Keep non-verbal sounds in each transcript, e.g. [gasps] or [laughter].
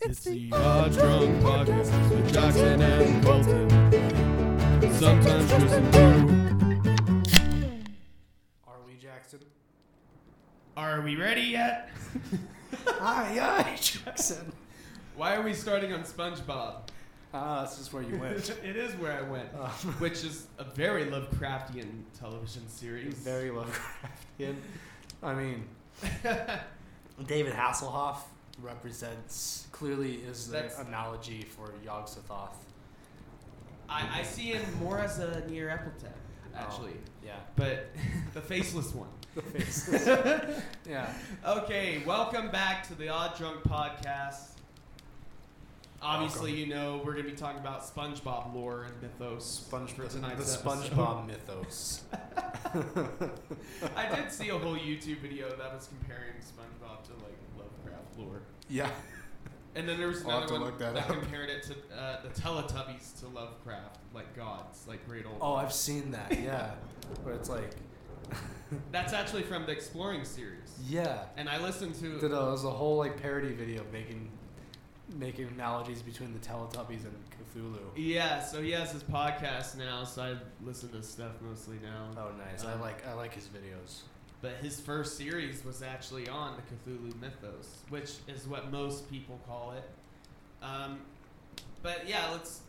It's the Odd Drunk Podcast with Jackson and Bolton. Sometimes Tristan too. Are we E Jackson? Are we ready yet? [laughs] Aye, aye, Jackson. Why are we starting on SpongeBob? [laughs] Ah, this is where you [laughs] went. it is where I [laughs] went, Um, which is a very Lovecraftian television series. [laughs] very Lovecraftian. I mean, David Hasselhoff represents clearly is the That's- analogy for Um, Yog Sothoth. I, I see him more as a near Epleton, actually, Yeah. but [laughs] the faceless [laughs] one. [laughs] The faces. yeah. Okay, welcome back to the Odd Drunk Podcast. Obviously, you know we're gonna be talking about SpongeBob lore and mythos. Sponge for the tonight's SpongeBob mythos. episode. [laughs] I did see a whole YouTube video that was comparing SpongeBob to like Lovecraft lore, Yeah. and then there was I'll have another to one look that that up. compared it to uh, the Teletubbies to Lovecraft, like gods, like great old. Oh, I've seen [laughs] that. Yeah. Where it's like, [laughs] That's actually from the Exploring series, yeah. and I listened to. Did uh, a, it was a whole like parody video making making analogies between the Teletubbies and Cthulhu. yeah, so he has his podcast now, so I listen to stuff mostly now. Oh, nice! I Um, like I like his videos. But his first series was actually on the Cthulhu Mythos, which is what most people call it. Um, but yeah, let's.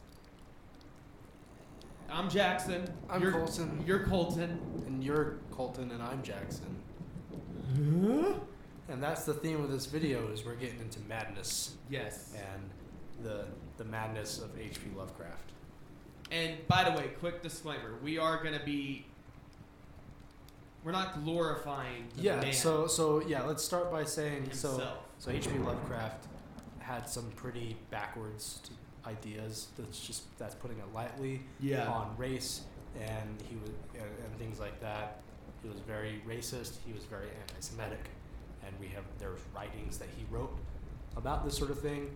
I'm Jackson. I'm you're, Colton. You're Colton. And you're Colton, and I'm Jackson. And that's the theme of this video is we're getting into madness Yes. and the the madness of H.P. Lovecraft. And by the way, quick disclaimer: we are gonna be. We're not glorifying the Yeah. man So so yeah, let's start by saying himself. so so H.P. Lovecraft had some pretty backwards t- ideas. That's just that's putting it lightly. on race and he was and, and things like that. He was very racist. He was very anti-Semitic, and we have there's writings that he wrote about this sort of thing.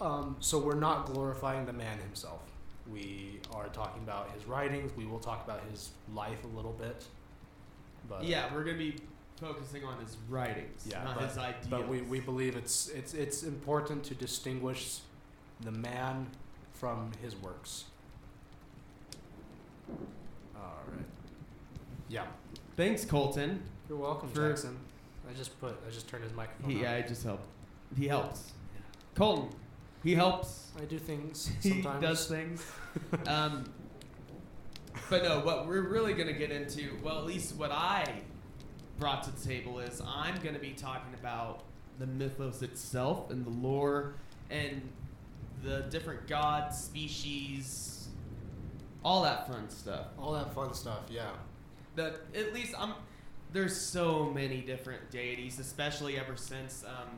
Um, so we're not glorifying the man himself. We are talking about his writings. We will talk about his life a little bit, but yeah, we're gonna be focusing on his writings, Yeah, not but- his ideas. But we, we believe it's it's it's important to distinguish the man from his works. All right. Yeah. Thanks, Colton. You're welcome, For- Jackson. I just put I just turned his microphone. He, on. yeah, I just help. He helps. Colton, he helps. I do things [laughs] He sometimes. does [laughs] things. um, but no, what we're really going to get into, well, at least what I brought to the table is I'm going to be talking about the mythos itself and the lore and the different gods, species, all that fun stuff. All that fun stuff. Yeah. The at least I'm. There's so many different deities, especially ever since um,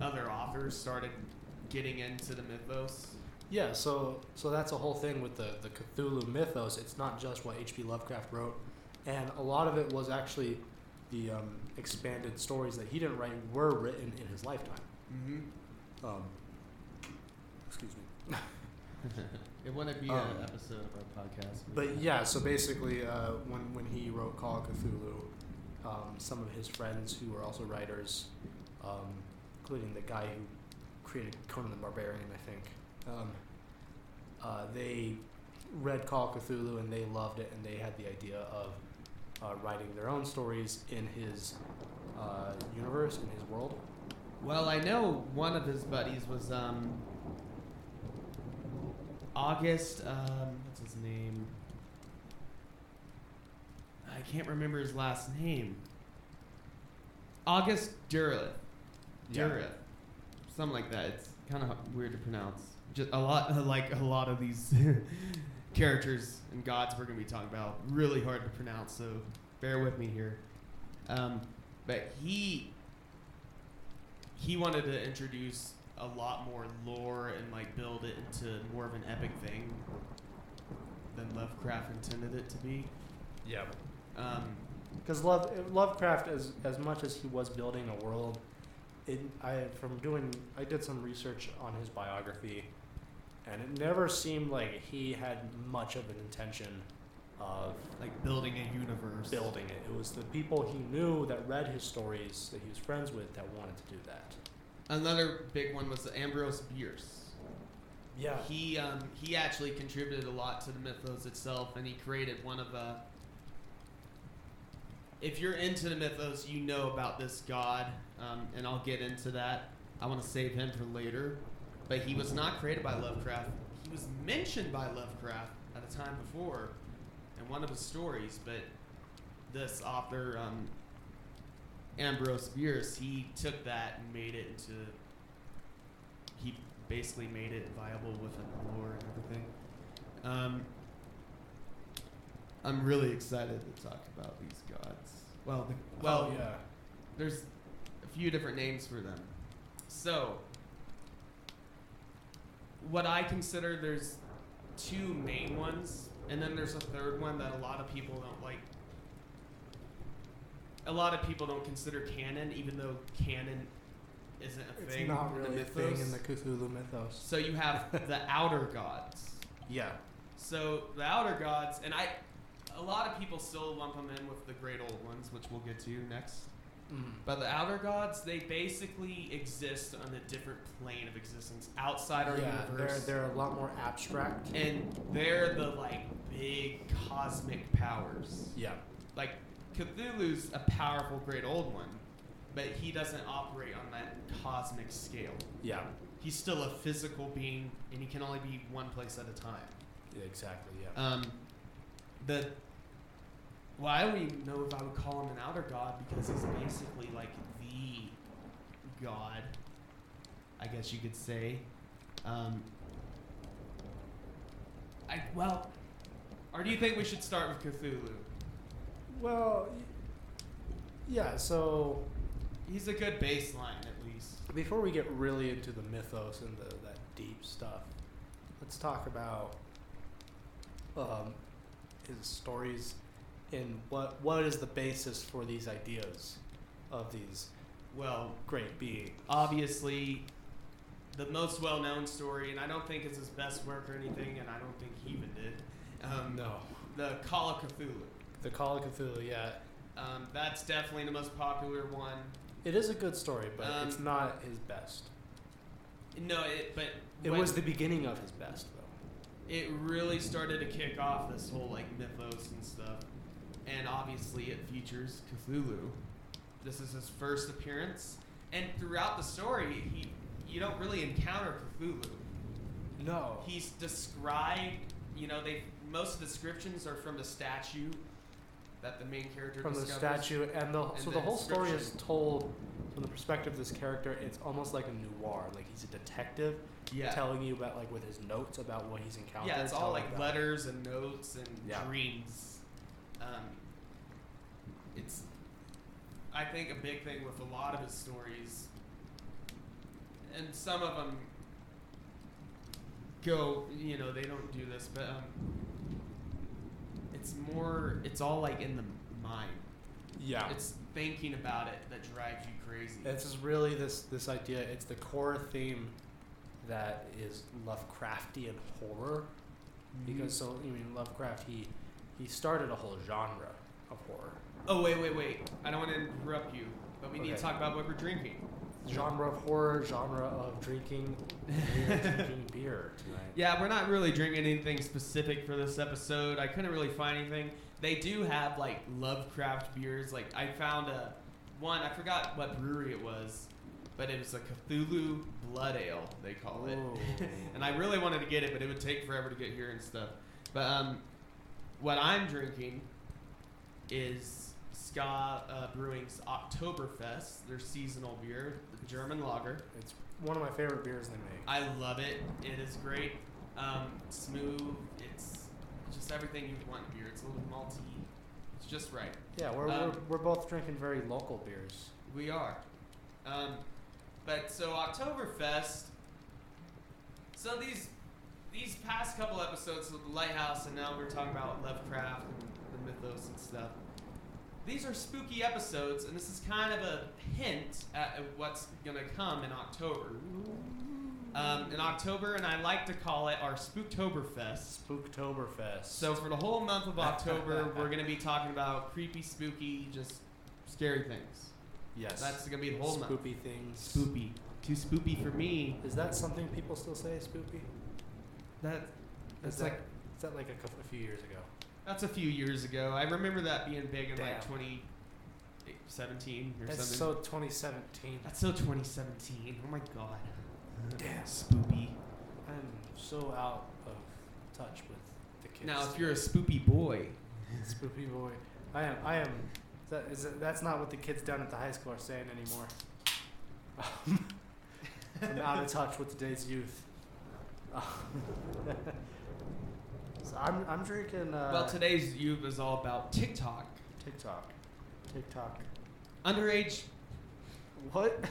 other authors started getting into the mythos. Yeah. So so that's a whole thing with the the Cthulhu mythos. It's not just what H.P. Lovecraft wrote, and a lot of it was actually the um, expanded stories that he didn't write were written in his lifetime. Mm-hmm. Um, excuse me. [laughs] it wouldn't be Um, an episode of our podcast. But yeah, so basically, uh, when when he wrote Call of Cthulhu, um, some of his friends who were also writers, um, including the guy who created Conan the Barbarian, I think, um, uh, they read Call of Cthulhu and they loved it, and they had the idea of uh, writing their own stories in his uh, universe, in his world. Well, I know one of his buddies was um, August. Um, what's his name? I can't remember his last name. August Durith. Yeah. Durith. Something like that. It's kind of weird to pronounce. Just a lot, [laughs] like a lot of these characters and gods we're going to be talking about, really hard to pronounce. So bear with me here. Um, but he he wanted to introduce a lot more lore and like build it into more of an epic thing than Lovecraft intended it to be. Yeah. Um, Because Love, Lovecraft, as as much as he was building a world, it, I from doing I did some research on his biography, and it never seemed like he had much of an intention of like building a universe. building it. It was the people he knew that read his stories that he was friends with that wanted to do that. another big one was Ambrose Bierce. Yeah. He um, he actually contributed a lot to the mythos itself, and he created one of the. If you're into the mythos, you know about this god, um, and I'll get into that. I want to save him for later, but he was not created by Lovecraft. He was mentioned by Lovecraft at a time before, in one of his stories. But this author, um, Ambrose Bierce, he took that and made it into. He basically made it viable within the lore and everything. Um, I'm really excited to talk about these gods. Well, the, well, oh, yeah. there's a few different names for them. So, what I consider there's two main ones, and then there's a third one that a lot of people don't like. A lot of people don't consider canon, even though canon isn't a It's thing not in really the a mythos. thing in the Cthulhu mythos. So you have the outer gods. Yeah. So the outer gods, and I, a lot of people still lump them in with the great old ones, which we'll get to next. Mm. But the outer gods, they basically exist on a different plane of existence outside our yeah, they're, universe, they're a lot more abstract. and they're the like big cosmic powers. Yeah. Like Cthulhu's a powerful great old one, but he doesn't operate on that cosmic scale. Yeah. He's still a physical being, and he can only be one place at a time. yeah exactly. Yeah. Um, the well, I don't even know if I would call him an outer god because he's basically like the god, I guess you could say. Um, I well, or do you think we should start with Cthulhu? Well, y- yeah. So He's a good baseline at least. before we get really into the mythos and the, that deep stuff, let's talk about um, his stories and what what is the basis for these ideas of these Well, great beings. obviously the most well-known story, and I don't think it's his best work or anything, and I don't think he even did. Um, No, The Call of Cthulhu. the Call of Cthulhu. Yeah, Um, that's definitely the most popular one. it is a good story, but it's Um, not his best. No, it but It when- was the beginning of his best, though. it really started to kick off this whole like mythos and stuff, and obviously it features Cthulhu. This is his first appearance, and throughout the story, he you don't really encounter Cthulhu. No. He's described, you know, they most of the descriptions are from the statue that the main character from the discovers. statue, and the and so the the whole story is description. told from the perspective of this character. It's almost like a noir, like he's a detective Yeah. telling you about like with his notes about what he's encountered. Yeah, it's all telling like about- letters and notes and Yeah. dreams. Um, it's, I think, a big thing with a lot of his stories, and some of them go, you know, they don't do this, but um, it's more, it's all like in the mind. Yeah, it's, It's thinking about it that drives you crazy. is really this this idea. It's the core theme that is Lovecraftian horror Mm-hmm. because so I mean Lovecraft he he started a whole genre of horror, oh wait, wait, wait! I don't want to interrupt you, but we need Okay. to talk about what we're drinking. genre of horror, genre of drinking, beer, [laughs] drinking beer tonight. Yeah, we're not really drinking anything specific for this episode. I couldn't really find anything. They do have like Lovecraft beers. Like I found a one. I forgot what brewery it was, but it was a Cthulhu Blood Ale. They call it. Ooh. [laughs] and I really wanted to get it, but it would take forever to get here and stuff. But um, what I'm drinking is Ska uh, Brewing's Oktoberfest, their seasonal beer, the German lager. It's one of my favorite beers they make. I love it. It is great. Um, smooth. It's just everything you want in beer. It's a little malty. It's just right. Yeah, we're, we're, Um, we're both drinking very local beers. We are. Um, but so Oktoberfest. So these these past couple episodes of the Lighthouse, and now we're talking about Lovecraft and the mythos and stuff. These are spooky episodes, and this is kind of a hint at what's gonna come in October. Um, in October, and I like to call it our Spooktoberfest. Spooktoberfest. So for the whole month of October, we're going to be talking about creepy, spooky, just scary things. Yes. That's gonna be the whole month. spoopy things. Spoopy. Too spoopy for me. Is that something people still say? Spoopy. That that's Is that, like is that like a, cou- a few years ago? that's a few years ago. I remember that being big in like Damn. 2017 or That's something. so 2017. that's so 2017. Oh my god. Damn. Spoopy. I'm so out of touch with the kids. Now, if you're a spoopy boy, spoopy boy, I am. I am. is That is that, that's not what the kids down at the high school are saying anymore. I'm out of touch with today's youth. so I'm I'm drinking uh, well, today's youth is all about TikTok. TikTok, TikTok. Underage. What?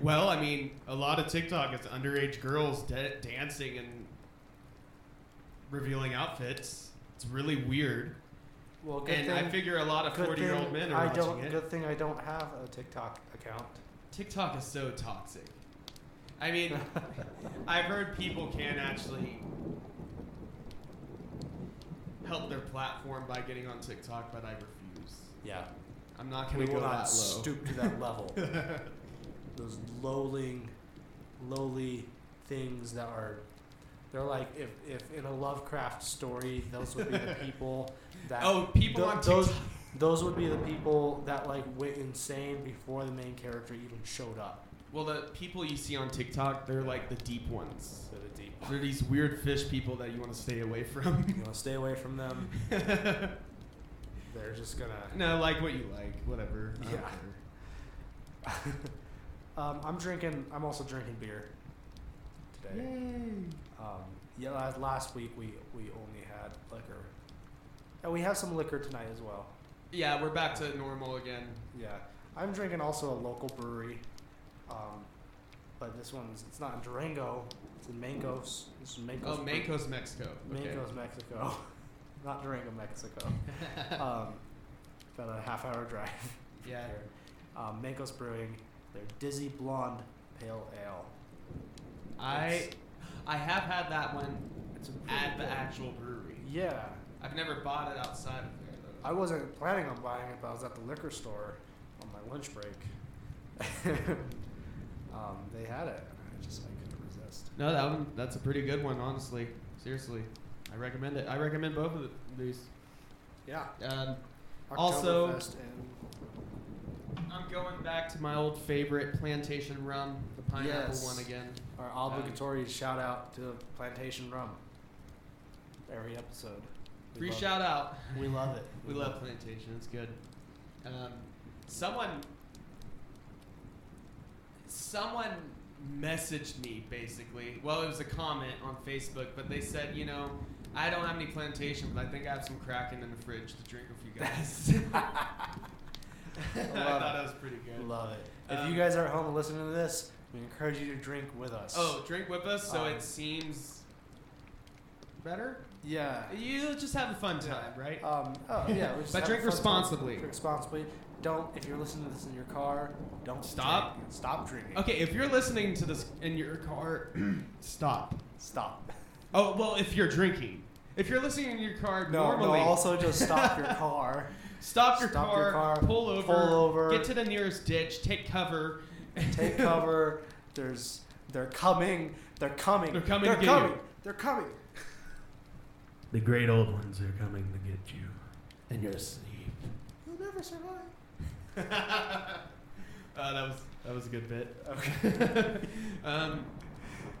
Well, I mean, a lot of TikTok is underage girls da- dancing and revealing outfits. It's really weird. Well, good And thing. I figure a lot of good 40 year old thing men are I watching don't. it. Good thing I don't have a TikTok account. TikTok is so toxic. I [laughs] mean, I've heard people can actually help their platform by getting on TikTok, but I refuse. Yeah. I'm not we going to go will that low. not stoop to that level. [laughs] Those lowling, lowly things that are, they're like if, if in a Lovecraft story, those would be [laughs] the people that oh, people tho- on those TikTok. those would be the people that like went insane before the main character even showed up. Well, the people you see on TikTok, they're like the deep ones. So the deep. They're these weird fish people that you want to stay away from. [laughs] You want to stay away from them. They're just gonna. [laughs] no, like what you like, whatever. I don't Yeah. care. um, I'm drinking. I'm also drinking beer today. Um, yeah, last, last week we, we only had liquor. And we have some liquor tonight as well. Yeah, we're back to normal again. Yeah. I'm drinking also a local brewery. Um, but this one's, it's not in Durango, it's in Mangos. This is Mangos. Oh, Bre- Mancos, Mexico. Okay. Mangos, Mexico. [laughs] not Durango, [laughs] Mexico. um, about a half hour drive. Yeah. there. Um, Mangos Brewing, their Dizzy Blonde Pale Ale. I I have had that one It's a pretty at the good- actual brewery. Yeah. I've never bought it outside of there though. I wasn't planning on buying it, but I was at the liquor store on my lunch break. [laughs] um, they had it. and I just I couldn't resist. No, that one that's a pretty good one, honestly. Seriously. I recommend it. I recommend both of these. Yeah. Um, Also- Oktoberfest and I'm going back to my old favorite plantation rum, the pineapple Yes. one again. our obligatory shout out to Plantation Rum. Every episode. We Free love shout out. It. We love it. We [laughs] love plantation. It's good. Um, someone, someone messaged me basically. Well, it was a comment on Facebook, but they said, you know, I don't have any plantation, but I think I have some Kraken in the fridge to drink with you guys. I [laughs] love thought that was pretty We good. love it. If Um, you guys are at home listening to this, we encourage you to drink with us. Oh, drink with us, so Um, it seems better. yeah. You just have a fun time, right? Um, oh yeah, we just But have drink fun time. responsibly. Drink responsibly. Don't if you're listening to this in your car, don't Stop. drink. Stop drinking. Okay, if you're listening to this in your car, [clears throat] stop. [laughs] Stop. Oh well, if you're drinking, if you're listening in your car No, no. normally, Also, just stop your car. stop, your, stop car, your car, pull [laughs] over, pull over. get to the nearest ditch, take [laughs] cover. [laughs] Take cover. There's. They're coming. They're coming. They're coming They're to get you. coming. They're coming. The great old ones are coming to get you, and you're asleep. You'll never survive. uh, that was that was a good bit. Okay. [laughs] um,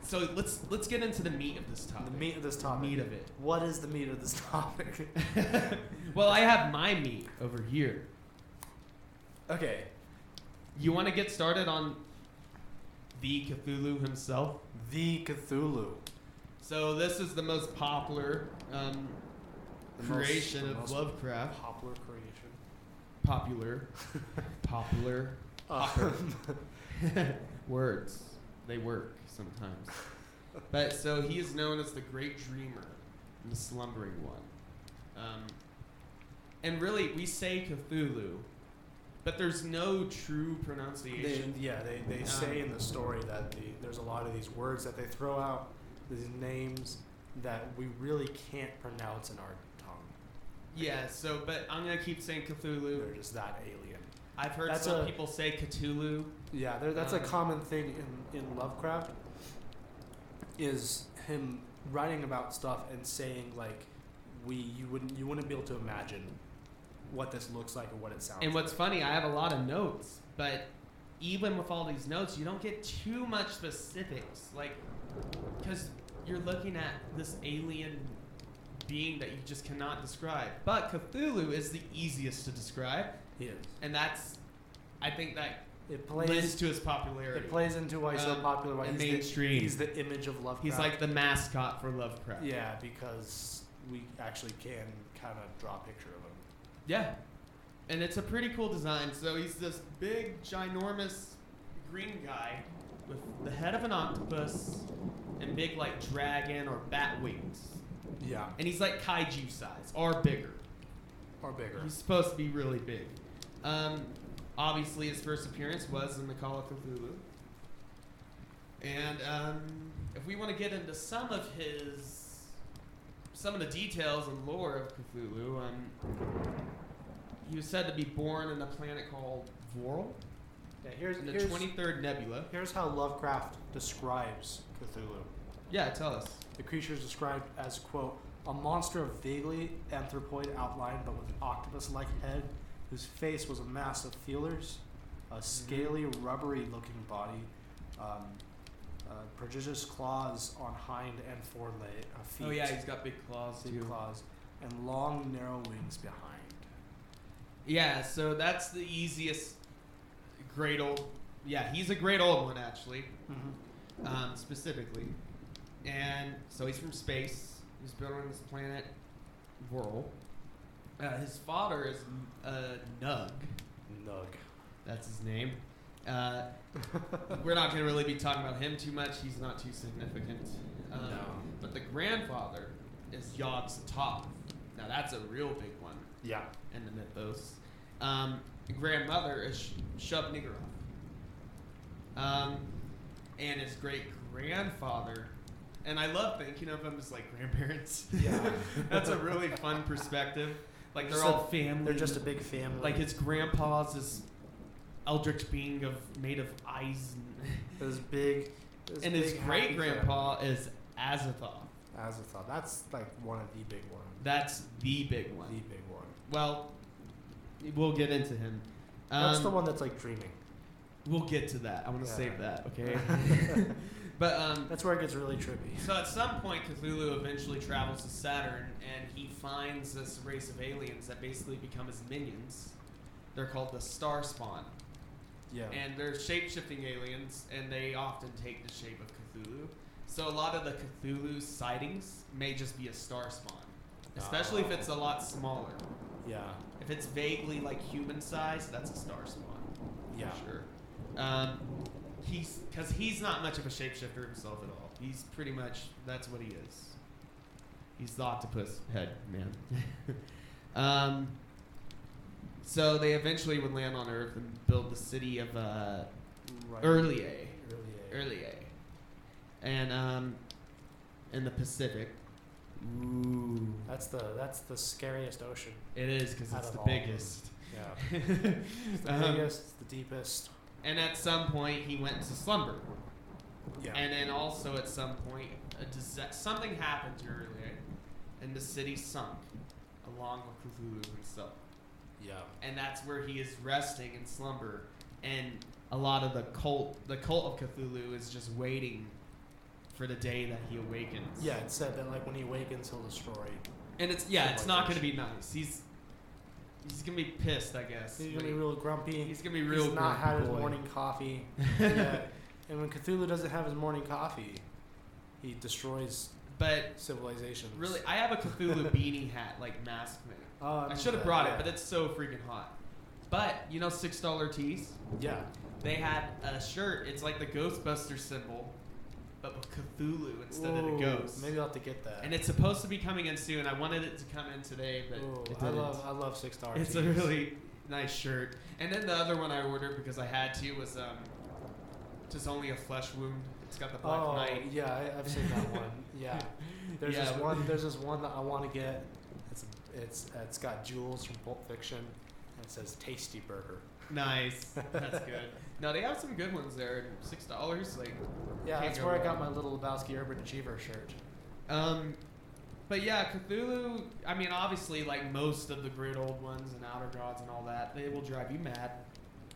so let's let's get into the meat of this the topic. meat of this topic. meat of it. What is the meat of this [laughs] topic? Well, I have my meat over here. okay. You want to get started on the Cthulhu himself? The Cthulhu. So this is the most popular um, The most- creation the of most Lovecraft. Poplar creation. Popular, popular [laughs] Uh, words. They work sometimes. But so he is known as the Great Dreamer, and the Slumbering One. Um, and really, we say Cthulhu, but there's no true They, pronunciation. yeah, they, they Um, say in the story that the, there's a lot of these words that they throw out, these names that we really can't pronounce in our tongue. yeah. So, but I'm gonna keep saying Cthulhu. They're just that alien. I've heard That's some a- people say Cthulhu. Yeah, there, that's a Um, common thing in, in Lovecraft is him writing about stuff and saying like we you wouldn't you wouldn't be able to imagine what this looks like or what it sounds And like. what's funny, I have a lot of notes, but even with all these notes, you don't get too much specifics. Like, because you're looking at this alien being that you just cannot describe. But Cthulhu is the easiest to describe, He is. and that's, I think that It lends plays to his popularity. it plays into why he's so Um, popular why and he's the- mainstream. he's the image of Lovecraft. He's like the mascot for Lovecraft. Yeah, because we actually can kind of draw a picture of him. Yeah. And it's a pretty cool design. So he's this big, ginormous green guy with the head of an octopus and big, like, dragon or bat wings. Yeah. And he's like kaiju size or bigger. Or bigger. He's supposed to be really big. Um, obviously, his first appearance was in the Call of Cthulhu. And um, if we want to get into some of his, some of the details and lore of Cthulhu, um, he was said to be born in a planet called Vorl, yeah, here's, in the here's, 23rd Nebula. here's how Lovecraft describes Cthulhu. Yeah, tell us. The creature is described as, quote, a monster of vaguely anthropoid outline but with an octopus like head, whose face was a mass of feelers, a scaly, rubbery looking body, um, uh, prodigious claws on hind and foreleg uh, feet, Oh yeah, he's got big claws big too. claws, and long, narrow wings behind. Yeah, so that's the easiest great old. Yeah, he's a great old one actually. um, specifically. And so he's from space. He's built on this planet, Whirl. Uh, his father is uh, Nug. [laughs] Nug. That's his name. Uh, we're not going to really be talking about him too much. He's not too significant. Um, no. But the grandfather is Yog Sothoth. Now that's a real big one Yeah. in the mythos. Um, the grandmother is Sh- Shub-Niggurath. Um, and his great grandfather. And I love thinking of them as like grandparents. [laughs] Yeah. That's a really fun perspective. Like they're Just all a- family. They're just a big family. like his grandpa's this eldritch being of made of ice, this big. This and, and his big happy great grandpa is Azathoth. family. As I thought, that's like one of the big ones. That's the big one. The big one. well, we'll get into him. That's Um, the one that's like dreaming. We'll get to that. I want to Yeah. save that, okay? but um, [laughs] That's where it gets really trippy. so at some point, Cthulhu eventually travels to Saturn, and he finds this race of aliens that basically become his minions. They're called the Star Spawn, Yeah. and they're shape shifting aliens, and they often take the shape of Cthulhu. So a lot of the Cthulhu sightings may just be a Star Spawn, especially if Oh. it's a lot smaller. yeah. If it's vaguely like human sized, that's a Star Spawn. Yeah. for sure. Um, he's because he's not much of a shapeshifter himself at all. He's pretty much that's what he is. He's the octopus head man. [laughs] um, so they eventually would land on Earth and build the city of uh, Right. Earlier, Early. eight. Earlier, and um, in the Pacific. Ooh, That's the that's the scariest ocean. it is because Out it's of the all of them. biggest. Yeah. It's [laughs] the Um, biggest. It's the deepest. and at some point, he went to slumber. Yeah. And then also at some point, a disa- something happened to Urlier, and the city sunk, along with Cthulhu himself. yeah. And that's where he is resting in slumber. And a lot of the cult, the cult of Cthulhu, is just waiting for the day that he awakens. Yeah. It said that like when he awakens, he'll destroy. And it's yeah, it's not gonna be nice. He's he's gonna be pissed, I guess. He's when gonna be he- real grumpy. he's gonna be real. He's not had grumpy his boy. [laughs] morning coffee. yeah. [laughs] And when Cthulhu doesn't have his morning coffee, he destroys But civilizations. really, I have a [laughs] Cthulhu beanie hat, like mask man. Oh, I mean should have that, brought it, yeah. but it's so freaking hot. But you know, six dollar tees. yeah, They had a shirt. It's like the Ghostbuster symbol, but with Cthulhu instead of Ooh, the ghost. Maybe I'll have to get that. And it's supposed to be coming in soon. I wanted it to come in today, but Ooh, it I didn't. love I love six dollars. it's a really nice shirt. And then the other one I ordered because I had to was um, just only a flesh wound. It's got the Black oh Knight. yeah, I, I've seen that [laughs] one. Yeah, there's Yeah. this one. There's this one that I want to get. It's it's it's got jewels from Pulp Fiction, and it says Tasty Burger. [laughs] Nice. That's good. Now they have some good ones there. Six dollars, like Yeah, Can't that's go where I wrong. got my little Lebowski Urban Achiever shirt. Um, but yeah, Cthulhu. I mean, obviously, like most of the great old ones and Outer Gods and all that, they will drive you mad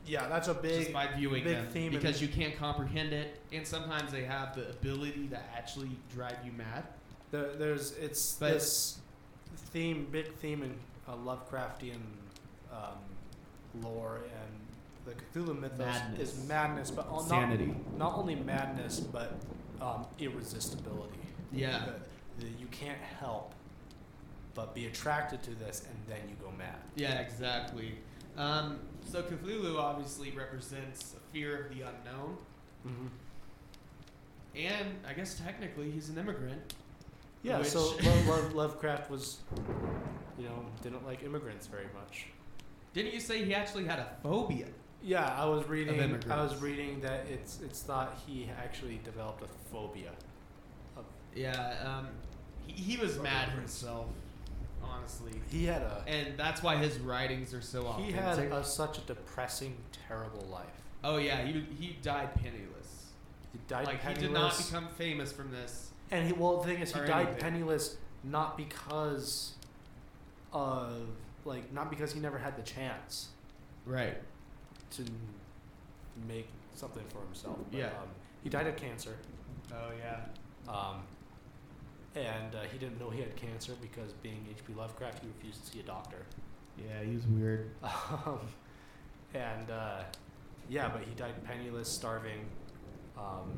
Yeah, that's a just by viewing big them theme in- because you can't comprehend it. And sometimes they have the ability to actually drive you mad. There, there's it's But- this theme, big theme in uh, Lovecraftian um, lore and the Cthulhu mythos Madness. is madness, but all, not not only madness but um, irresistibility. Yeah. The- the- you can't help but be attracted to this, and then you go mad. Yeah, exactly. Um, so Cthulhu obviously represents a fear of the unknown, Mm-hmm. and I guess technically he's an immigrant. Yeah, Which- [laughs] so [laughs] Lo- Lo- Lovecraft was, you know, didn't like immigrants very much. Didn't you say he actually had a phobia? Yeah, I was reading. I was immigrants. reading that it's it's thought he actually developed a phobia. Of, Yeah. Um, he, he was mad himself, honestly. he had a and that's why his writings are so he authentic. had a, such a depressing, terrible life. oh yeah, he he died penniless. He died like penniless, he did not become famous from this. and he well the thing is he or died anything. penniless not because of like not because he never had the chance Right. to make something for himself. Yeah. um, he died of cancer. Oh yeah. Um, and uh, he didn't know he had cancer because, being H.P. Lovecraft, he refused to see a doctor. Yeah, he was weird. Um, and uh, yeah, but he died penniless, starving. Um,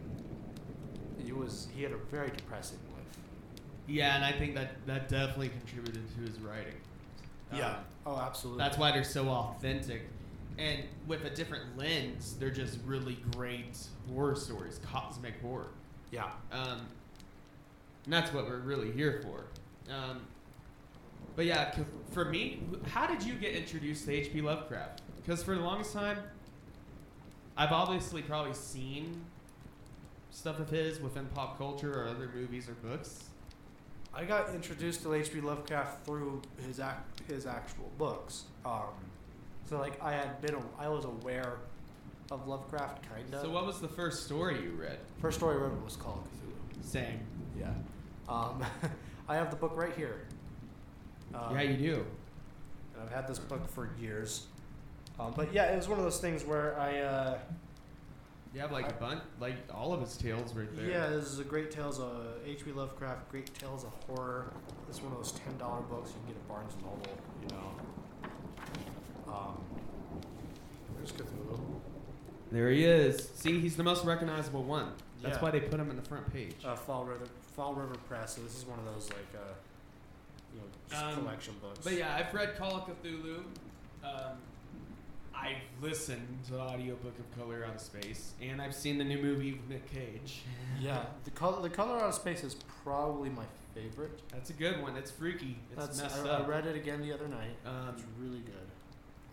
he was he had a very depressing life. Yeah, and I think that that definitely contributed to his writing. Um, Oh, absolutely. That's why they're so authentic. And with a different lens, they're just really great horror stories, cosmic horror. yeah. Um, and that's what we're really here for. Um, but yeah, c- for me, wh- how did you get introduced to H.P. Lovecraft? Because for the longest time, I've obviously probably seen stuff of his within pop culture or other movies or books. I got introduced to H.P. Lovecraft through his act, his actual books. Um, so like I had been a, I was aware of Lovecraft kind of. So, what was the first story you read? First story I read was called Cthulhu. Same. Yeah. Um, [laughs] I have the book right here. Um, yeah, you do. and I've had this book for years. Um, but yeah, it was one of those things where I, uh, You have like a bunch, like all of his tales right there. yeah, this is a Great Tales of H.P. Lovecraft, Great Tales of Horror. It's one of those ten dollar books you can get at Barnes and Noble, you know. Um, there's Cthulhu. There he is. See, he's the most recognizable one. That's Yeah. why they put him in the front page. Uh, Fall River, Fall River Press. So this is one of those like, uh, you know, just Um, collection books. But yeah, I've read Call of Cthulhu. Um, I've listened to the audiobook of Color Out of Space, and I've seen the new movie with Nick Cage. yeah, the color, the color out of space is probably my favorite. That's a good one. It's freaky. It's That's, messed I, I up. read it again the other night. Um, It's really good.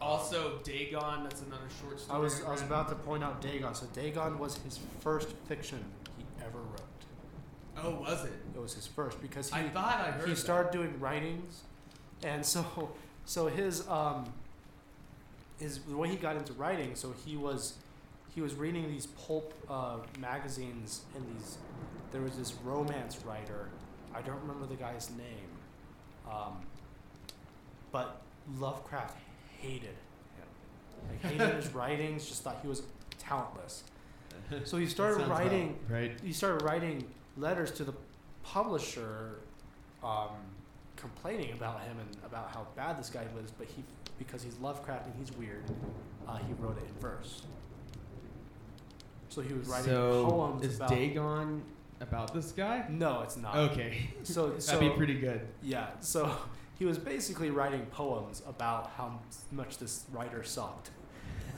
also, Dagon. That's another short story. I was I was read. about to point out Dagon. So Dagon was his first fiction he ever wrote. Oh, was it? It was his first because he I thought I heard. he that. started doing writings, and so so his um his the way he got into writing. So he was he was reading these pulp uh, magazines and these there was this romance writer. I don't remember the guy's name, um, but Lovecraft hated him. Like [laughs] hated his writings. Just thought he was talentless. So he started Sounds writing about right. he started writing letters to the publisher um, complaining about him and about how bad this guy was but he because he's lovecraft and he's weird uh, he wrote it in verse so he was writing poems is about Dagon about this guy? no it's not Okay, [laughs] so, so that'd be pretty good. yeah so he was basically writing poems about how much this writer sucked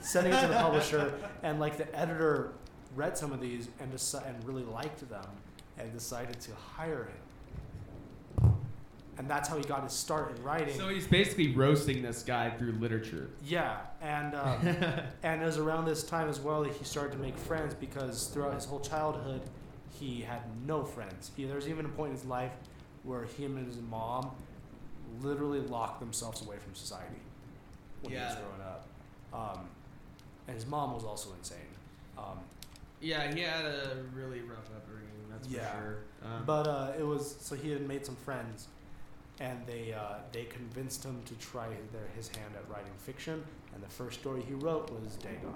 sending it to the publisher and like the editor read some of these and deci- and really liked them and decided to hire him and that's how he got his start in writing So he's basically roasting this guy through literature. yeah and um, and it was around this time as well that he started to make friends because throughout his whole childhood, he had no friends. He, there was even a point in his life where him and his mom literally locked themselves away from society when he Yeah. was growing up. Um, and his mom was also insane. Um, Yeah, he had a really rough upbringing. That's Yeah. for sure. Um, But uh, it was so he had made some friends, and they uh, they convinced him to try their, his hand at writing fiction. And the first story he wrote was Dagon.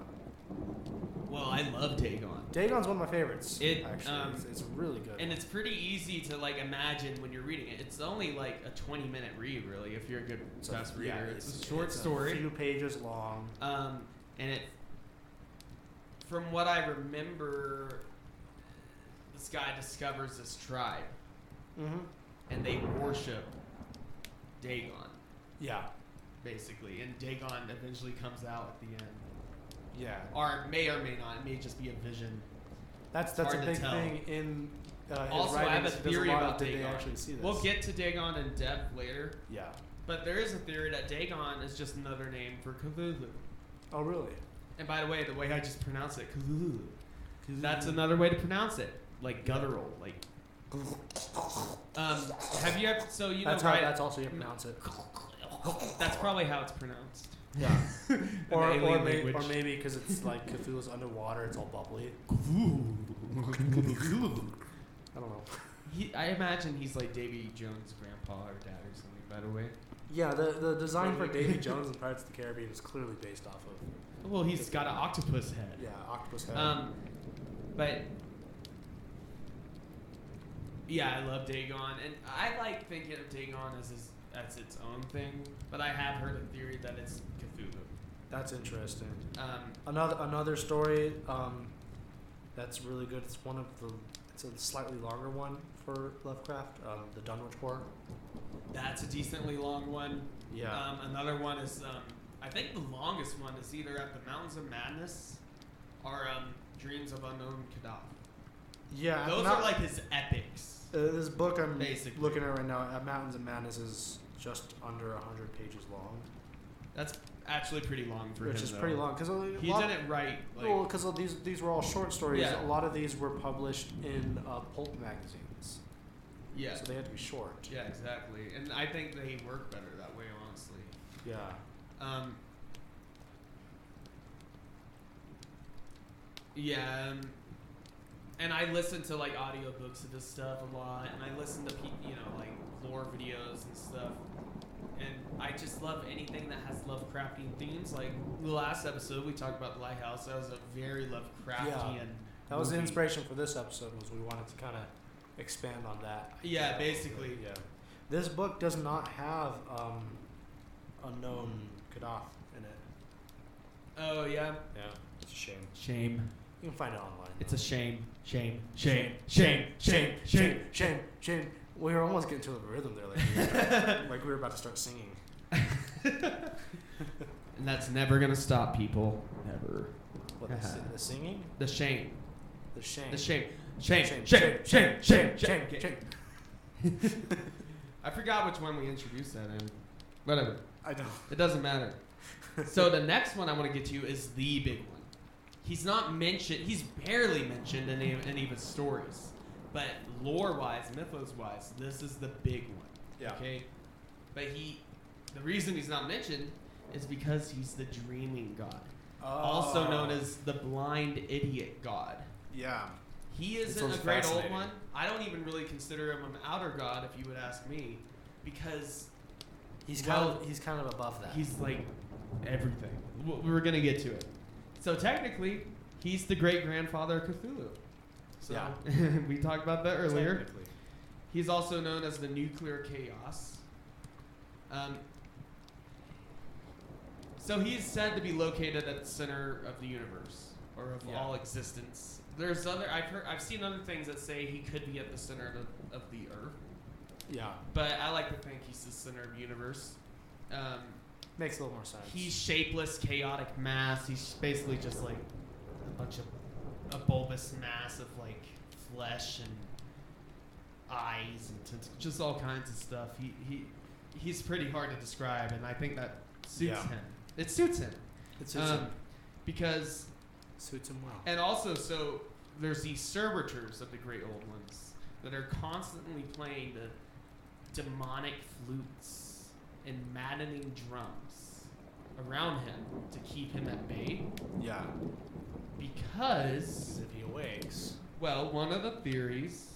well, I love Dagon. Dagon's one of my favorites. It, actually, um, it's, it's a really good. And one. it's pretty easy to like imagine when you're reading it. It's only like a 20 minute read, really, if you're a good It's a- fast reader. yeah, it's, a short it's story. few pages long. Um, and it, from what I remember, this guy discovers this tribe, Mm-hmm. and they worship Dagon, Yeah, basically. And Dagon eventually comes out at the end, yeah. or it may or may not. It may just be a vision. That's It's that's a hard to big tell. thing in uh, his Also, I have writings. a There's theory lot about did they Dagon. actually see this? We'll get to Dagon in depth later, yeah. but there is a theory that Dagon is just another name for Cthulhu. Oh, really? And by the way, the way I just pronounce it, Cthulhu. That's another way to pronounce it, like guttural, like. Um, have you ever? So you that's know, how. right? That's also you [laughs] pronounce it. That's probably how it's pronounced. Yeah. An or, alien or, may, language. or maybe because it's like Cthulhu's underwater, it's all [laughs] bubbly. I don't know. He, I imagine he's like Davy Jones' grandpa or dad or something. By the way, Yeah, the, the design for Probably. [laughs] Davy Jones and Pirates of the Caribbean is clearly based off of well, he's got an octopus head. yeah octopus head. Um, but yeah, I love Dagon, and I like thinking of Dagon as his, as its own thing. But I have heard a theory that it's Cthulhu. That's interesting. Um, Another another story um, that's really good. It's one of the it's a slightly longer one for Lovecraft. Um, the Dunwich Horror. that's a decently long one. Yeah. Um, another one is um, I think the longest one is either at the Mountains of Madness or um, Dreams of Unknown Kadaf. yeah. Those not- are like his epics. uh, this book I'm Basically. looking at right now. At Mountains of Madness is just under hundred pages long, That's actually pretty long for which him. is though. pretty long because He did it right. Like, Well, because these these were all short stories. Yeah. A lot of these were published in uh, pulp magazines, yeah. so they had to be short. Yeah, exactly. And I think they work better that way, honestly. Yeah. Um, yeah, um, and I listen to like audiobooks of this stuff a lot, and I listen to pe- you know like lore videos and stuff. And I just love anything that has Lovecraftian themes. Like the last episode, we talked about the lighthouse. That was a very Lovecraftian. That was the movie. inspiration for this episode. Was we wanted to kind of expand on that. Yeah, idea. basically. Yeah. This book does not have um, unknown Kadaf in it. Oh yeah. Yeah. It's a shame. Shame. You can find it online. though. shame. Shame. Shame. Shame. Shame. [laughs] Shame. Shame. Shame. We were almost getting to a rhythm there, like we were, [laughs] like we were about to start singing. And that's never gonna stop people. Never. What the, si- the singing? The shame. The shame. The shame. Shame. Shame. Shame, shame, Shame. Shame. Shame. shame, Okay. shame. [laughs] I forgot which one we introduced that in. Whatever. I know. It doesn't matter. so the next one I want to get to is the big one. He's not mentioned. He's barely mentioned in any, of- any of his stories, but lore-wise, mythos-wise, this is the big one. [laughs] Yeah. Okay. But he, the reason he's not mentioned is because he's the dreaming god, Uh, also known as the blind idiot god. Yeah. He This isn't one's a great old fascinating. one. I don't even really consider him an outer god, if you would ask me, because He's kind Well- of he's kind of above that. he's like everything. W- We're gonna get to it. So technically, he's the great grandfather of Cthulhu. So [laughs] we talked about that earlier. Technically. He's also known as the nuclear chaos. Um, so he is said to be located at the center of the universe or of Yeah. all existence. There's other I've heard I've seen other things that say he could be at the center of the, of the earth, Yeah. but I like to think he's the center of the universe. Um, Makes a little more sense. he's shapeless, chaotic mass. He's basically just like a bunch of a bulbous mass of like flesh and eyes and tentacles, just all kinds of stuff. He he he's pretty hard to describe, and I think that suits Yeah. him. It suits him it suits um, him. because Suits him well. and also, so there's these servitors of the great old ones that are constantly playing the demonic flutes and maddening drums. around him to keep him at bay Yeah. because, Because if he awakes, well, one of the theories,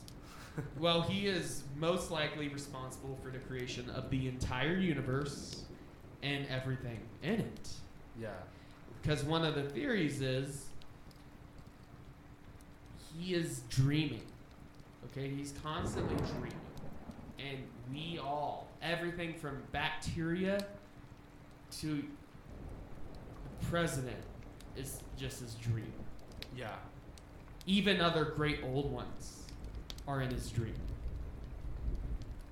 well, he is most likely responsible for the creation of the entire universe and everything in it. [laughs] yeah. Because one of the theories is he is dreaming. Okay, he's constantly dreaming. And we all, everything from bacteria to president, is just his dream. Yeah. Even other great old ones are in his dream,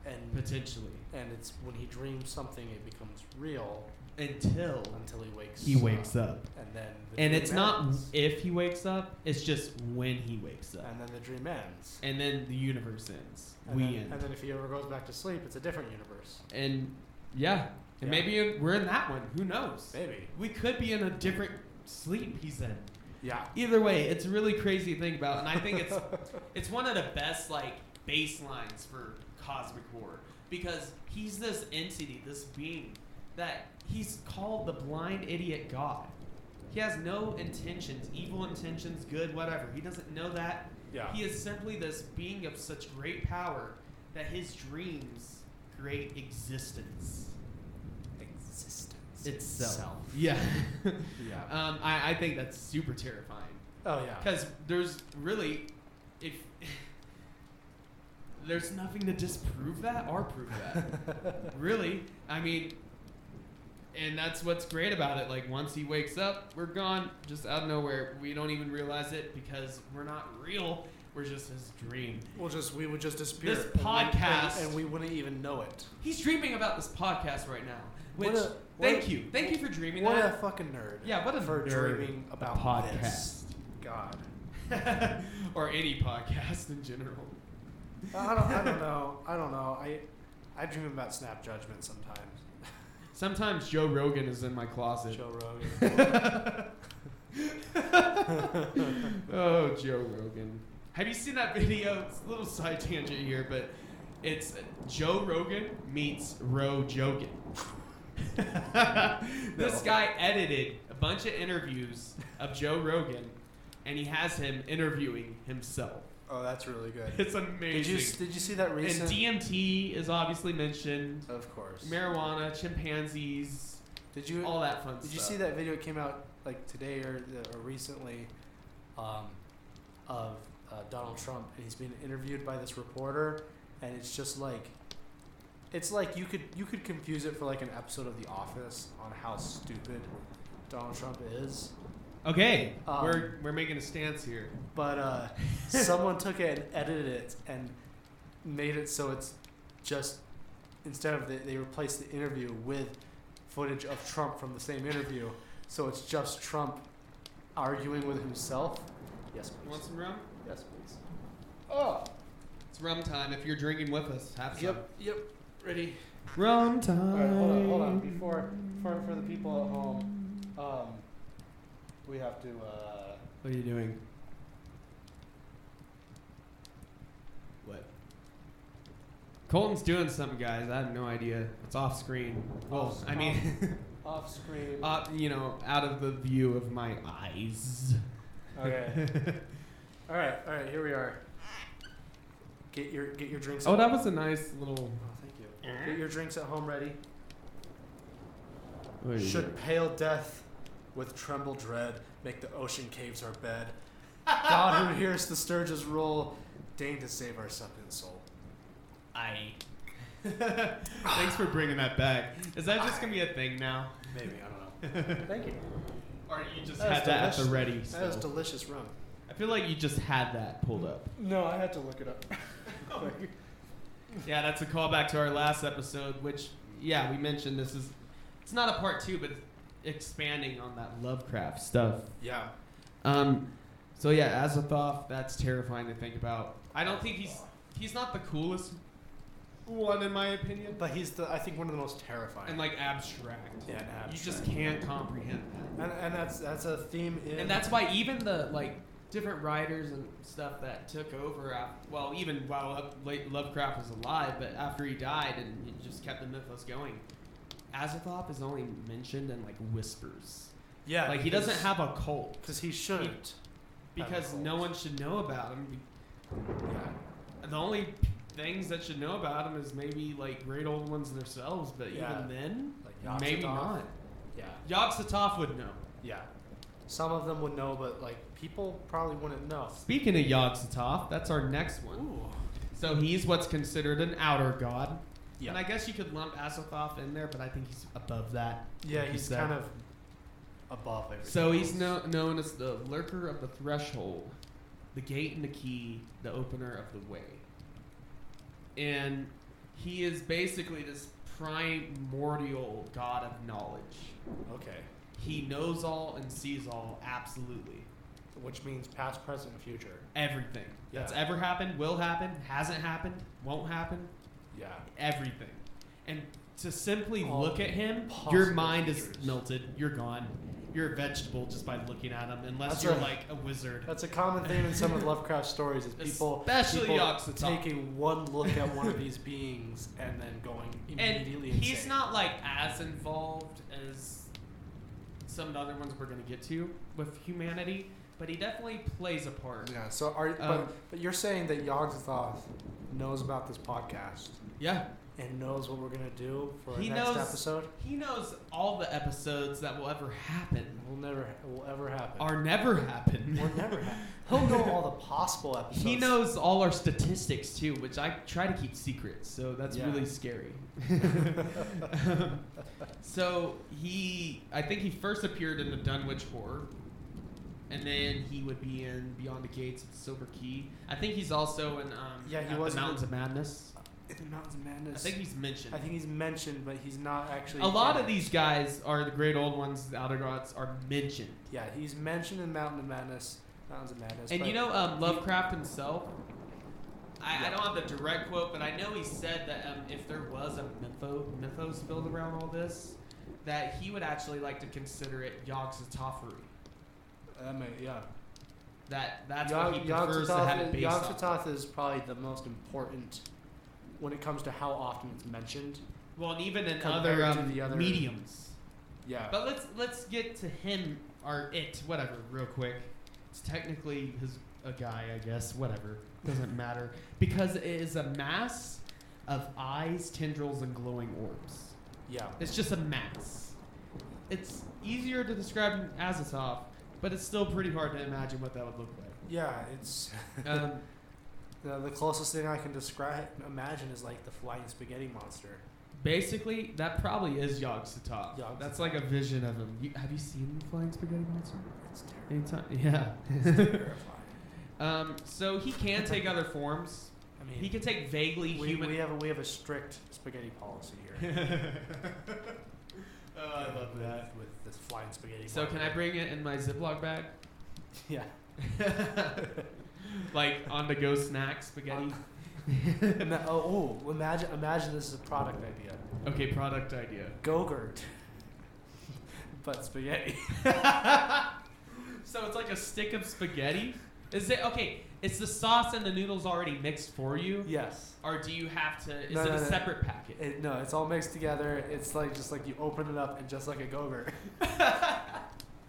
And potentially. and it's when he dreams something, it becomes real Until until he wakes. he wakes up. And then. The And dream it's not ends. if he wakes up, it's just when he wakes up. And then the dream ends. and then the universe ends. And we then, end. And then if he ever goes back to sleep, it's a different universe. And yeah, and Yeah. maybe we're in that one. Who knows? Maybe. We could be in a different sleep. He said. Yeah. Either way, it's a really crazy to think about, and I think [laughs] it's it's one of the best like baselines for cosmic horror because he's this entity, this being that he's called the blind idiot god. He has no intentions, evil intentions, good, whatever. He doesn't know that. Yeah. He is simply this being of such great power that his dreams create existence Existence Yeah. [laughs] Yeah. um, I, I think that's super terrifying. Oh yeah. Because there's really, if [sighs] there's nothing to disprove that or prove [laughs] that. really. I mean, and that's what's great about it. Like, once he wakes up, we're gone, just out of nowhere. We don't even realize it because we're not real. We're just his dream. We'll just we would just disappear. This and we- and- podcast- and we wouldn't even know it. He's dreaming about this podcast right now. Which What a- thank what- you, thank you for dreaming What a that. fucking nerd. Yeah, what a for nerd. dreaming about podcast. this. God. [laughs] or any podcast in general. I don't, I don't know. I don't know. I I dream about snap [laughs] judgment sometimes. Sometimes Joe Rogan is in my closet. Joe Rogan. oh, Joe Rogan. Have you seen that video? It's a little side tangent here, but it's Joe Rogan meets Ro Jogan. [laughs] this No. guy edited a bunch of interviews of Joe Rogan, and he has him interviewing himself. oh, that's really good. It's amazing. Did you s- did you see that and recent? DMT is obviously mentioned. of course. Marijuana, chimpanzees, did you all that fun Did stuff. you see that video that came out like today or, or recently um, of uh, Donald Trump and he's being interviewed by this reporter and it's just like it's like you could you could confuse it for like an episode of The Office on how stupid Donald Trump is. Okay, Um, we're we're making a stance here. But uh, someone took it and edited it and made it so it's just instead of the, they replaced the interview with footage of Trump from the same interview, so it's just Trump arguing with himself. Yes, You please. want some rum? Yes, please. Oh. It's rum time. If you're drinking with us, have some. Yep. Yep. Ready. Rum time. All right. Hold on. Hold on. Before for for the people at home, um, we have to. Uh, What are you doing? What? Colton's doing something, guys. I have no idea. It's off screen. Well, Off- I mean, off screen. [laughs] uh, [laughs] you know, out of the view of my eyes. Okay. all right. All right. Here we are. Get your get your drinks. oh, that was a nice little. Oh, thank you. Get your drinks at home ready. what are you Should doing? pale death with tremble dread make the ocean caves our bed? [laughs] God who hears the sturge's roll, deign to save our suppliant soul. I. [laughs] Thanks for bringing that back. Is that just gonna be a thing now? Maybe, I don't know. Thank you. Or you just That had is that at the delicious. ready? That was still? delicious rum. I feel like you just had that pulled up. No, I had to look [laughs] it up. Like, [laughs] Yeah, that's a callback to our last episode, which yeah, we mentioned this is it's not a part two, but it's expanding on that Lovecraft stuff. yeah. Um, so yeah, Azathoth, that's terrifying to think about. I don't think he's he's not the coolest one in my opinion, But he's the I think one of the most terrifying. and like abstract. yeah, and You just can't comprehend that. and, and that's that's a theme in And that's why even the like different writers and stuff that took over. af well, even while Lo- late Lovecraft was alive, but after he died, and he just kept the mythos going. Azathoth is only mentioned in like whispers. Yeah, Like he doesn't have a cult because he shouldn't. have a because cult. no one should know about him. Yeah. The only things that should know about him is maybe like great old ones themselves, but Yeah. even then, Like Yog maybe Sothoth. not. Yeah, Yog-Sothoth would know. yeah. Some of them would know, but like people probably wouldn't know. Speaking of Yog-Sothoth, that's our next one. Ooh. So he's what's considered an outer god. Yeah. And I guess you could lump Azathoth in there, but I think he's above that. yeah, Like you he's said. kind of above everything. So he's else. no, known as the lurker of the threshold, the gate and the key, the opener of the way. And he is basically this primordial god of knowledge. Okay. He knows all and sees all, absolutely. Which means past, present, and future. Everything that's Yeah. ever happened, will happen, hasn't happened, won't happen, Yeah. everything. And to simply All look at him, your possible mind futures. is melted. You're gone. You're a vegetable just by looking at him, unless That's you're like right. a wizard. That's a common theme [laughs] in some of Lovecraft's stories is people Especially people Yogg-Sothoth. taking one look at one of these beings and then going and immediately he's insane. not like as involved as some of the other ones we're gonna get to with humanity, but he definitely plays a part. Yeah. So are Um, but, but you're saying that Yogg-Sothoth knows about this podcast Yeah, and knows what we're gonna do for our He next knows- episode? he knows all the episodes that will ever happen Will never will ever happen. or never happen. will never [laughs] happen. He'll know all the possible episodes. He knows all our statistics too, which I try to keep secret, so that's Yeah. really [laughs] scary. [laughs] Um, so he, I think he first appeared in the Dunwich Horror, and then he would be in Beyond the Gates of the Silver Key. I think he's also in um, Yeah, he at was the in Mountains of Madness. in the Mountains of Madness. I think he's mentioned. I think he's mentioned, but he's not actually. a lot of these guys are the great old ones, the outer gods are mentioned. Yeah, he's mentioned in Mountain of Madness. Mountains of Madness. And but you know, um, Lovecraft himself. I, Yeah. I don't have the direct quote, but I know he said that um, if there was a mytho mythos built around all this, that he would actually like to consider it Yogg-Sothothery. uh, I mean, yeah. That that's Yog- what he prefers to have it Yogg-Sothoth is- based off. Yogg-Sothoth is probably the most important when it comes to how often it's mentioned. Well, and even in compared other, to um, the other- mediums. Yeah. But let's let's get to him or it, whatever, real quick. It's technically his a guy, I guess. Whatever doesn't matter because it is a mass of eyes, tendrils, and glowing orbs. yeah. It's just a mass. It's easier to describe as a top, but it's still pretty hard to imagine what that would look [laughs] like. Yeah, it's Um, the, the closest thing I can describe imagine is like the flying spaghetti monster. basically, that probably is Yog Sothoth. Yog That's Sothoth. like a vision of him. You, have you seen the Flying Spaghetti Monster? [laughs] It's terrifying. Anytime? Yeah. It's terrifying. um, so he can take other forms. I mean, He can take vaguely we, human. we [laughs] have a, we have a strict spaghetti policy here. oh, with, with this flying spaghetti. So can I monster. bring it in my Ziploc [laughs] bag? Yeah. like on the go snack spaghetti? Ima- oh, oh, imagine imagine this is a product idea. Okay, product idea. [laughs] Gogurt, but spaghetti. [laughs] so it's like a stick of spaghetti. Is it okay? Is the sauce and the noodles already mixed for you, Yes. or do you have to? Is No, it no, a no. separate packet? It, no, it's all mixed together. It's like just like you open it up and just like a Gogurt.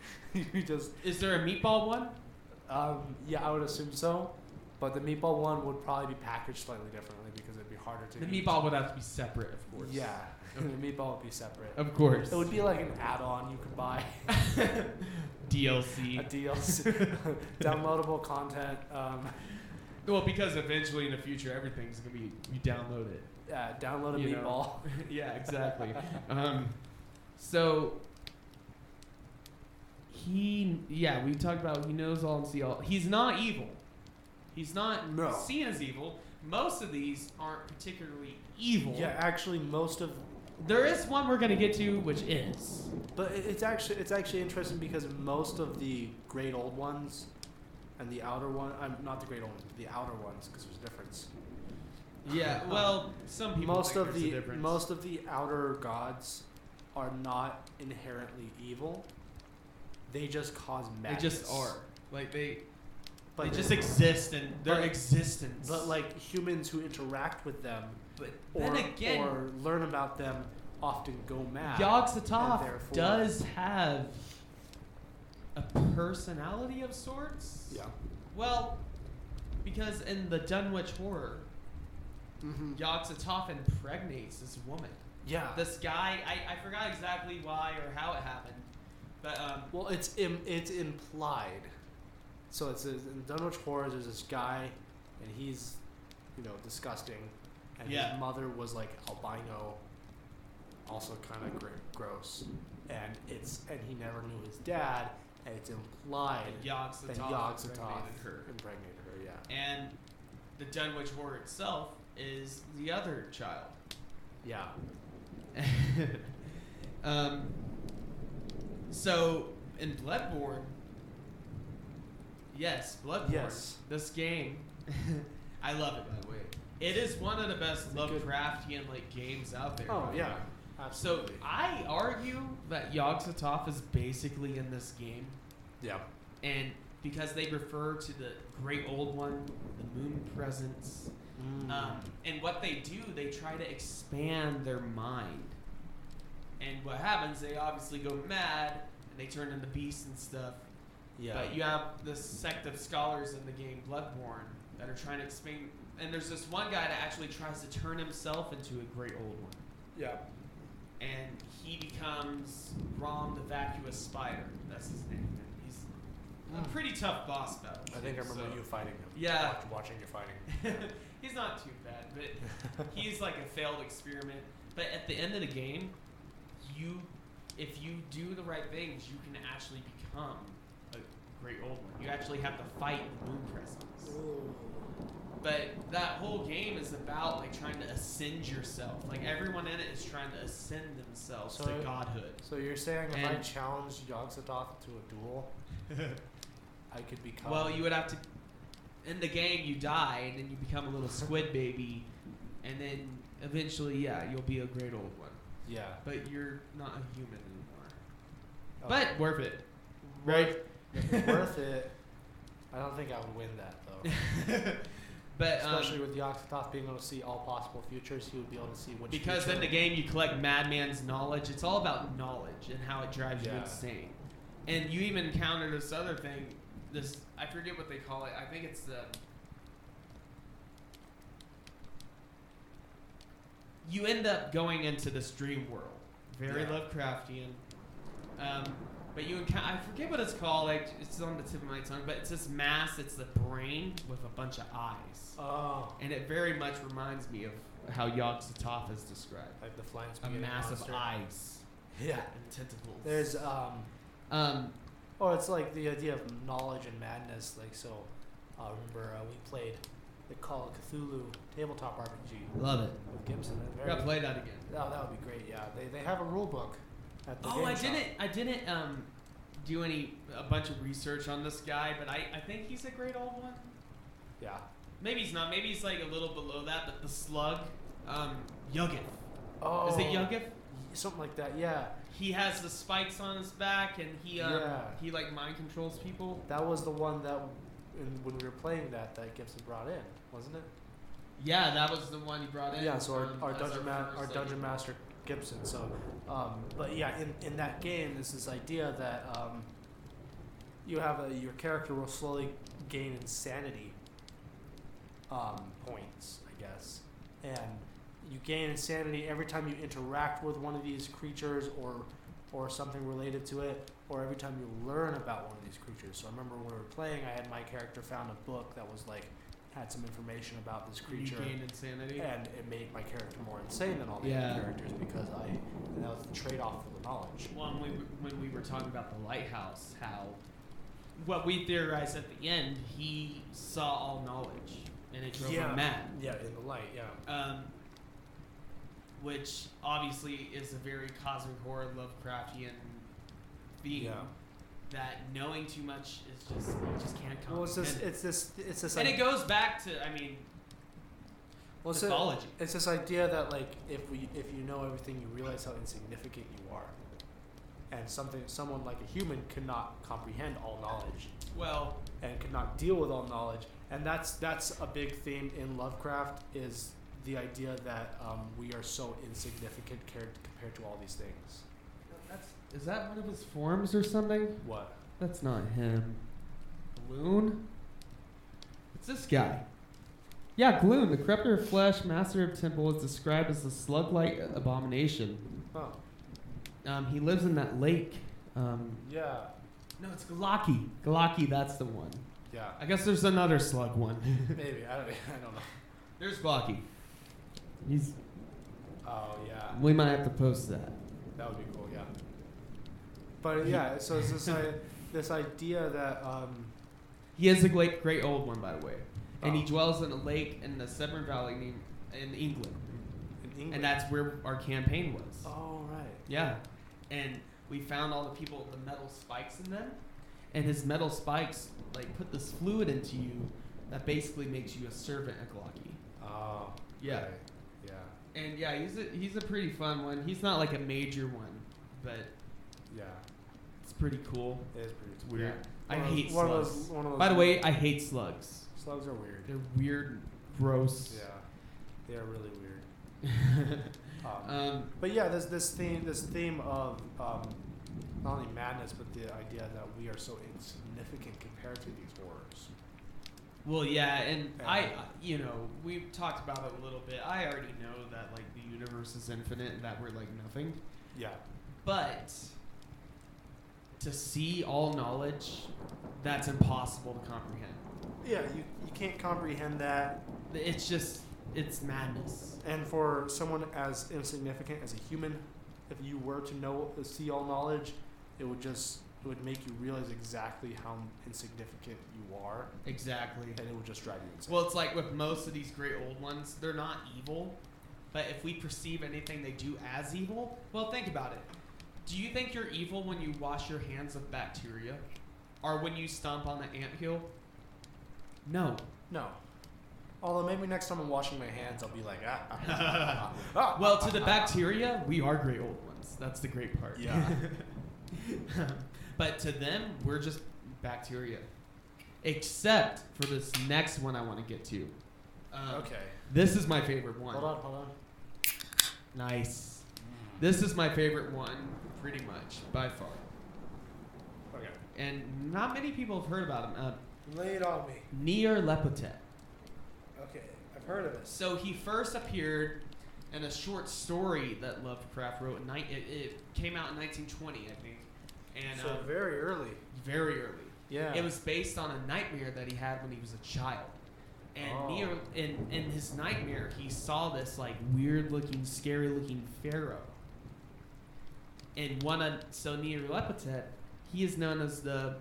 [laughs] you just Is there a meatball one? um, yeah, I would assume so. But the meatball one would probably be packaged slightly differently because it'd be harder to. The eat. meatball would have to be separate, of course. Yeah, [laughs] the meatball would be separate. of course. It would be like an add-on you could buy. a DLC. [laughs] DLC, downloadable content. Um, Well, because eventually in the future everything's gonna be you download [laughs] it. yeah, download a You know. meatball. yeah, exactly. [laughs] um, so he, yeah, we talked about he knows all and see all. He's not evil. He's not No. seen as evil. Most of these aren't particularly evil. Yeah, actually, most of, There is one we're gonna get to, which is but it- it's actually it's actually interesting because most of the great old ones, and the outer one, I'm not the great old ones, the outer ones, because there's a difference. [laughs] yeah. Well, some people most think of there's a the difference. most of the outer gods are not inherently evil. They just cause they madness. just are like they But they just exist and their but- existence. but like humans who interact with them but or, then again, or learn about them often go mad. Yog Ah, and Sothoth therefore- does have a personality of sorts. Yeah. Well, because in the Dunwich Horror, Mm-hmm. Yog Sothoth impregnates this woman. Yeah. This guy, I, I forgot exactly why or how it happened, but um, Well, it's Im- it's implied. So it's in Dunwich Horrors. There's this guy, and he's, you know, disgusting, and Yeah. his mother was like albino, also kind of gr- gross, and it's and he never knew his dad, and it's implied Yog that Sothoth Yog impregnated Sothoth her. impregnated her. Yeah. And the Dunwich Horror itself is the other child. Yeah. [laughs] um, so in Bloodborne, yes, Bloodborne. Yes. This game, [laughs] I love it by the way. It is one of the best a good- Lovecraftian like games out there. Oh by the yeah. way. So Absolutely. I argue that Yog Sothoth is basically in this game, yeah. and because they refer to the Great Old One, the Moon Presence, um, and what they do, they try to expand their mind. And what happens, they obviously go mad and they turn into beasts and stuff. yeah. But you have this sect of scholars in the game Bloodborne that are trying to expand. And there's this one guy that actually tries to turn himself into a great old one. yeah. And he becomes Rom the Vacuous Spider. That's his name. And he's a Mm. pretty tough boss battle. I think I too, remember so- you fighting him. Yeah. Watch- Watching you fighting. [laughs] he's not too bad, but [laughs] he's like a failed experiment. But at the end of the game, you, if you do the right things, you can actually become a great old one. You actually have to fight the moon presence. But that whole game is about like trying to ascend yourself. Like everyone in it is trying to ascend themselves So- to godhood. [laughs] [laughs] So you're saying if I And- challenge Yog Sothoth to a duel, I could become. Well, you would have to. In the game, you die, and then you become a little squid baby, and then eventually, yeah, you'll be a great old one. Yeah. But you're not a human anymore. Oh. [laughs] But worth it, right? If it's worth it. I don't think I would win that [laughs] Um, though. but um, Especially with Yog Sothoth being able to see all possible futures, he would be able to see which. because future, in the game you collect Madman's knowledge. It's all about knowledge and how it drives you Yeah. insane. And you even encounter this other thing. This I forget what they call it. I think it's the. You end up going into this dream world, very Yeah. Lovecraftian. Um, but you encounter, I forget what it's called. Like it's on the tip of my tongue, but it's this mass. It's the brain with a bunch of eyes, Oh, and it very much reminds me of how Yog Sothoth is described like the flying a spaghetti mass monster. of eyes Yeah. and tentacles. There's um. um, Oh, it's like the idea of knowledge and madness. Like so, uh, remember uh, we played the Call of Cthulhu tabletop RPG love it. with Gibson. and We Very, gotta play that again. Oh, that would be great. Yeah, they, they have a rule book. At the Oh, game I shop. didn't. I didn't um, do any a bunch of research on this guy, but I, I think he's a great old one. Yeah. Maybe he's not. Maybe he's like a little below that. But the slug, um, Yuggith. Oh. Is it Yuggith? Something like that. Yeah. He has the spikes on his back, and he um, Yeah. he like mind controls people. That was the one that in, when we were playing that that Gibson brought in, wasn't it? Yeah, that was the one he brought in. yeah. So our, um, our as dungeon ma- first, our like, dungeon master Gibson. So, um, but yeah, in, in that game, is this idea that um, you have a your character will slowly gain insanity um, points, I guess, and you gain insanity every time you interact with one of these creatures or or something related to it, or every time you learn about one of these creatures. So I remember when we were playing, I had my character found a book that was like had some information about this You creature gain insanity. and it made my character more insane than all the Yeah. other characters because I and that was the trade off for the knowledge. Well, when we, when we were talking about the lighthouse, how what we theorized at the end, he saw all knowledge, and it drove Yeah. him mad. Yeah, in the light, yeah. Um, which obviously is a very cosmic horror Lovecraftian theme Yeah. that knowing too much is just you just can't comprehend. Well, it's this, it. it's this, it's this. and like- it goes back to I mean well, it's, a- mythology. it's this idea that like if we, if you know everything, you realize how insignificant you are, and something, someone like a human could not comprehend all knowledge Well, and could not deal with all knowledge, and that's that's a big theme in Lovecraft is the idea that um, we are so insignificant cared, compared to all these things. That's, is that one of his forms or something? What? That's not him. Gloon? It's this guy. Yeah, Gloon, the corrupter of flesh, master of temple, is described as the slug like abomination. Oh, Um, he lives in that lake. Um, yeah, no, it's Galaki. Galaki, that's the one. yeah. [laughs] I guess there's another slug one. [laughs] Maybe I don't. [laughs] I don't know. there's Glocky. He's. Oh yeah. We might have to post that. That would be cool, yeah. But yeah, so it's this I, this idea that um, He is a great, great old one, by the way. And he Oh. dwells in a lake in the Severn Valley named- in England. in England. And that's where our campaign was. oh right. Yeah. And we found all the people, the metal spikes in them. And his metal spikes, like, put this fluid into you that basically makes you a servant at Glocky. Oh Yeah. right, Yeah. And yeah, he's a, he's a pretty fun one. He's not like a major one, but Yeah. it's pretty cool. It is pretty. It's weird. I One of- hate one slugs. Of those, one of those By the way, I hate slugs. slugs are weird. They're weird, gross. Yeah, they are really weird. Um, [laughs] um, but yeah, this this theme this theme of um, not only madness, but the idea that we are so insignificant compared to these horrors. Well, yeah, and Yeah. I, uh, you know, we've talked about it a little bit. I already know that like the universe is infinite and that we're like nothing, Yeah. but to see all knowledge, that's impossible to comprehend. Yeah, you, you can't comprehend that. It's just, it's madness. And for someone as insignificant as a human, if you were to know to see all knowledge, it would just it would make you realize exactly how insignificant you are, Exactly. and it would just drive you insane. Well, it's like with most of these great old ones, they're not evil, but if we perceive anything they do as evil, well, think about it. Do you think you're evil when you wash your hands of bacteria? Or when you stomp on an anthill? No. no. Although maybe next time I'm washing my hands, I'll be like, ah. ah, [laughs] ah, ah, ah, Well, to the bacteria, we are great old ones. That's the great part. Yeah. [laughs] but to them, we're just bacteria. Except for this next one I want to get to. Um, okay. This is my favorite one. Hold on, hold on. Nice. This is my favorite one, pretty much by far. Okay. And not many people have heard about him. Uh, Lay it on me. Nier Lepotep. Okay, I've heard of this. So he first appeared in a short story that Lovecraft wrote. In ni- it, it came out in 1920, I think, and so um, very early. very early. Yeah. It was based on a nightmare that he had when he was a child. And Oh. Nier, in, in his nightmare, he saw this like weird looking, scary looking pharaoh. And one of so Nyarlathotep, he is known as the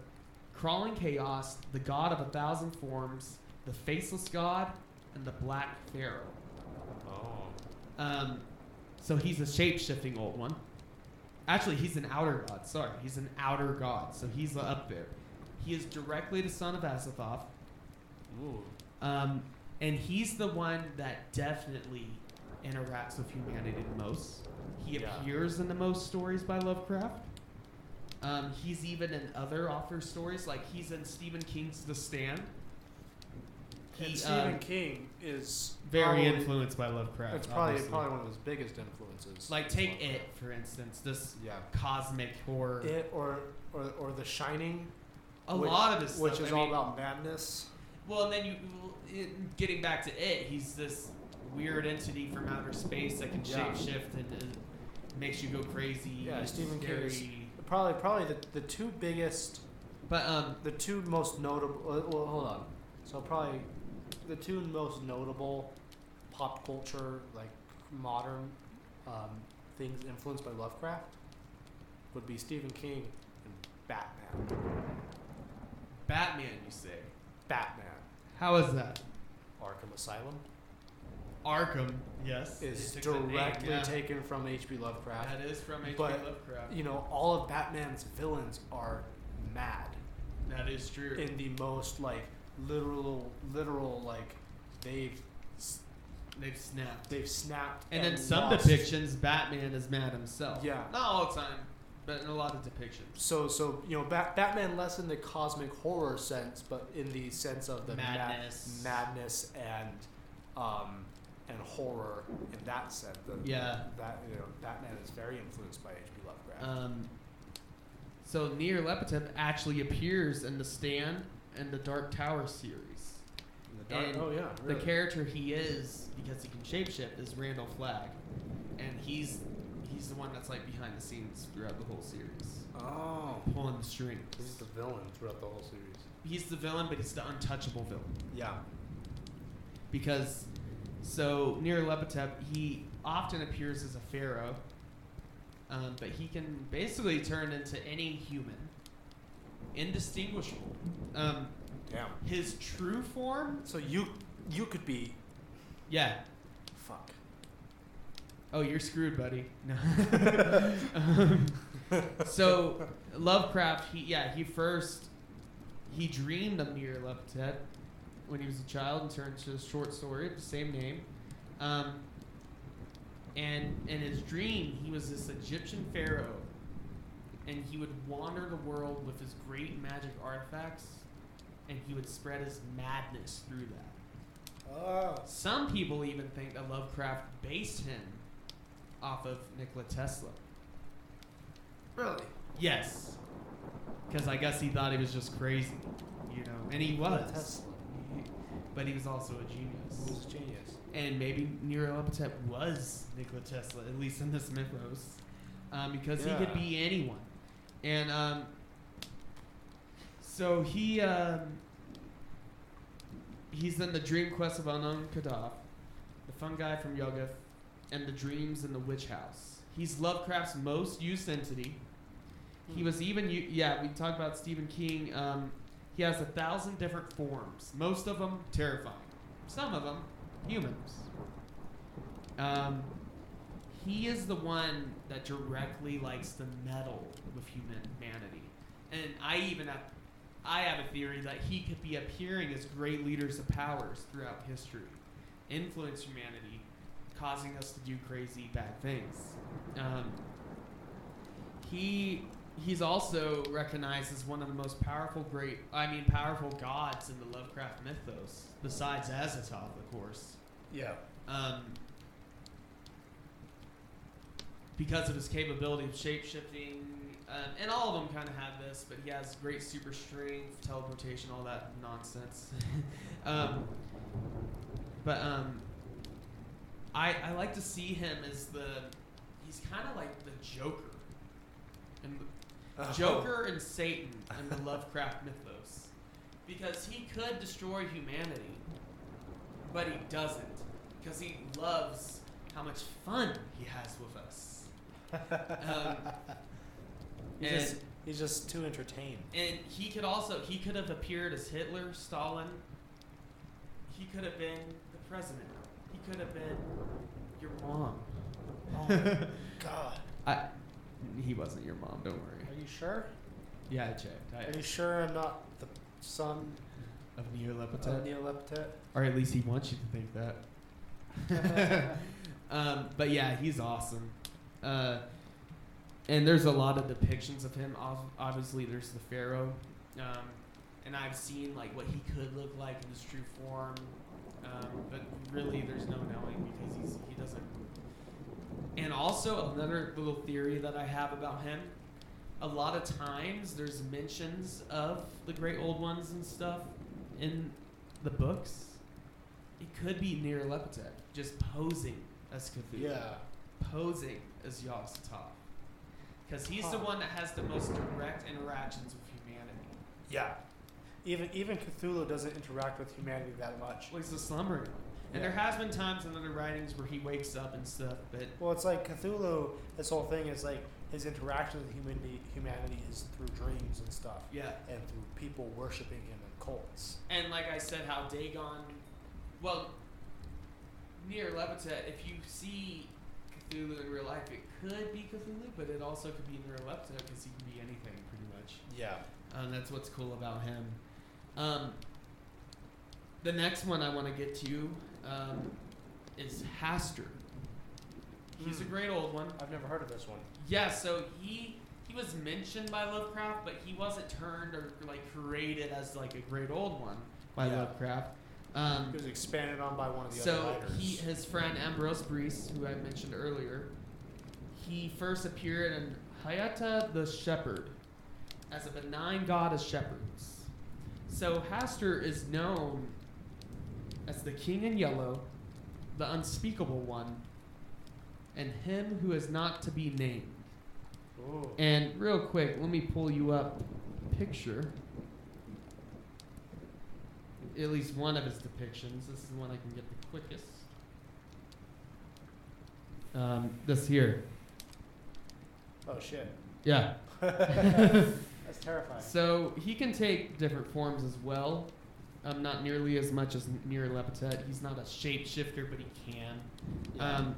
crawling chaos, the god of a thousand forms, the faceless god, and the black pharaoh. Oh. Um, so he's a shape shifting old one. Actually, he's an outer god. Sorry, he's an outer god. So he's up there. He is directly the son of Azathoth. Ooh. Um, and he's the one that definitely interacts with humanity the most. He Yeah. appears in the most stories by Lovecraft. Um, he's even in other author stories, like he's in Stephen King's The Stand. He, and Stephen um, King is very influential. influenced by Lovecraft. It's probably obviously. probably one of his biggest influences. Like is take Lovecraft. it for instance, this Yeah. cosmic horror. It or or or The Shining, a which- lot of his which stuff. is I all mean, about madness. Well, and then you it, getting back to it, he's this weird entity from outer space that can Yeah. shapeshift and uh, makes you go crazy. Yeah, and Stephen King is- scary. Probably probably the, the two biggest, But um, the two most notable. uh, Well, hold on. So probably the two most notable pop culture like modern um, things influenced by Lovecraft would be Stephen King and Batman. Batman, you say? Batman, How is that? Arkham Asylum Arkham, yes, is It took the name, directly yeah. taken from H.P. Lovecraft. That is from H.P. but, Lovecraft. you know, all of Batman's villains are mad That is true. in the most like literal, literal like they've s- They've snapped. they've snapped. And And, in some lost. depictions, Batman is mad himself. Yeah. Not all the time, but in a lot of depictions. So so you know, Bat- Batman less in the cosmic horror sense, but in the sense of the ma- Madness. madness and um, and horror in that sense. The- Yeah. That you know, Batman is very influenced by H.P. Lovecraft. Um, so Near Lepetep actually appears in The Stand and The Dark Tower series. The dark- and oh yeah, The really. character he is, because he can shapeshift, is Randall Flagg, and he's he's the one that's like behind the scenes throughout the whole series, Oh, pulling the strings. he's the villain throughout the whole series. He's the villain, but he's the untouchable villain Yeah. because so Near Lepetep he often appears as a pharaoh, um, but he can basically turn into any human, indistinguishable. Um, Damn. his true form, So you you could be yeah. fuck. Oh, you're screwed, buddy. No. [laughs] um, so Lovecraft, he yeah, he first he dreamed of Mir Leptet when he was a child and turned to a short story of the same name. Um, and in his dream, he was this Egyptian pharaoh, and he would wander the world with his great magic artifacts, and he would spread his madness through that. Oh. Some people even think that Lovecraft based him off of Nikola Tesla. Really? Yes. Because I guess he thought he was just crazy, you know, and he was. Tesla. But he was also a He genius. was a genius. And maybe Nero Epithet was Nikola Tesla, at least in this mythos, um, because he could Yeah. be anyone. And um, so he um, he's in the dream quest of unknown Kadaf, the fungi from Yoggoth, and the dreams in the witch house. He's Lovecraft's most used entity. He was even u- yeah. We talked about Stephen King. Um, he has a thousand different forms. Most of them terrifying. Some of them humans. Um, he is the one that directly likes to meddle with humanity, and I even have, I have a theory that he could be appearing as great leaders of powers throughout history, influence humanity, causing us to do crazy bad things. Um, he he's also recognized as one of the most powerful great I mean powerful gods in the Lovecraft mythos, besides Azathoth, of course. Yeah. Um, because of his capability of shapeshifting, um, and all of them kind of have this, but he has great super strength, teleportation, all that nonsense. [laughs] um, but um, I, I like to see him as the he's kind of like the Joker, and the, Uh-huh. Joker and Satan in the Lovecraft mythos. Because he could destroy humanity, but he doesn't. Because he loves how much fun he has with us. Um, He's and, just, he's just too entertained. and he could also, he could have appeared as Hitler, Stalin. He could have been the president. He could have been your mom. God. I, [laughs] he wasn't your mom, don't worry. Are you sure? Yeah, I checked. Are you sure I'm not the son of Neo of Neil Leptet? or at least he wants you to think that. [laughs] um, but yeah, he's awesome. Uh, and there's a lot of depictions of him. Ob- Obviously, there's the Pharaoh, um, and I've seen like what he could look like in his true form. Um, but really, there's no knowing because he's he doesn't. And also another little theory that I have about him. A lot of times, there's mentions of the Great Old Ones and stuff in the books, it could be near Lepetech, just posing as Cthulhu, Yeah. posing as Yogg-Sothoth, because he's the Huh. one that has the most direct interactions with humanity. Yeah. Even even Cthulhu doesn't interact with humanity that much. Well, he's the slumbering one, and there has been times in other writings where he wakes up and stuff, but Well, it's like Cthulhu. This whole thing is like his interaction with humanity. Humanity is through dreams and stuff, yeah. and through people worshiping him in cults. And like I said, how Dagon, well, near Levitet, if you see Cthulhu in real life, it could be Cthulhu, but it also could be near Levitet because he can be anything pretty much. Yeah. Um, that's what's cool about him. Um, the next one I want to get to um, is Haster. He's a Hmm. great old one. I've never heard of this one. Yeah, so he he was mentioned by Lovecraft, but he wasn't turned or like created as like a great old one by Yeah. Lovecraft. Um, It was expanded on by one of the so other writers. he, his friend Ambrose Bierce, who I mentioned earlier, he first appeared in Hayata the Shepherd as a benign god of shepherds. So Hastur is known as the King in Yellow, the Unspeakable One, and Him who is not to be named. Ooh. And real quick, let me pull you up a picture. At least one of his depictions. This is the one I can get the quickest. Um, this here. Oh shit. [laughs] Yeah. That's terrifying. So he can take different forms as well. Um, not nearly as much as Nir Lepitet. He's not a shapeshifter, but he can. Um,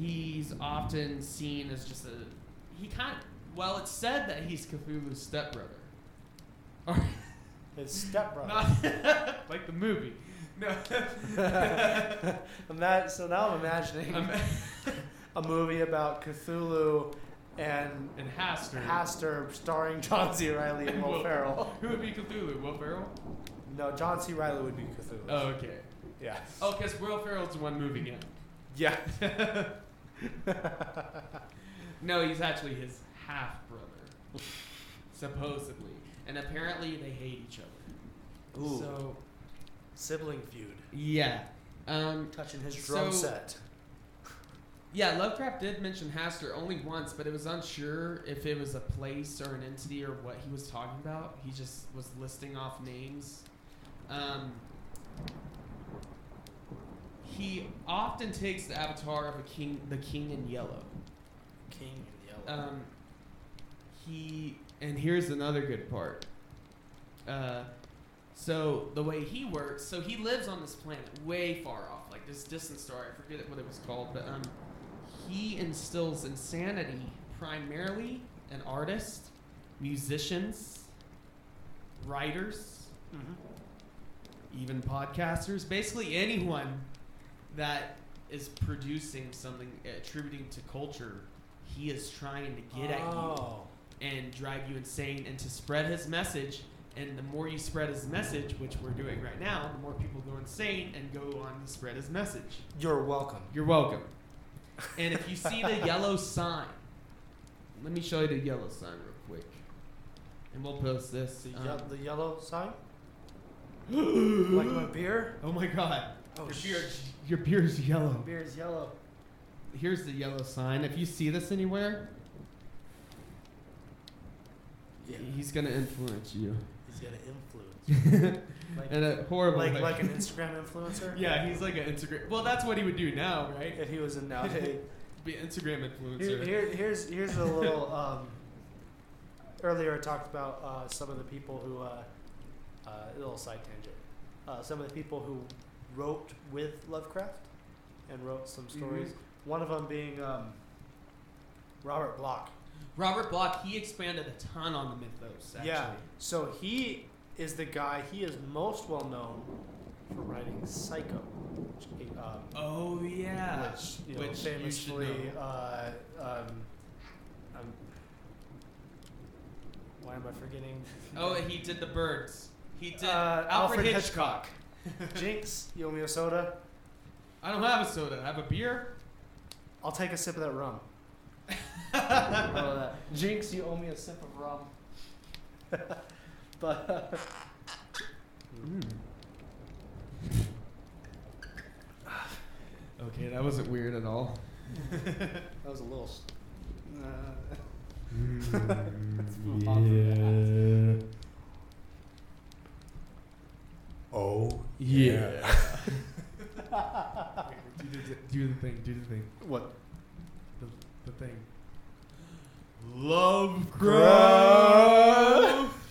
he's often seen as just a. He kind of. Well, it's said that he's Cthulhu's stepbrother. Or His stepbrother. [laughs] Not like the movie. No. Ima- so now I'm imagining Um, a movie about Cthulhu and and Haster. [laughs] Haster starring John C. Riley and Will Ferrell. Who would be Cthulhu? Will Ferrell? No, John C. Riley would be Cthulhu. Oh, okay. Yeah. Oh, because Will Ferrell's the one moving it. Yeah. [laughs] No, he's actually his half brother, supposedly. And apparently they hate each other. Ooh. So, Sibling feud. yeah. Um, Touching his drum So- set. Yeah, Lovecraft did mention Haster only once, but it was unsure if it was a place or an entity or what he was talking about. He just was listing off names. Um, he often takes the avatar of a king, the king in yellow. King and Yellow. Um, he and here's another good part. Uh, so the way he works, so he lives on this planet way far off, like this distant star. I forget what it was called, but um, he instills insanity primarily in artists, musicians, writers, Mm-hmm. even podcasters, basically anyone that is producing something, attributing to culture. He is trying to get at you oh. and drive you insane and to spread his message and the more you spread his message which we're doing right now the more people go insane and go on to spread his message You're welcome. you're welcome and if you see the yellow sign let me show you the yellow sign real quick and we'll post this The, um, ye- the yellow sign? [gasps] like my beer? oh my god Oh, your, sh- beard, your beard's my yellow beer is yellow. here's the yellow sign if you see this anywhere he's gonna influence you He's got an [laughs] in a horrible influence. like, way. like an Instagram influencer? Yeah, he's like an Instagram. Well, that's what he would do now, right? [laughs] If he was in [laughs] nowadays. Be an Instagram Here, influencer. here, here's here's [laughs] a little. Um, earlier, I talked about uh, some of the people who. Uh, uh, a little side tangent. Uh, some of the people who wrote with Lovecraft and wrote some stories. One of them being um, Robert Block. Mm-hmm. Robert Block, he expanded a ton on the mythos. Actually. Yeah. So he is the guy. He is most well known for writing Psycho, which, um, Oh yeah. which, you know, Which you should famously, know. uh, um, um, why am I forgetting? Oh, and he did the birds. He did Uh, Alfred, Alfred Hitchcock. [laughs] Jinx, you owe me a soda. I don't have a soda. I have a [laughs] beer. I'll take a sip of that rum. How [laughs] about that? uh, Jinx, you owe me a sip of rum. [laughs] but [sighs] uh, Okay, that wasn't weird at all. that was a little. s- Uh, move on yeah. Oh Yeah. do, the, do the thing. Do the thing. what? The, the thing. Lovecraft. [laughs]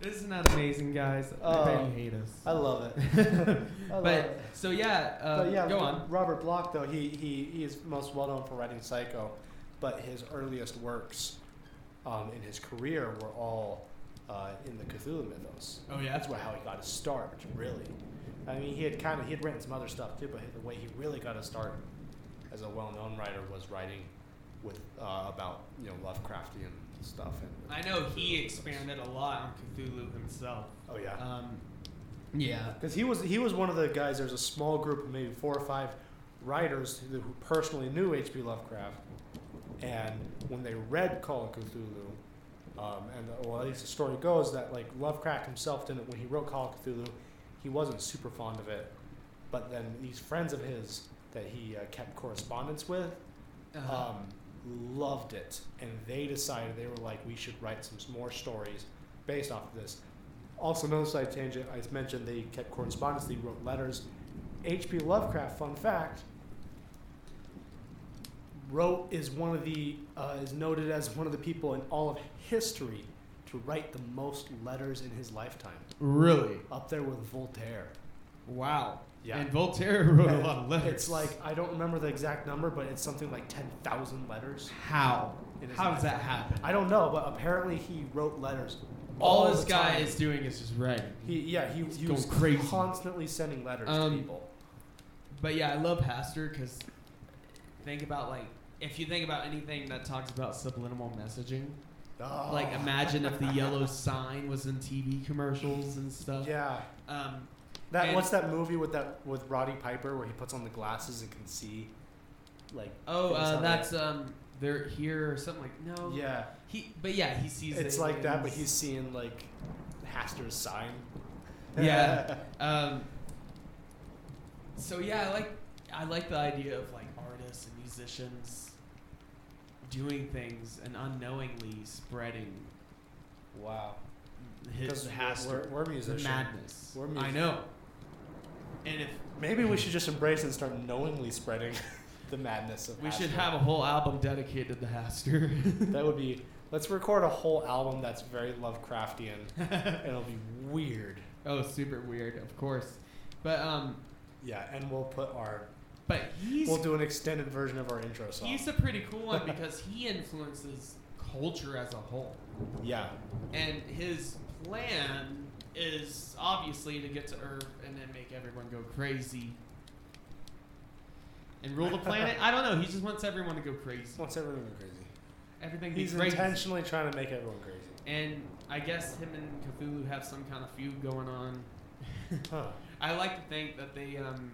Isn't that amazing, guys? Oh. I bet you hate us. [laughs] I love it. [laughs] I love but it. so yeah, uh, but yeah, go on. Robert Block though he, he he is most well known for writing Psycho, but his earliest works, um, in his career were all uh, in the Cthulhu mythos. Oh yeah, That's where how he got his start, really. I mean, he had kind of he had written some other stuff too, but the way he really got his start as a well known writer was writing with uh, about you know Lovecraftian stuff and I know he expanded a lot on Cthulhu himself. oh yeah Um, yeah. because he was he was one of the guys. There's a small group of maybe four or five writers who who personally knew H.P. Lovecraft, and when they read Call of Cthulhu, um, and well, at least the story goes that like Lovecraft himself didn't when he wrote Call of Cthulhu, he wasn't super fond of it, but then these friends of his that he uh, kept correspondence with Uh-huh. Uh, um, loved it, and they decided they were like, we should write some s- more stories based off of this. Also, another side tangent. I mentioned they kept correspondence. They wrote letters. H.P. Lovecraft, fun fact, wrote is one of the uh, is noted as one of the people in all of history to write the most letters in his lifetime, Really? up there with Voltaire. Wow. Yeah. And [laughs] Voltaire wrote a And lot of letters. It's like I don't remember the exact number, but it's something like ten thousand letters. how? in his How does lifetime. that happen? I don't know, but apparently he wrote letters. All, the this guy time. is doing is just writing. He yeah he, he going was crazy. constantly sending letters to Um, people. But yeah, I love Pastor because think about like if you think about anything that talks about subliminal messaging, like Oh, imagine [laughs] if the yellow sign was in TV commercials and stuff. yeah Um, that and- what's that movie with that with Roddy Piper where he puts on the glasses and can see like oh, things uh, on that's um, they're here or something like the- no. yeah He, but yeah, he sees. it's like that but Oh, aliens. he's seeing like Haster's sign Yeah. Um, so yeah, I like I like the idea of like artists and musicians doing things and unknowingly spreading [laughs] wow his because we're, Haster we're musicians madness. We're I music- know. And if maybe we should just embrace and start knowingly spreading [laughs] the madness of we should Haster. have a whole album dedicated to Haster. That would be. Let's record a whole album that's very Lovecraftian, [laughs] and it'll be weird. [laughs] oh, super weird, of course. But um, Yeah, and we'll put our. but he's We'll do an extended version of our intro song. he's a pretty cool one because he influences culture as a whole. yeah, And his plan is obviously to get to Earth and then make everyone go crazy and rule the planet. [laughs] I don't know. He just wants everyone to go crazy. wants everyone to go crazy. Everything be He's crazy. intentionally trying to make everyone crazy. And I guess him and Cthulhu have some kind of feud going on. Huh? I like to think that they um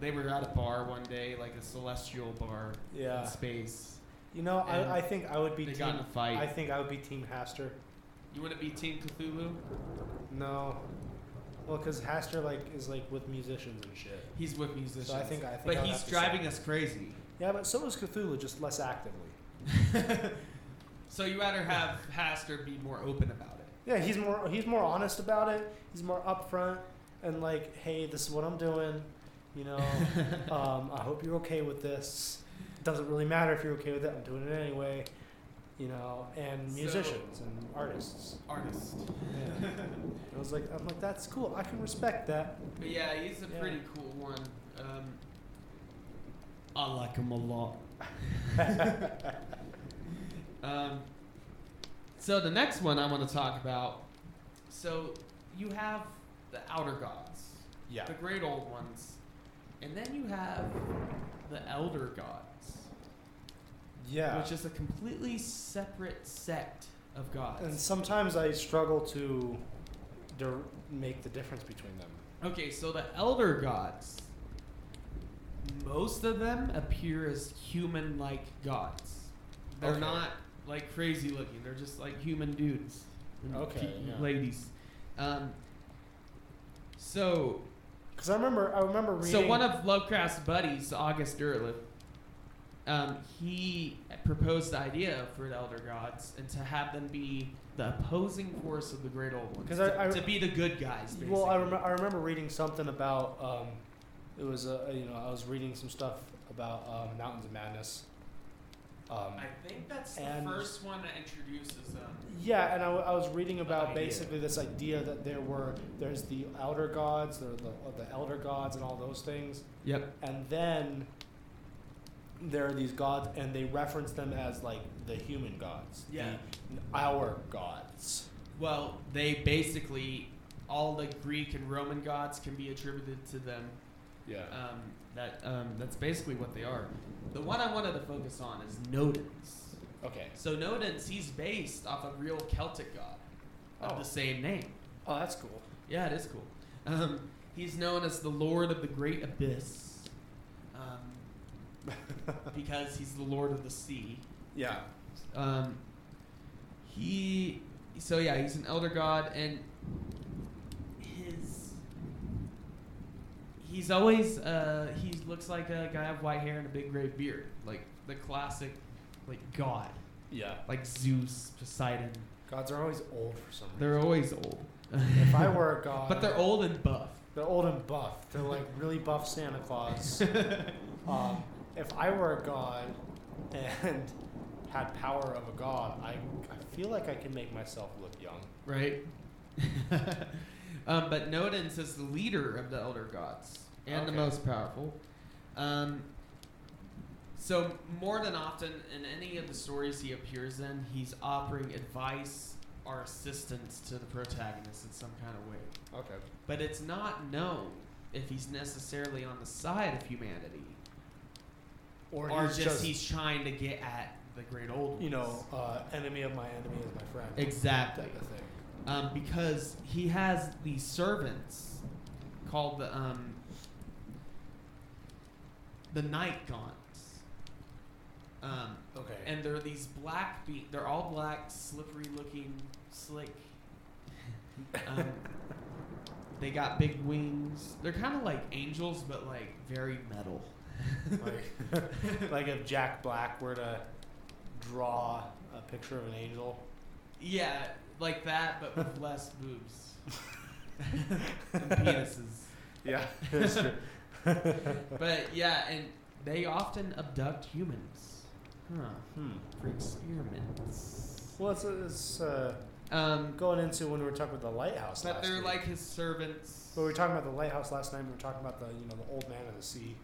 they were at a bar one day, like a celestial bar in Yeah. space. You know, And I, I think I would be They got in team. a fight. I think I would be team Haster. you want to be Team Cthulhu? No. Well, because Haster like is like with musicians and shit. He's with musicians. So I think I think. but I would he's have to say- driving us crazy. Yeah, but so is Cthulhu, just less actively. [laughs] so you rather have Haster be more open about it. Yeah, he's more he's more honest about it. He's more upfront and like, hey, this is what I'm doing. [laughs] You know, um, I hope you're okay with this. Doesn't really matter if you're okay with it. I'm doing it anyway. You know, and So- musicians and [laughs] artists. Artist. Yeah. I was like, I'm like, that's cool. I can respect that. But yeah, he's a Yeah. pretty cool one. Um, I like him a lot. [laughs] Um, so the next one I want to talk about. So you have the outer gods, yeah. the great old ones, and then you have the elder gods, Yeah. which is a completely separate sect of gods. And sometimes I struggle to dir- make the difference between them. Okay, so the elder gods, most of them appear as human like gods. They're Okay. not like crazy looking, they're just like human dudes. and Okay, pe- yeah. Ladies. Um, so, Because I remember, I remember reading. so one of Lovecraft's buddies, August Derleth, um, he proposed the idea for the elder gods and to have them be the opposing force of the great old ones. 'Cause to, I- I- to be the good guys, basically. Well, I, rem- I remember reading something about um, it was uh, you know I was reading some stuff about um, Mountains of Madness. Um, I think that's And- the first one that introduces them. yeah, and I, w- I was reading about idea. basically this idea that there were there's the outer gods, there are the, uh, the elder gods, and all those things, Yep. and then there are these gods, and they reference them as like the human gods, Yeah. the, our gods. Well, they basically all the Greek and Roman gods can be attributed to them. Yeah. Um, that um, that's basically what they are. The one I wanted to focus on is Nodens. Okay. So Nodens, he's based off a real Celtic god of Oh. the same name. Oh, that's cool. Yeah, it is cool. Um, he's known as the Lord of the Great Abyss um, because he's the Lord of the Sea. Yeah. Um, he, so yeah, he's an elder god, and his, he's always, uh, he looks like a guy with white hair and a big gray beard, like the classic, like god, Yeah. like Zeus, Poseidon. Gods are always old for some reason. They're always old, if I were a [laughs] god, but they're old and buff. [laughs] they're old and buff. They're like really buff Santa Claus. um, if I were a god and had power of a god, I, I feel like I can make myself look young. right? [laughs] um, but Nodens is the leader of the Elder Gods and the Okay. most powerful. Um, so more than often in any of the stories he appears in, he's offering advice or assistance to the protagonist in some kind of way. Okay. But it's not known if he's necessarily on the side of humanity Or, or he's just, just he's trying to get at the great old you ones. know, uh, enemy of my enemy is my friend. Exactly. Type of thing. um, because he has these servants called the um, the night gaunts. Um, Okay. and they're these black be- they're all black, slippery looking, slick. [laughs] Um, they got big wings. They're kind of like angels, but like very metal. [laughs] like, [laughs] like if Jack Black were to draw a picture of an angel. Yeah, like that, but [laughs] with less boobs and penises. [laughs] Yeah, [laughs] that's true. [laughs] But yeah, and they often abduct humans. Huh. Hmm. For experiments. Well, it's, it's uh, Um, going into when we were talking about the lighthouse. but last they're week. like his servants. But we were talking about the lighthouse last night. We were talking about the you know the old man of the sea.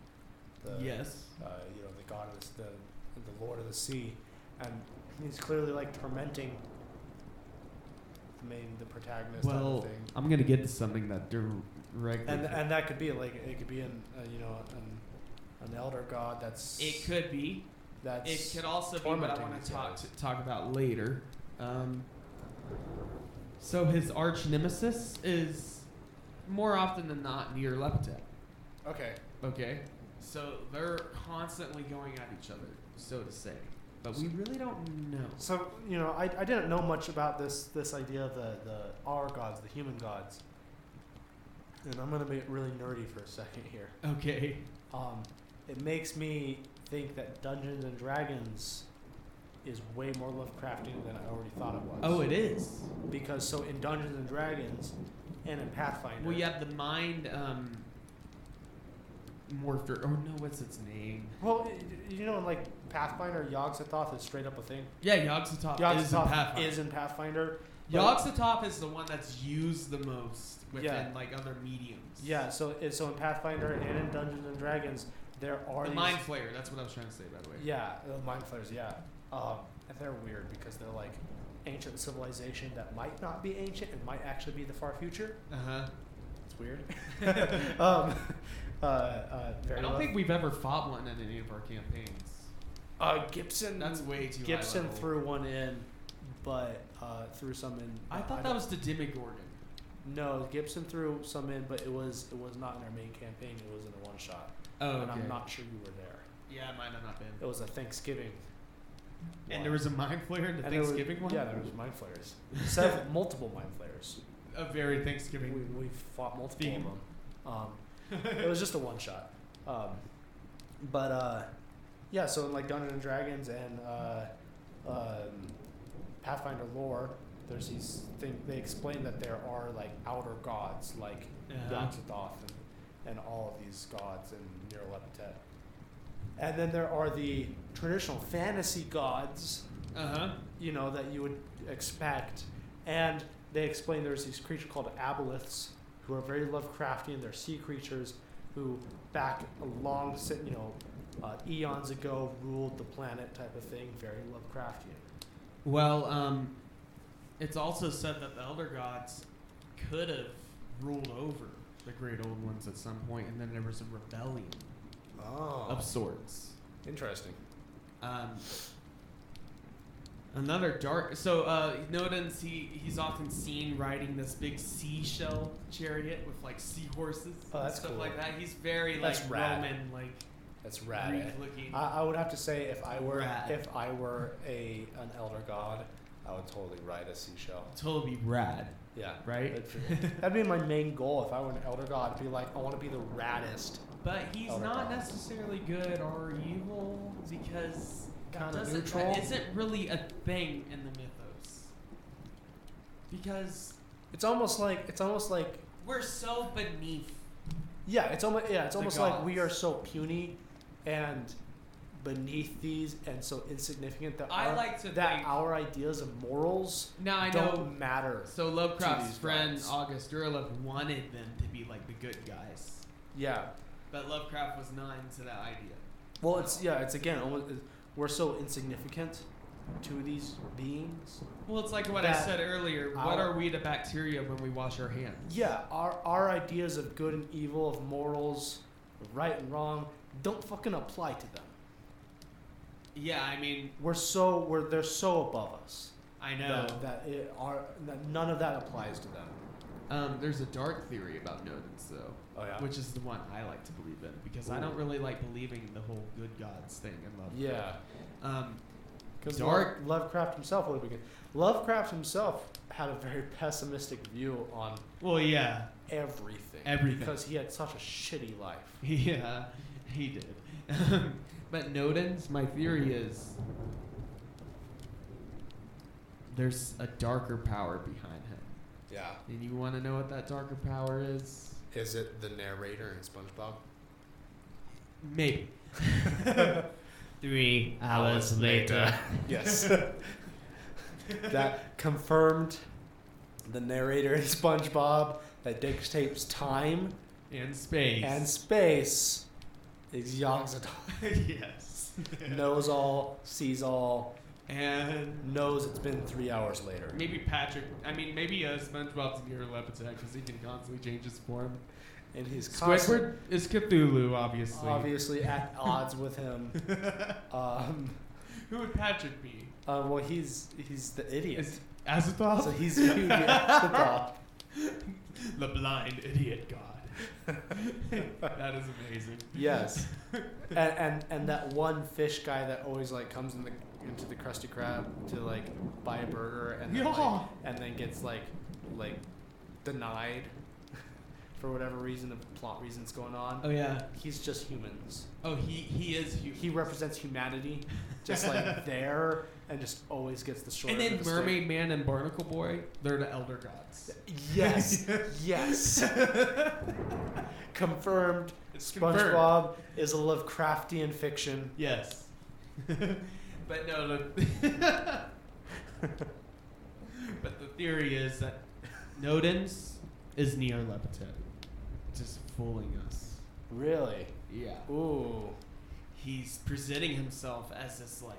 The, yes. Uh, you know the god of the, s- the the lord of the sea, and he's clearly like tormenting the main the protagonist. type of Well, thing. I'm gonna get to something that directly. and and that could be like it could be an uh, you know an, an elder god that's It could be. that's It could also be what I tormenting want these to talk guys. to, talk about later. Um, so his arch nemesis is more often than not near Leptet. okay Okay. So they're constantly going at each other, so to say. But we really don't know. so you know I, I didn't know much about this this idea of the the our gods the human gods and I'm gonna be really nerdy for a second here Okay. um it makes me think that Dungeons and Dragons is way more Lovecraftian than I already thought it was Oh, it is. because so in Dungeons and Dragons and in Pathfinder Well, you have the mind um, morpher. Oh no, what's its name? Well, y- you know, in like Pathfinder, Yogg-Sothoth is straight up a thing. Yeah, Yogg-Sothoth, Uh, is in Yogg-Sothoth Pathfinder. is in Pathfinder. but- Yogg-Sothoth is the one that's used the most within Yeah. like other mediums. Yeah, so it- so in Pathfinder and in Dungeons and Dragons, there are the these, mind flayer. That's what I was trying to say, by the way. Yeah, the mind flayers. Yeah, um, and they're weird because they're like ancient civilization that might not be ancient and might actually be the far future. Uh huh. [laughs] It's weird. um, uh, uh, very I don't well- think we've ever fought one in any of our campaigns. uh, Gibson. That's way too high Gibson level. threw one in, but uh, threw some in. I thought don't- that was the Demigorgon. No, Gibson threw some in, but it was it was not in our main campaign. It was in a one shot, Oh, and I'm not sure you were there. Yeah, it might have not been. It was a Thanksgiving. one. And there was a mind flayer in the And there was- Thanksgiving one. Yeah, there was mind flayers. Several, multiple mind flayers. a very We [laughs] Thanksgiving. we fought multiple Theme. of them. Um, it was just a one shot. Um, but uh, yeah, so in like Dungeons and Dragons and uh, um, Pathfinder lore, there's these thing they explain that there are like outer gods like Uh-huh. Yogg-Sothoth and, and all of these gods and Nyarlathotep. And then there are the traditional fantasy gods, Uh huh. you know, that you would expect. And they explain there's these creatures called aboliths who are very Lovecraftian. They're sea creatures who back a long, si- you know, uh, eons ago ruled the planet type of thing. Very Lovecraftian. Well, um, it's also said that the Elder Gods could have ruled over the great old ones at some point, and then there was a rebellion Oh. of sorts. Interesting. Um, Another dark. So uh, Nodens, he he's often seen riding this big seashell chariot with like seahorses Oh, and that's stuff cool. like that. He's very like That's rad. Roman, like That's rad. eh? Greek looking. I, I would have to say if I were Rad. if I were a an elder god, I would totally ride a seashell. totally rad, Yeah. [laughs] right? That'd be- That'd be my main goal if I were an elder god. Be like, I want to be the raddest. [laughs] but he's Elder not gods. necessarily good or evil because that Kinda doesn't- neutral. That isn't really a thing in the mythos. Because It's almost like it's almost like we're so beneath. yeah. It's almost yeah. It's The almost like we are gods. so puny, and beneath these and so insignificant that I our, like to that think. our ideas of morals now I know don't matter. So To these Lovecraft's friend gods. August Derlev wanted them to be like the good guys, Yeah. but Lovecraft was not into that idea. Well, it's yeah. It's again almost we're so insignificant to these beings. Well, it's like what I That said earlier. What our- are we to bacteria when we wash our hands? Yeah, our our ideas of good and evil, of morals, of right and wrong, don't fucking apply to them. Yeah, I mean, We're so we're they're so above us I know. that, that it, our that none of that applies to them. Um, there's a dark theory about Nodens, though, Oh yeah. which is the one I like to believe in because I Ooh. don't really like believing the whole good gods thing in love. yeah, Um, because Dark- Lovecraft himself would have been. Lovecraft himself had a very pessimistic view on well, yeah, everything. Everything. Because he had such a shitty life. [laughs] Yeah, he did. [laughs] but Nodens, my theory is there's a darker power behind him. Yeah. And you want to know what that darker power is? Is it the narrator in SpongeBob? [laughs] Maybe. Three hours later. Yes. [laughs] that confirmed the narrator in SpongeBob that dictates time And space. [laughs] and space is Yogg-Sothoth. [laughs] yes. Knows all, sees all, And knows it's been three hours later. maybe Patrick, I mean, maybe uh, SpongeBob's a neuroleptic because he can constantly change his form. And he's constant- Squidward is Cthulhu, obviously. obviously at odds with him. Um, Who would Patrick be? uh, well, he's he's the idiot. Is Azathoth? So he's huge Yogg-Sothoth. [laughs] The blind idiot god. [laughs] that is amazing. Yes. and, and and that one fish guy that always like comes in the into the Krusty Krab to like buy a burger and then, like, Yeah. and then gets like like denied [laughs] for whatever reason the plot reasons going on. Oh yeah. He's just humans. Oh, he he is huge. He represents humanity, just like there, and just always gets the short. and end then of the Mermaid Man and Barnacle Boy, they're the elder gods. stick. [laughs] [laughs] Yes, [laughs] yes. Confirmed. It's confirmed. SpongeBob is a Lovecraftian fiction. [laughs] Yes. but no, the but the theory is that Nodens is Neo Lepitet. Just fooling us. Really? Yeah. Ooh. he's presenting himself as this like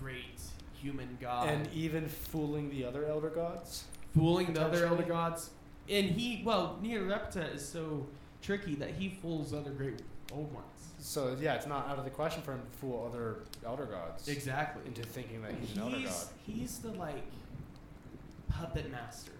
great human god and even fooling the other elder gods. fooling the other elder Potentially. gods. And he, well, Neorepta is so tricky that he fools other great old ones. So yeah, it's not out of the question for him to fool other elder gods Exactly. into thinking that he's an elder god. He's, he's the like puppet master.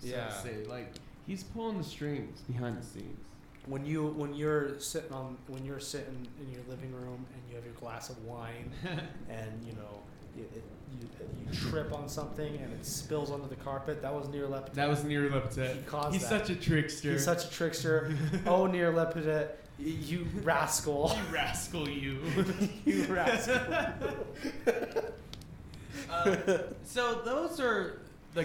So Yeah. to say, like he's pulling the strings behind the scenes. When you when you're sitting on when you're sitting in your living room and you have your glass of wine and you know it, it, you, you trip on something and it spills onto the carpet, that was near [laughs] Lepidot. That was Neo He Lepitet. caused He's that. such a trickster. He's such a trickster. [laughs] oh, near Lepidot, you rascal, You rascal, [laughs] you. [laughs] [laughs] you rascal. [laughs] Uh, so those are the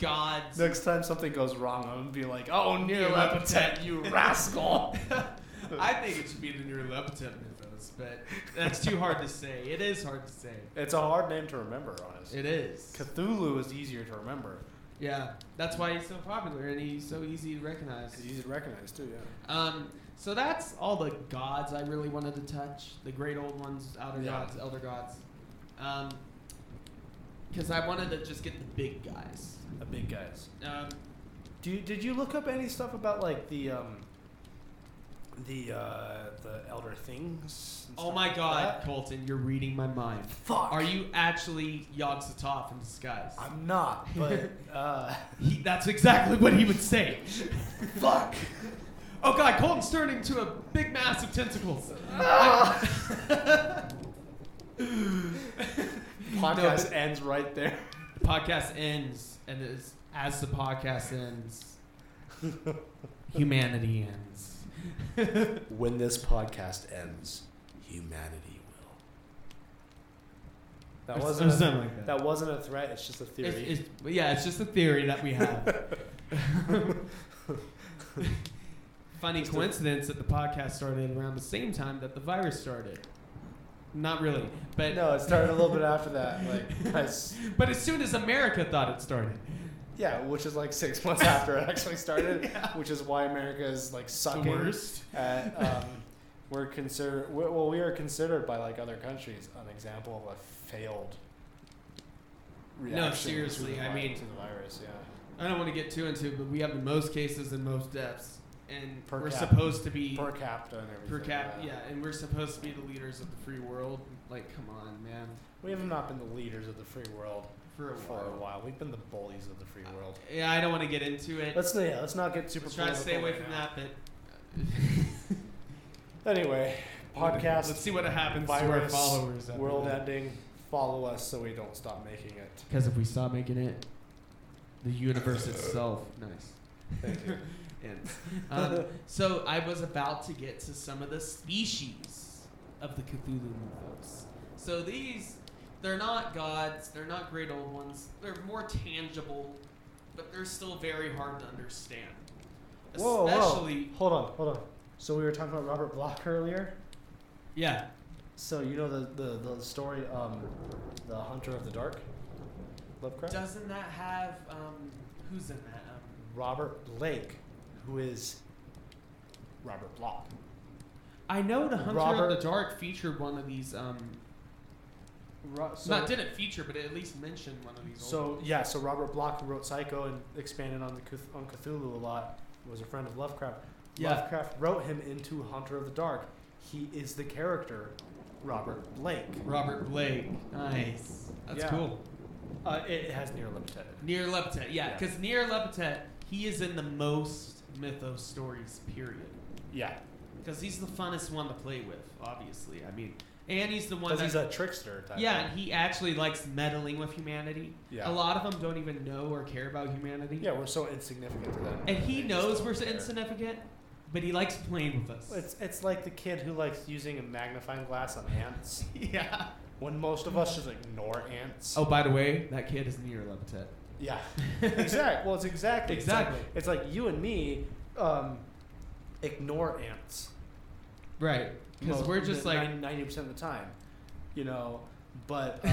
gods. Next time something goes wrong, I'm gonna be like, oh, near Neerlepidot, Lepidot, you rascal. [laughs] I think it should be the Neorlepta mythos, but that's too hard to say. It is hard to say. It's a hard name to remember, honestly. It is. Cthulhu is easier to remember. Yeah, that's why he's so popular and he's so easy to recognize. It's easy to recognize too, yeah. Um, so that's all the gods I really wanted to touch. The great old ones, outer Yeah. gods, elder gods. Um, because I wanted to just get the big guys. The big guys. Um, Do you, did you look up any stuff about like the um, the uh, the Elder Things? and Oh stuff my like god, that? Colton, you're reading my mind. Fuck. Are you actually Yog Sothoth in disguise? I'm not, [laughs] but uh, He, that's exactly what he would say. [laughs] Fuck. Oh god, Colton's turned into a big mass of [laughs] tentacles. podcast ends right there. podcast ends, and as, as the podcast [laughs] ends, humanity ends. When this podcast ends, humanity will. That Or wasn't a, something like that. that wasn't a threat. It's just a theory. It's, it's, yeah, it's just a theory that we have. [laughs] Funny coincidence that the podcast started around the same time that the virus started. Not really, but no, it started a little bit after that. [laughs] Like, I s- but as soon as America thought it started, yeah, which is like six months after [laughs] it [laughs] actually started, which is why America is like the sucking. worst. at, um, we're considered we well we are considered by like other countries an example of a failed reaction to seriously, the, I vi- mean- to the virus yeah I don't want to get too into, it, but we have the most cases and most deaths, and Per we're capita. supposed to be per capita and everything per cap. Yeah, and we're supposed to be the leaders of the free world. Like, come on, man. we have not been the leaders of the free world For a for while. a while we've been the bullies of the free world Yeah, I don't want to get into it. let's yeah, let's not get super Let's try to stay political away right from now. that. anyway But podcast Let's see what happens to our virus, followers. after world that. ending follow us so we don't stop making it Because if we stop making it, the universe [laughs] itself. Nice. thank you [laughs] Ends. Um, so I was about to get to some of the species of the Cthulhu mythos. So these, they're not gods. They're not great old ones. They're more tangible, but they're still very hard to understand. Whoa, whoa. Especially, hold on hold on so we were talking about robert block earlier yeah. So you know the the, the story, um, the Hunter of the Dark, Lovecraft. Doesn't that have um, who's in that? Um, Robert Blake, who is Robert Block. I know the Hunter Robert- of the Dark featured one of these. Um, Ro- so, not didn't feature, but it at least mentioned one of these. old so yeah, so Robert Block, who wrote Psycho and expanded on the Cth- on Cthulhu a lot, was a friend of Lovecraft. Yeah. Lovecraft wrote him into Hunter of the Dark. He is the character, Robert Blake. Robert Blake. Nice. That's Yeah. cool. Uh, it, it has near limited. Near Lepetet, yeah, Yeah. because Near Lepetet, he is in the most mythos stories. Period. Yeah, Because he's the funnest one to play with, obviously. I mean, and he's the one because that he's a trickster. Type yeah, and he actually likes meddling with humanity. Yeah. A lot of them don't even know or care about humanity. Yeah, we're so insignificant to them. And he They just knows don't we're care. insignificant, but he likes playing with us. It's [laughs] it's like the kid who likes using a magnifying glass on ants yeah. when most of us just ignore ants. Oh, by the way, that kid is near Levitet. yeah, exactly. Well, it's exactly it's like- Exactly. It's like, you and me um, ignore ants Right. Because most- we're just ni- like, ninety percent of the time, you know. But [laughs] uh,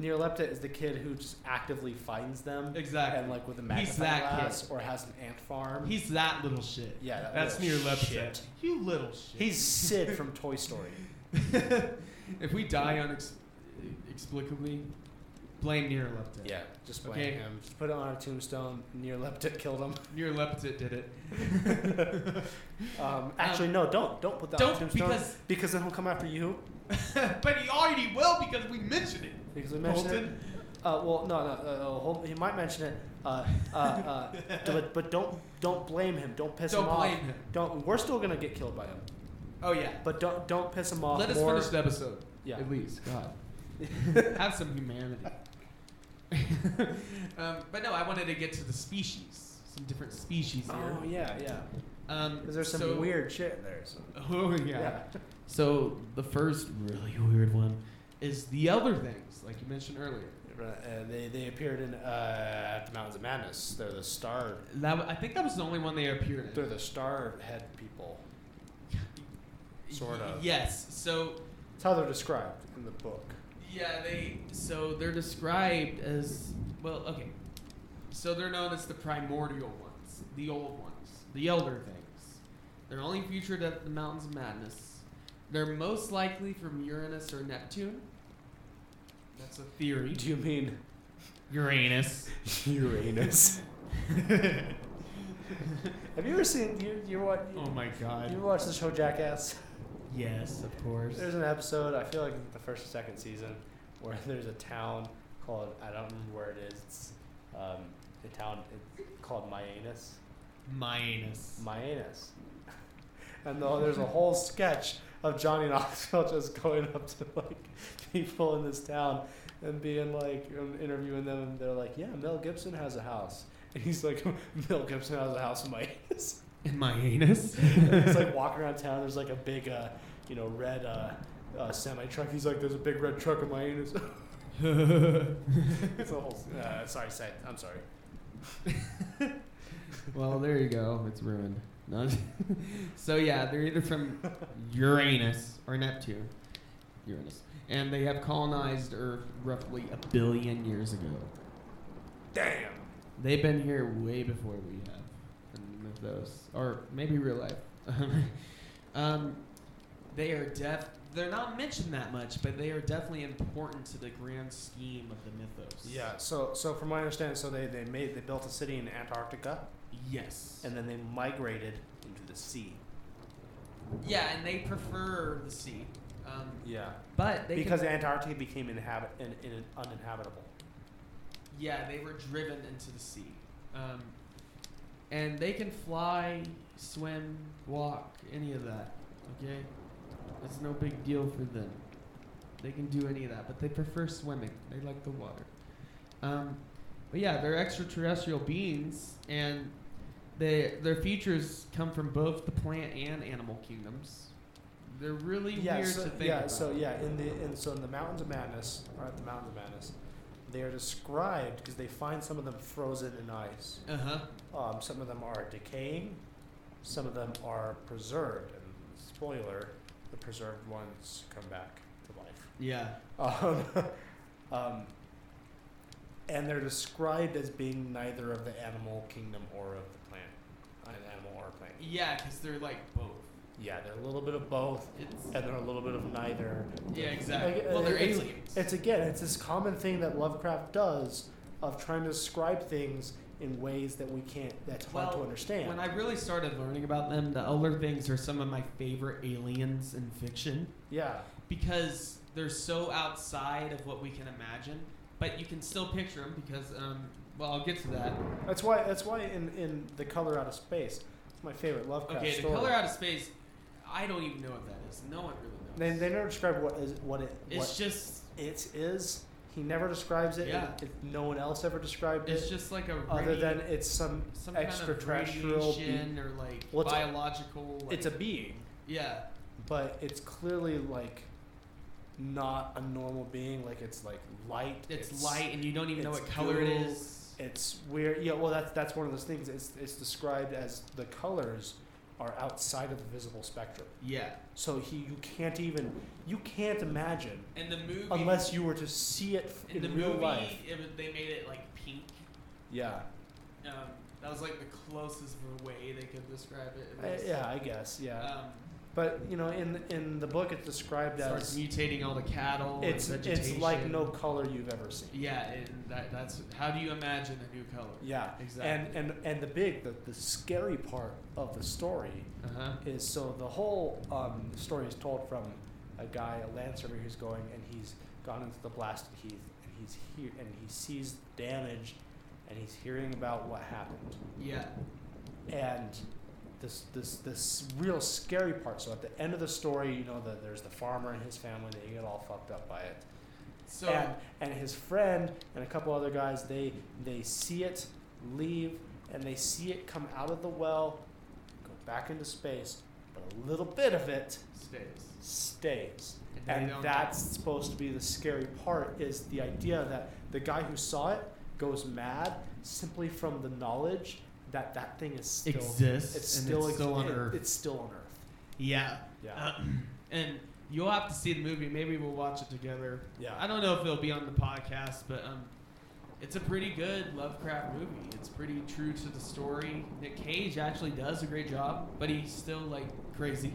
Neolepta is the kid who just actively finds them and exactly. like with a He's magnifying that kid. glass or has an ant farm. He's that little shit. yeah, that That's near little Levitet. shit. You little shit. He's Sid from Toy Story. [laughs] if we die inexplicably, blame Neerleptet. Yeah. um, Just blame Okay. him. Just put it on a tombstone. Neolepta killed him. Neerleptet did [laughs] it. [laughs] Um, actually, no, don't don't put that on Don't tombstone because, [laughs] because then he'll come after you but he already will because we mentioned it. because we mentioned it. Colton. Uh, well, no, no, uh, oh, hold, he might mention it, uh, uh, [laughs] uh, d- but but don't don't blame him. Don't piss him Don't blame off. him. Don't. We're still gonna get killed by him, Oh yeah. but don't don't piss him off. Let us or- finish the episode. Yeah. At least, God, [laughs] have some humanity. [laughs] um, but no, I wanted to get to the species, some different species here. Oh yeah, yeah. Um, Because there's some so- weird shit in there. So [laughs] Oh yeah. So the first really weird one is the Elder Things, like you mentioned earlier. Uh, they they appeared in uh, at the Mountains of Madness. They're the star. That wa- I think that was the only one they appeared They're in. the star head people. sort of. Yes. So That's how they're described in the book. yeah, they so they're described as well. Okay. So they're known as the primordial ones, the old ones, the Elder Things. They're only featured at the Mountains of Madness. They're most likely from Uranus or Neptune. That's a theory. Do you mean [laughs] Uranus. Uranus? Have you ever seen you you what Oh my you god. watch the show Jackass? Yes, of course. There's an episode, I feel like the first or second season, where [laughs] there's a town called I don't remember where it is. It's um, a town it's called Myanus. [laughs] My anus. Myanus. [laughs] and the, there's a whole sketch of Johnny Knoxville [laughs] just going up to like people in this town and being like um, interviewing them, and they're like, "Yeah, Mel Gibson has a house," and he's like, [laughs] "Mel Gibson has a house in Myanus." My anus. [laughs] He's like walking around town. There's like a big, uh, you know, red uh, uh, semi truck. He's like, "There's a big red truck in my anus." [laughs] it's a whole. Uh, sorry, Seth. I'm sorry. well, there you go. It's ruined. [laughs] No, so yeah, they're either [laughs] from Uranus or Neptune. Uranus. And they have colonized Earth roughly a billion years ago. Damn. They've been here way before we have in mythos, or maybe real life. [laughs] Um, they are def. They're not mentioned that much, but they are definitely important to the grand scheme of the mythos. Yeah. So, so from my understanding, so they they made they built a city in Antarctica, Yes. and then they migrated into the sea. yeah, and they prefer the sea, um, Yeah. but they because can, Antarctica became inhabit in, in, uninhabitable. yeah they were driven into the sea, um, and they can fly, swim, walk, any of that. Okay, that's no big deal for them. They can do any of that, but they prefer swimming. They like the water. Um, but yeah, they're extraterrestrial beings, and they, their features come from both the plant and animal kingdoms. They're really yeah. weird so, to think yeah. about. So yeah. In the in so in the mountains of madness, or at the mountains of madness, they are described because they find some of them frozen in ice. Uh huh. Um, some of them are decaying. Some of them are preserved. And spoiler: the preserved ones come back to life. yeah. Um, [laughs] um, and they're described as being neither of the animal kingdom or of the plant, an animal or a plant. Yeah, because they're like both. Yeah, they're a little bit of both, It's and they're a little bit of neither. yeah, exactly. Like, uh, well, they're it's- aliens. It's again, it's this common thing that Lovecraft does of trying to describe things in ways that we can't, that's hard to Well, understand. when I really started learning about them, the Elder Things are some of my favorite aliens in fiction yeah, because they're so outside of what we can imagine, but you can still picture them because, um, well, I'll get to that. that's why. That's why in, in the color out of space, it's my favorite Lovecraft Okay, story. the color out of space, I don't even know what that is. No one really knows. they, they never describe what is what it what it's just, it is. He never describes it. Yeah. It, it- no one else ever described it's it, just like a other radi- than it's some. some kind extraterrestrial of be- radiation or like Well, it's a- biological. Like, it's a being, yeah. but it's clearly like not a normal being. Like it's like light. It's, light, and you don't even know it's what color it goo. is. It's weird. Yeah. Well, that's that's one of those things. It's it's described as the colors are outside of the visible spectrum. Yeah, So he you can't even you can't imagine and the movie. unless you were to see it f- in, the real movie, life. It, was- they made it like pink. Yeah. Um, that was like the closest of a way they could describe it. I- It was, Uh, yeah. I guess. Yeah. Um, But you know, in in the book, it's described starts as mutating all the cattle. it's and it's like vegetation. no color you've ever seen. Yeah, and that, that's how do you imagine a new color? Yeah. Exactly. And and and the big the, the scary part of the story uh huh. is so the whole um, story is told from a guy a land surveyor who's going and he's gone into the blasted heath and he's here and he sees damage and he's hearing about what happened Yeah. and this this this real scary part. So at the end of the story, you know, the, there's the farmer and his family they get all fucked up by it. So and, and his friend and a couple other guys they they see it leave and they see it come out of the well go back into space but a little bit of it stays. stays they and don't- that's supposed to be the scary part is the idea that the guy who saw it goes mad simply from the knowledge that that thing is still Exists it's and still, it's ex- still on it- Earth. it's still on earth yeah. yeah Uh, [clears throat] and you'll have to see the movie. Maybe we'll watch it together. yeah I don't know if it'll be on the podcast, but um, it's a pretty good Lovecraft movie. It's pretty true to the story. Nick Cage actually does a great job, but he's still like crazy.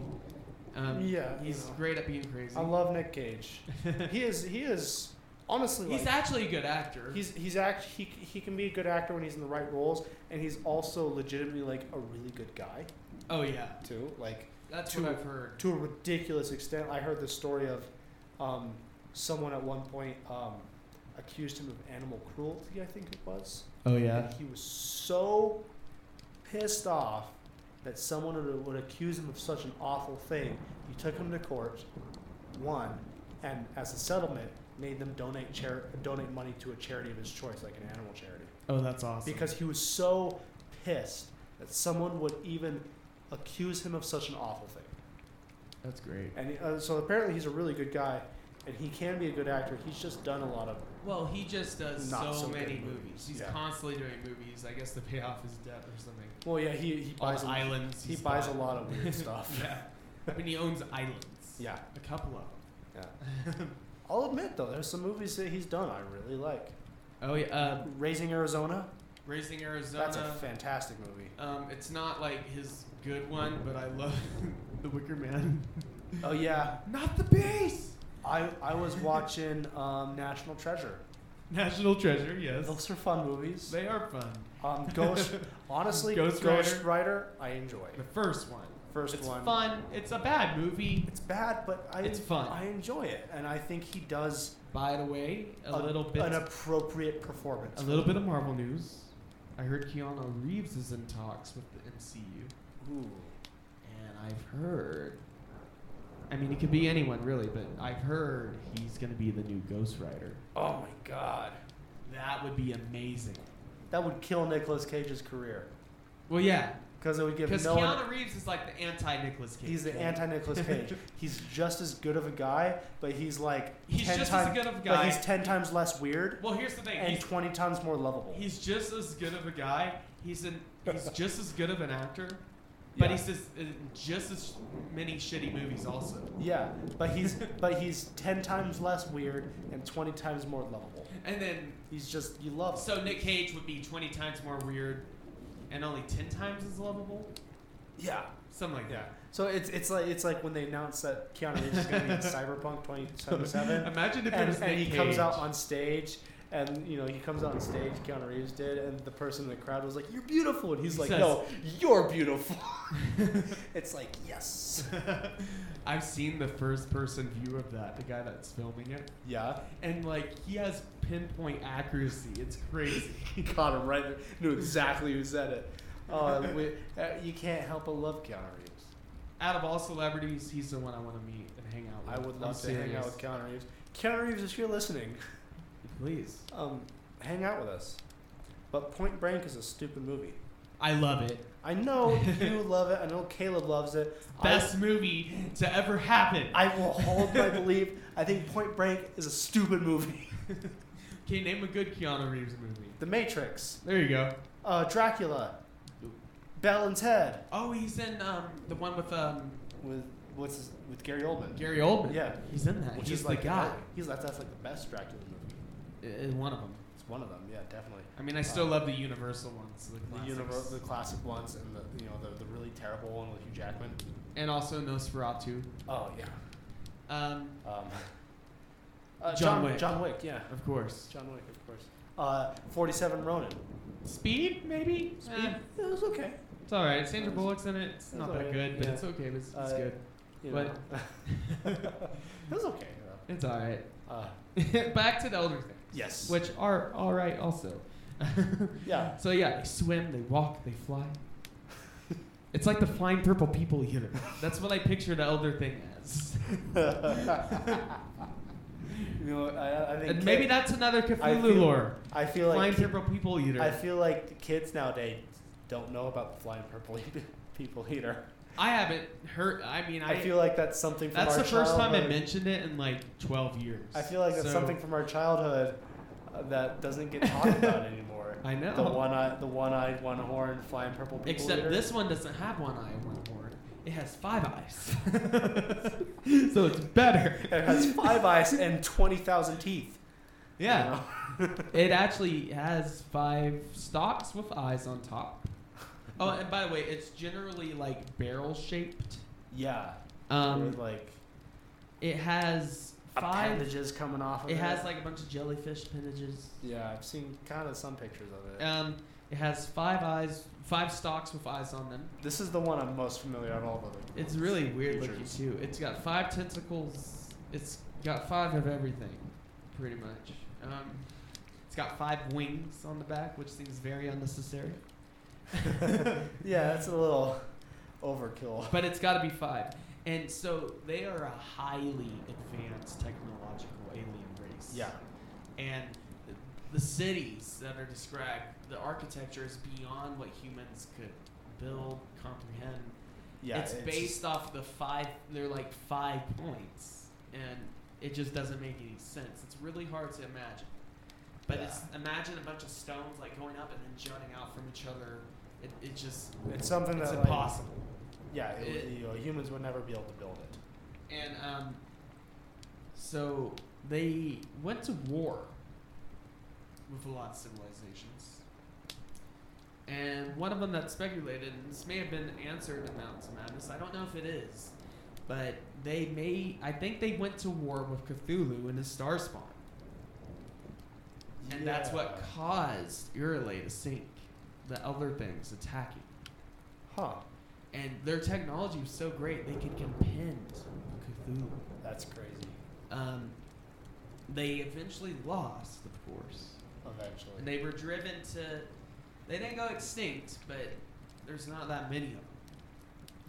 Um, Yeah, he's you know. [laughs] great at being crazy. I love Nick Cage. he is he is honestly, He's like, actually a good actor. he's he's act he he can be a good actor when he's in the right roles, and he's also legitimately like a really good guy oh yeah, too. Like that's Two- what I've heard. to a ridiculous extent. I heard the story of um, someone at one point um, accused him of animal cruelty. I think it was. Oh And he was so pissed off that someone would, would accuse him of such an awful thing. He took him to court, won, and as a settlement, made them donate chari- donate money to a charity of his choice, like an animal charity, Oh, that's awesome. because he was so pissed that someone would even accuse him of such an awful thing. that's great. And uh, so apparently he's a really good guy, and he can be a good actor. He's just done a lot of Well, he just does Not so, so good many movies, movies. He's yeah. constantly doing movies. I guess to pay off his debt or something. well, yeah, he he On buys Oh, a, islands. he he's buys a bought. lot of weird stuff. Yeah. I mean, he owns islands. yeah. A couple of them. Yeah. I'll admit though, there's some movies that he's done I really like. Oh yeah. Uh, Raising Arizona, Raising Arizona. that's a fantastic movie. um, it's not like his good one, but I love [laughs] The Wicker Man. Oh yeah, Not the base. I I was watching um, National Treasure. National Treasure. Yes. Those are fun movies. They are fun. Um, Ghost, honestly, Ghost Rider. Ghost, Rider, I enjoy. The first one. First it's one, fun. It's a bad movie. it's bad, but I It's fun. I enjoy it, and I think he does By the way, a, little bit. an appropriate performance. a little bit of Marvel news. I heard Keanu Reeves is in talks with the MCU. Ooh. And I've heard. I mean, it could be anyone really, but I've heard he's going to be the new Ghost Rider. Oh my God, That would be amazing. that would kill Nicolas Cage's career Well, yeah, because it would give Because no one Keanu Reeves is like the anti Nicholas Cage. He's the anti Nicholas [laughs] Cage. he's just as good of a guy, but he's like [laughs] He's ten just times, as good of a but guy. he's ten times less weird well, here's the thing. and He's, twenty times more lovable. he's just as good of a guy. He's an he's [laughs] just as good of an actor, but Yeah. he's just, in just as many shitty movies also. yeah, but [laughs] he's but he's ten times less weird and twenty times more lovable. And then He's just you love him. so Nick Cage would be 20 times more weird, and only 10 times as lovable. yeah Something like yeah. that. So it's it's like it's like when they announced that Keanu Reeves is gonna [laughs] be in Cyberpunk twenty seventy seven. Imagine if it [laughs] and, was and Nick he Cage. comes out on stage and you know he comes out on stage keanu reeves did and the person in the crowd was like you're beautiful and he's He like says- no you're [laughs] beautiful it's like yes [laughs] I've seen the first person view of that, the guy that's filming it. yeah And, like, he has pinpoint accuracy. It's [laughs] crazy. he caught him right there knew exactly who said it uh, we, uh, you can't help but love keanu reeves out of all celebrities, he's the one I want to meet and hang out with. i would I'm love to hang serious. out with keanu reeves keanu reeves if you're listening Please. um, hang out with us but point blank is a stupid movie I love it. i know [laughs] you love it i know caleb loves it I- Best movie to ever happen. I [laughs] will hold my belief. I think Point Break is a stupid movie. Okay, name a good Keanu Reeves movie. The Matrix, There you go. uh, Dracula, Bell and Ted Oh, he's in um, the one with um, with what's his, with Gary Oldman. Gary Oldman. Yeah, He's in that. which he's is the like guy. He's like that's like the best Dracula movie. In one of them. It's one of them. Yeah, definitely. I mean, I still love the Universal ones. The, The classics. universe, the classic ones, and the you know the, the really terrible one with Hugh Jackman. And also Nosferatu. Oh yeah. Um, Um, [laughs] uh, John John Wick. John Wick. Yeah. of course. John Wick, of course. Uh, Forty-seven Ronin. Speed, maybe. Speed. Eh, It was okay. it's all right. Sandra Bullock's in it. It's That's not Uh, all that right, good, but yeah. it's okay. But it's, it's Uh, good. You But- know. [laughs] it was okay. though. It's all right. Uh, [laughs] Back to the Elder Things, yes. which are all right also. [laughs] yeah. [laughs] so yeah, they swim, they walk, they fly. it's like the flying purple people eater. That's what I picture the Elder Thing as. you know, I, I think And maybe kid- that's another Cthulhu feel lore. I feel like flying ki- purple people eater. I feel like kids nowadays don't know about the flying purple [laughs] eat- people eater. I haven't heard. I mean, I, I, feel like that's something. From that's our the first time I childhood. mentioned it in like 12 years. I feel like that's So, something from our childhood uh, that doesn't get talked [laughs] about anymore. I know. The one eye, the one-eyed, one-horned, flying purple people Except [laughs] eater. this one doesn't have one eye and one horn. It has five [laughs] eyes. so it's better. It [laughs] has five eyes and twenty thousand teeth. you Yeah. know? [laughs] It actually has five stalks with eyes on top. Oh, and by the way, it's generally like barrel shaped. Yeah. Um, or like it has five. appendages coming off of it. It has like a bunch of jellyfish appendages. yeah, I've seen kind of some pictures of it. Um, it has five eyes, five stalks with eyes on them. This is the one I'm most familiar of all of them. It's [laughs] really weird looking Creatures. too. It's got five tentacles. It's got five of everything, pretty much. Um, it's got five wings on the back, which seems very unnecessary. yeah, that's a little overkill. But it's got to be five. And so they are a highly advanced technological alien race. Yeah. And the- the cities that are described, the architecture is beyond what humans could build, comprehend. Yeah, it's, based off the five. They're like five points, and it just doesn't make any sense. It's really hard to imagine, but it's imagine a bunch of stones like going up and then jutting out from each other. It, it just It's something it's that like, impossible. yeah, it, It- you know, humans would never be able to build it. and um, so they went to war with a lot of civilizations. And one of them that speculated, and this may have been answered in Mountains of Madness, I don't know if it is, but they may, I think they went to war with Cthulhu and his star spawn. And that's what Yeah. caused Irelay to sink, the other things attacking. Huh? And their technology was so great, they could compend Cthulhu. That's crazy. Um, they eventually lost, of course. And Eventually. they were driven to. They didn't go extinct, but there's not that many of them.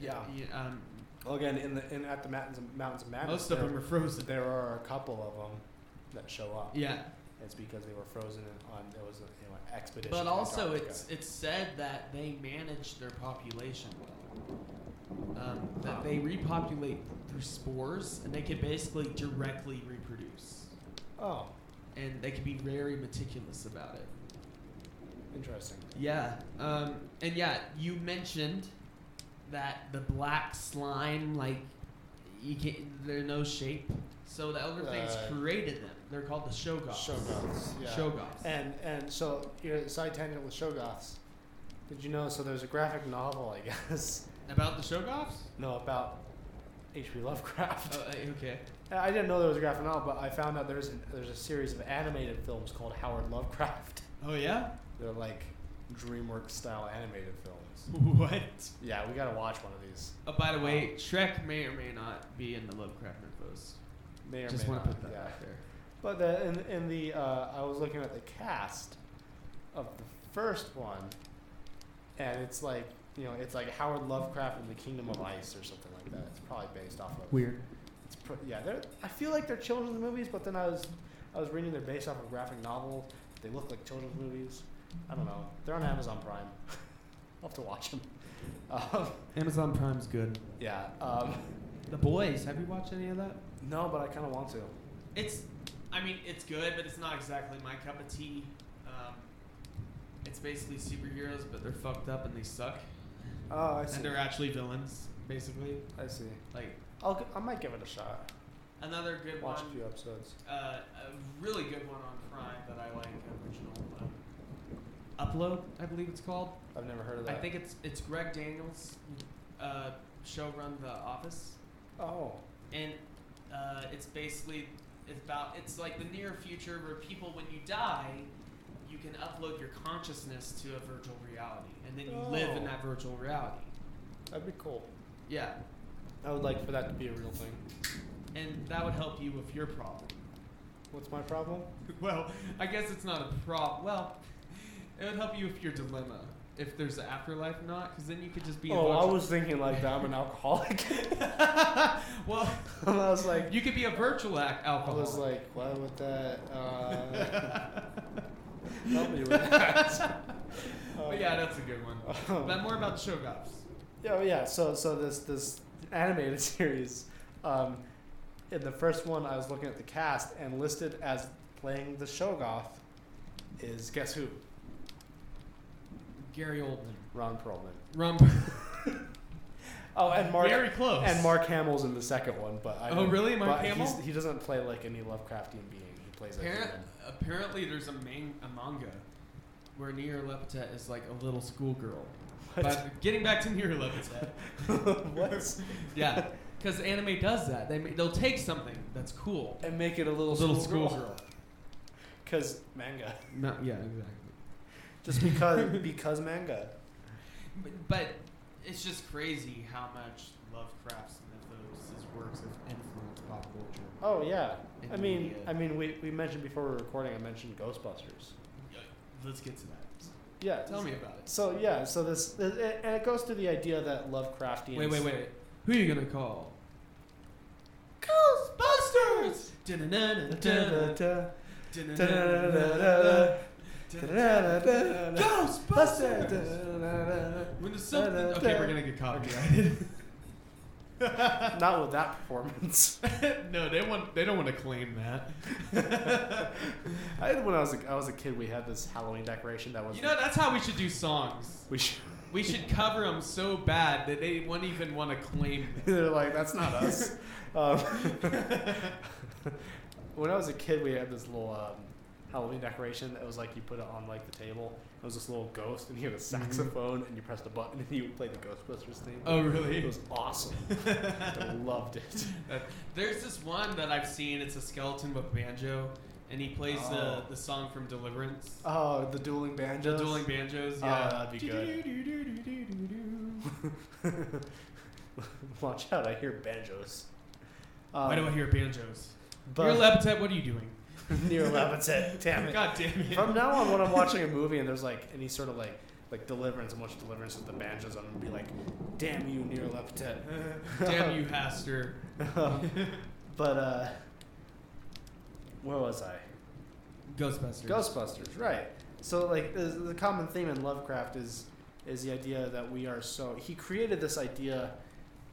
Yeah. You- um, Well, again, in the in at the mountains of, mountains of madness, most of there, them are frozen. there are a couple of them that show up. Yeah, It's because they were frozen and on. It was a, you know, an expedition. but to also Antarctica. it's it's said that they manage their population well. Um, that they repopulate through spores, and they can basically directly reproduce, oh, and they can be very meticulous about it. interesting. Yeah. Um, and yeah, you mentioned that the black slime, like, you can't, they're no shape. So the Elder Things Uh, created them. They're called the Shogoths. Shogoths, yeah. Shogoths. And and so you know, side tangent with Shogoths. Did you know? So there's a graphic novel, I [laughs] guess. About the Shogoths? No, about H.P. Lovecraft. Oh, uh, okay. I I didn't know there was a graphic novel, but I found out there's an, there's a series of animated films called Howard Lovecraft. [laughs] Oh, yeah? They're like DreamWorks style animated films. [laughs] What? Yeah, we gotta watch one of these. Oh, by the way, Shrek may or may not be in the Lovecraft mythos. May or Just may want not. to put that yeah. out there. But the, in, in the uh, I was looking at the cast of the first one, and it's like you know it's like Howard Lovecraft and the Kingdom of Ice or something like that. It's probably based off of. Weird. It's pr- yeah, they're, I feel like they're children's movies, but then I was I was reading they're based off of graphic novels. They look like children's movies. I don't know. They're on Amazon Prime. [laughs] I'll have to watch them. Um, Amazon Prime's good. yeah. Um, The Boys, have you watched any of that? no, but I kind of want to. It's, I mean, it's good, but it's not exactly my cup of tea. Um, it's basically superheroes, but they're fucked up and they suck, Oh, I see. and they're actually villains, basically. I see. Like I'll, gi- I might give it a shot. another good Watch a one, few episodes. uh, a really good one on Prime that I like, original um, upload, I believe it's called. I've never heard of I that. think it's it's Greg Daniels, uh, show run The Office. Oh, and uh, it's basically it's about it's like the near future where people when you die you can upload your consciousness to a virtual reality and then you live in Oh. that virtual reality that'd be cool. yeah I would like for that to be a real thing. and that would help you with your problem [laughs] What's my problem? well i guess it's not a problem well it would help you with your dilemma if there's an afterlife or not because then you could just be a oh, I virtual- was thinking like that. I'm an [laughs] alcoholic. [laughs] well I was like, you could be a virtual ac- I was alcoholic like, what with that? [laughs] Uh, help me with that. [laughs] but yeah [laughs] that's a good one Um, but more about shogoffs [laughs] yeah, oh, yeah. So, so this this animated [laughs] series, um, in the first one, I was [laughs] looking at the cast and listed as playing the Shogoth is guess who? gary oldman Ron Perlman. Rum. Oh, and Mark Very close. and Mark Hamill's in the second one, but I Oh, don't- really? Mark but he's- Hamill? He doesn't play like any Lovecraftian being. He plays like Apparent, human. apparently, there's a, man, a manga where Nier Lepitet is like a [laughs] little schoolgirl. What? But getting back to Nier Lepitet, [laughs] what? [laughs] yeah, Because anime does that. They ma- they'll take something that's cool. and make it a little Little schoolgirl. Because manga. Not, yeah, exactly. [laughs] Just because because manga. But, but it's just crazy how much Lovecraft's mythos, his works have influenced pop culture. Oh yeah. and I mean, media. I mean, we, we mentioned before we were recording. I mentioned Ghostbusters. Yeah, let's get to that. Yeah. Tell me about it. So yeah, so this and it goes to the idea that Lovecraftian. Wait, wait, wait. Who are you gonna call? Ghostbusters. Dun-dun-dun-dun-dun. Dun-dun-dun-dun-dun. Ghostbusters. When there's something. Okay, we're gonna get copyrighted. [laughs] Not with that performance. [laughs] no, they want. They don't want to claim that. I had when I was a, I was a kid. We had this Halloween decoration that was. You know that's how we should do songs. we should, We should cover them so bad that they wouldn't even want to claim. them. [laughs] they're like that's not [laughs] us. um, when I was a kid, we had this little um, Halloween decoration that was like you put it on like the table. It was this little ghost, and you had a saxophone, and you pressed a button, and you would play the Ghostbusters theme. Oh It really? was awesome. [laughs] I loved it. There's this one that I've seen. It's a skeleton with banjo, and he plays Oh. the the song from Deliverance. [laughs] Oh, the dueling banjos. The dueling banjos. Oh, Yeah. that'd be good. [laughs] Watch out! I hear banjos. Um, Why do I hear banjos? but Your Levitet, what are you doing? [laughs] Near Levitate. Damn it. God damn it! From now on, when I'm watching a movie and there's like any sort of like like deliverance, I'm watching deliverance with the banjos. I'm gonna be like, "Damn you, Near Levitate." [laughs] Damn you, Haster. [laughs] Um, but uh, where was I? Ghostbusters. Ghostbusters, right? So like the, the common theme in Lovecraft is is the idea that we are so he created this idea,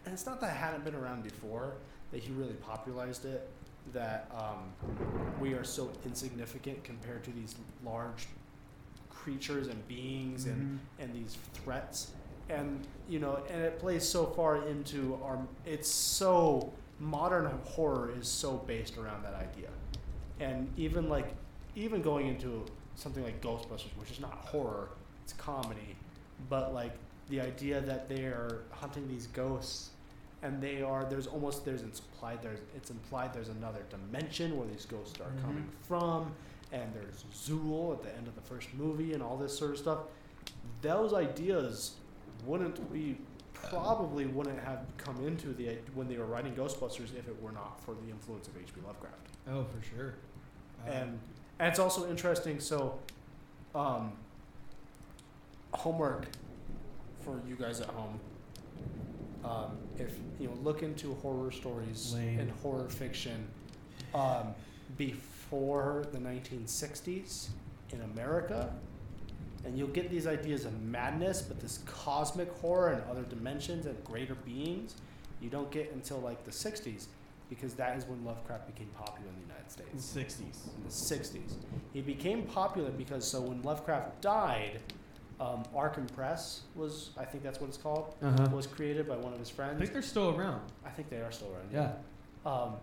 and it's not that it hadn't been around before that he really popularized it that um, we are so insignificant compared to these large creatures and beings Mm-hmm. and and these threats and you know and it plays so far into our it's so modern horror is so based around that idea and even like even going into something like ghostbusters which is not horror it's comedy but like the idea that they are hunting these ghosts and they are there's almost there's implied there's it's implied there's another dimension where these ghosts are Mhm. coming from and there's zool at the end of the first movie and all this sort of stuff those ideas wouldn't be probably wouldn't have come into the when they were writing ghostbusters if it were not for the influence of hp lovecraft Oh, for sure. Uh, and, and it's also interesting. So, um, homework for you guys at home. Um, if you know, look into horror stories Lame. and horror fiction um, before the 1960s in America, and you'll get these ideas of madness, but this cosmic horror and other dimensions and greater beings, you don't get until like the 60s, because that is when Lovecraft became popular in the United in States sixties. in the 60s. He became popular because so when Lovecraft died, um, Arkham Press was, I think that's what it's called, Uh huh. Uh-huh. was created by one of his I friends. think they're still around. I think they are still around. Yeah. Um,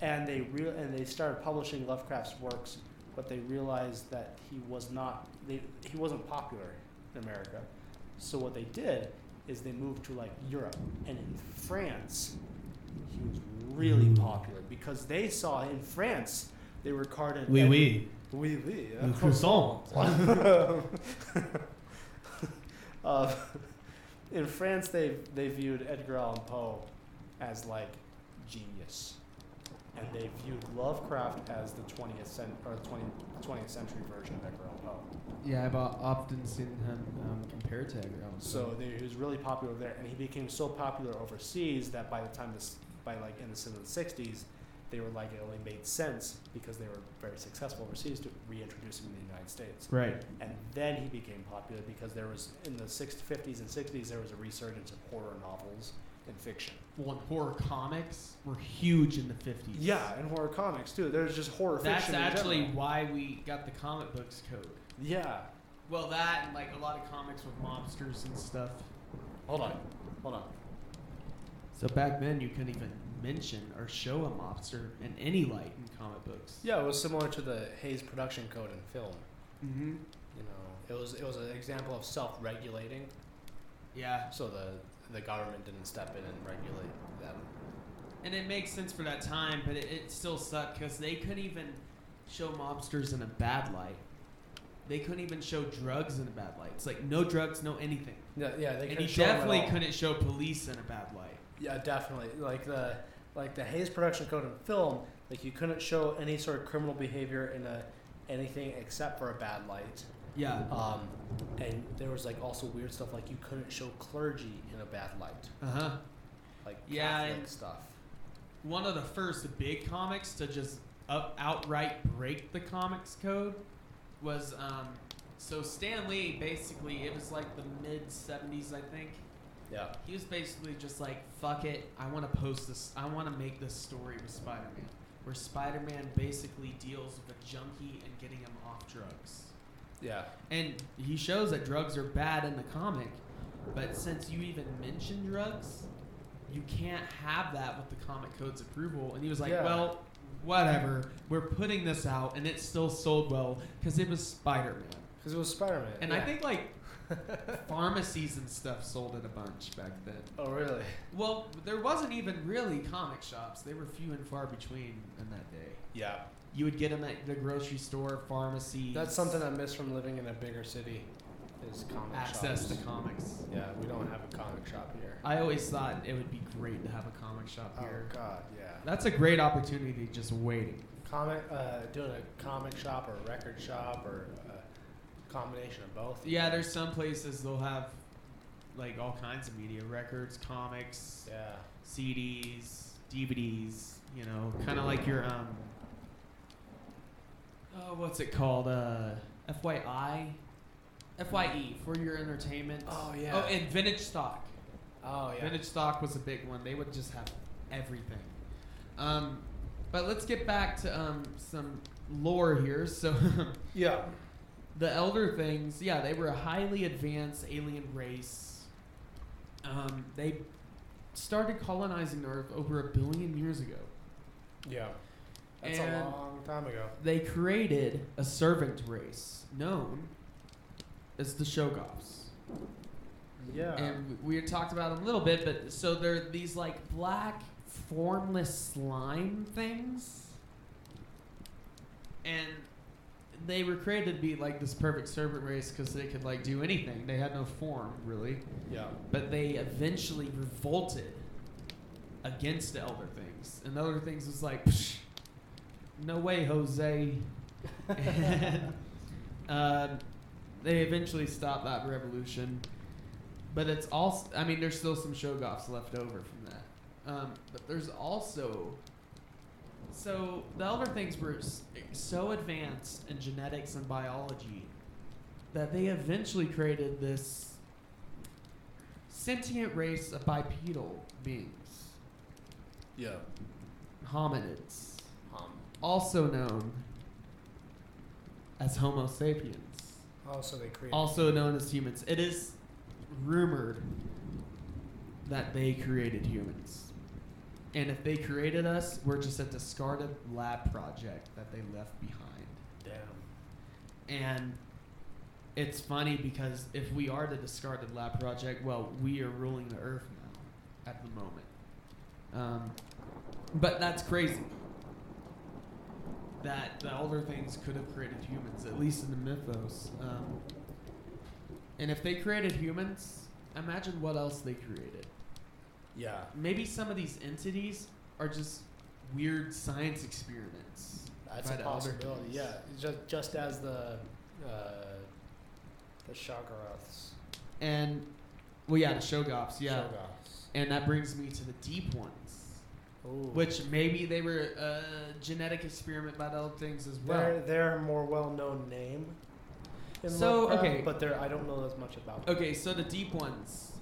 and they re- and they started publishing Lovecraft's works, but they realized that he was not they, he wasn't popular in America. So what they did is they moved to like Europe and in France, he was really popular because they saw in France they were carded Wee as- wee. Oui, oui. Le croissant. [laughs] uh, in France, they they viewed Edgar Allan Poe as like genius, and they viewed Lovecraft as the 20th cent- or 20, 20th century version of Edgar Allan Poe. Yeah, I've uh, often seen him um, compared to everyone. So they, he was really popular there, and he became so popular overseas that by the time this by like in the s- in the 60s, they were like it only made sense because they were very successful overseas to reintroduce him in the United States. right. and then he became popular because there was in the 60s, 50s and 60s there was a resurgence of horror novels and fiction Well, and horror comics were huge in the fifties. yeah and horror comics too there's just horror That's fiction in actually general. why we got the comic books code. yeah Well, that and like a lot of comics with monsters and stuff. hold on hold on So back then, you couldn't even mention or show a monster in any light in comic books. yeah it was similar to the hayes production code in film Mm-hmm. you know it was it was an example of self-regulating Yeah. so the the government didn't step in and regulate them and it makes sense for that time, but it, it still sucked because they couldn't even show mobsters in a bad light. They couldn't even show drugs in a bad light. It's like no drugs, no anything. No, yeah, they couldn't And he show 'em at definitely all. couldn't show police in a bad light. Yeah, definitely. like the like the Hayes production code in film, like you couldn't show any sort of criminal behavior in a anything except for a bad light. Yeah. Um, and there was like also weird stuff like you couldn't show clergy in a bad light, Uh huh. like Yeah, Catholic and- stuff. One of the first big comics to just up, outright break the comics code was um, so Stan Lee. Basically, it was like the mid '70s, I think. Yeah. He was basically just like, fuck it, I want to post this, I want to make this story with Spider Man, where Spider Man basically deals with a junkie and getting him off drugs. Yeah. And he shows that drugs are bad in the comic, but since you even mention drugs, you can't have that with the comic code's approval. And he was like, Yeah. well, whatever, we're putting this out, and it still sold well because it was Spider Man. Because it was Spider Man. And I think like [laughs] pharmacies and stuff sold it a bunch back then. Oh really? Well, there wasn't even really comic shops. They were few and far between in that day. Yeah. You would get them at the grocery store, pharmacy. That's something I miss from living in a bigger city, is comic access shops. to comics. Yeah, we don't have a comic shop here. I always thought it would be great to have a comic shop here. Oh God, yeah. That's a great opportunity just waiting. comic uh, doing a comic shop or a record shop or a combination of both. Yeah, there's some places they'll have like all kinds of media, records, comics, Yeah. CDs, DVDs, you know, kind of like your um oh, what's it called? Uh FYI FYE E, for your entertainment. Oh, yeah. Oh, and vintage stock. Oh yeah. Vintage stock was a big one. They would just have everything. Um, but let's get back to um, some lore here. So [laughs] Yeah. the Elder Things, yeah, they were a highly advanced alien race. Um, they started colonizing Earth over a billion years ago. Yeah. That's a And- long time ago. They created a servant race known as the Shogoffs. Yeah. and we had talked about it a little bit, but so they're these like black formless slime things, and they were created to be like this perfect servant race because they could like do anything. They had no form really, yeah. but they eventually revolted against the Elder Things, and the Elder Things was like, Psh, "No way, Jose!" [laughs] and, um, they eventually stopped that revolution, but it's also I mean, there's still some Shogoffs left over from that, um, but there's also so the Elder Things were s- so advanced in genetics and biology that they eventually created this sentient race of bipedal beings, Yeah. hominids, Um, also known as Homo sapiens, Also, they created. also known as humans. It is rumored that they created humans. And if they created us, we're just a discarded lab project that they left behind. Damn. And it's funny because if we are the discarded lab project, well, we are ruling the earth now at the moment. Um, but that's crazy. That the older things could have created humans, at least in the mythos. Um, and if they created humans, imagine what else they created. Yeah. Maybe some of these entities are just weird science experiments. That's by a the Elder possibility. Things. Yeah. Just just as the uh, the Shoggoths. And, well, yeah, the Shogoffs, yeah. Shoggoths. And that brings me to the deep ones, Ooh. which maybe they were a genetic experiment by the other things as well. They're, they're a more well known name. in So, Lovecraft, okay. But they're, I don't know as much [laughs] about them. Okay, so the deep ones,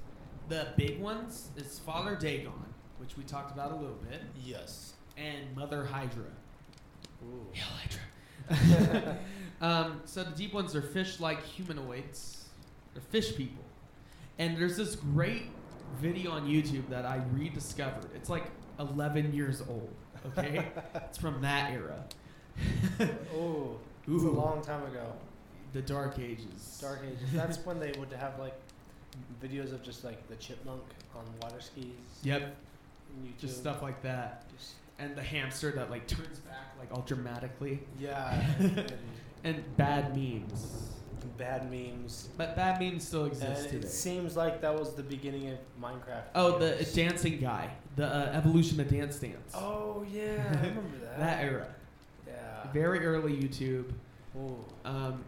the big ones is Father Dagon, which we talked about a little bit, Yes. and Mother Hydra. Ooh. Hail Hydra. um, so the deep ones are fish-like humanoids, they're fish people, and there's this great video on YouTube that I rediscovered. It's like 11 years old. Okay, it's from that era. Ooh. Ooh. It's Oh, a long time ago. The Dark Ages. Dark Ages. That's when they would have like videos of just like the chipmunk on water skis. Yep. You just too. stuff like that. Just- And the hamster that like turns back like all dramatically, Yeah. [laughs] and bad memes. bad memes. But bad memes still exist And today. it seems like that was the beginning of Minecraft. Oh, the videos. dancing guy, the uh, evolution of dance dance. Oh yeah, [laughs] I remember that. that era, yeah. very early YouTube. Ooh. Um,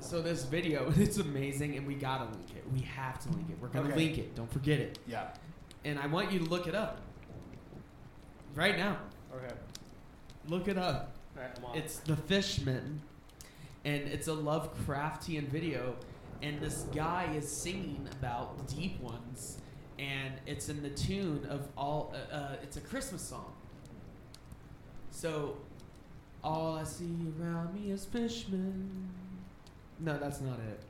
so this video, [laughs] it's amazing, and we gotta link it. We have to link it. We're gonna Okay. link it. Don't forget it. yeah. And I want you to look it up right now. Okay. Look it up. All right, I'm on. It's The Fishman, and it's a Lovecraftian video, and this guy is singing about the deep ones, and it's in the tune of all. Uh, uh, it's a Christmas song. So, all I see around me is fishmen. No, that's not it.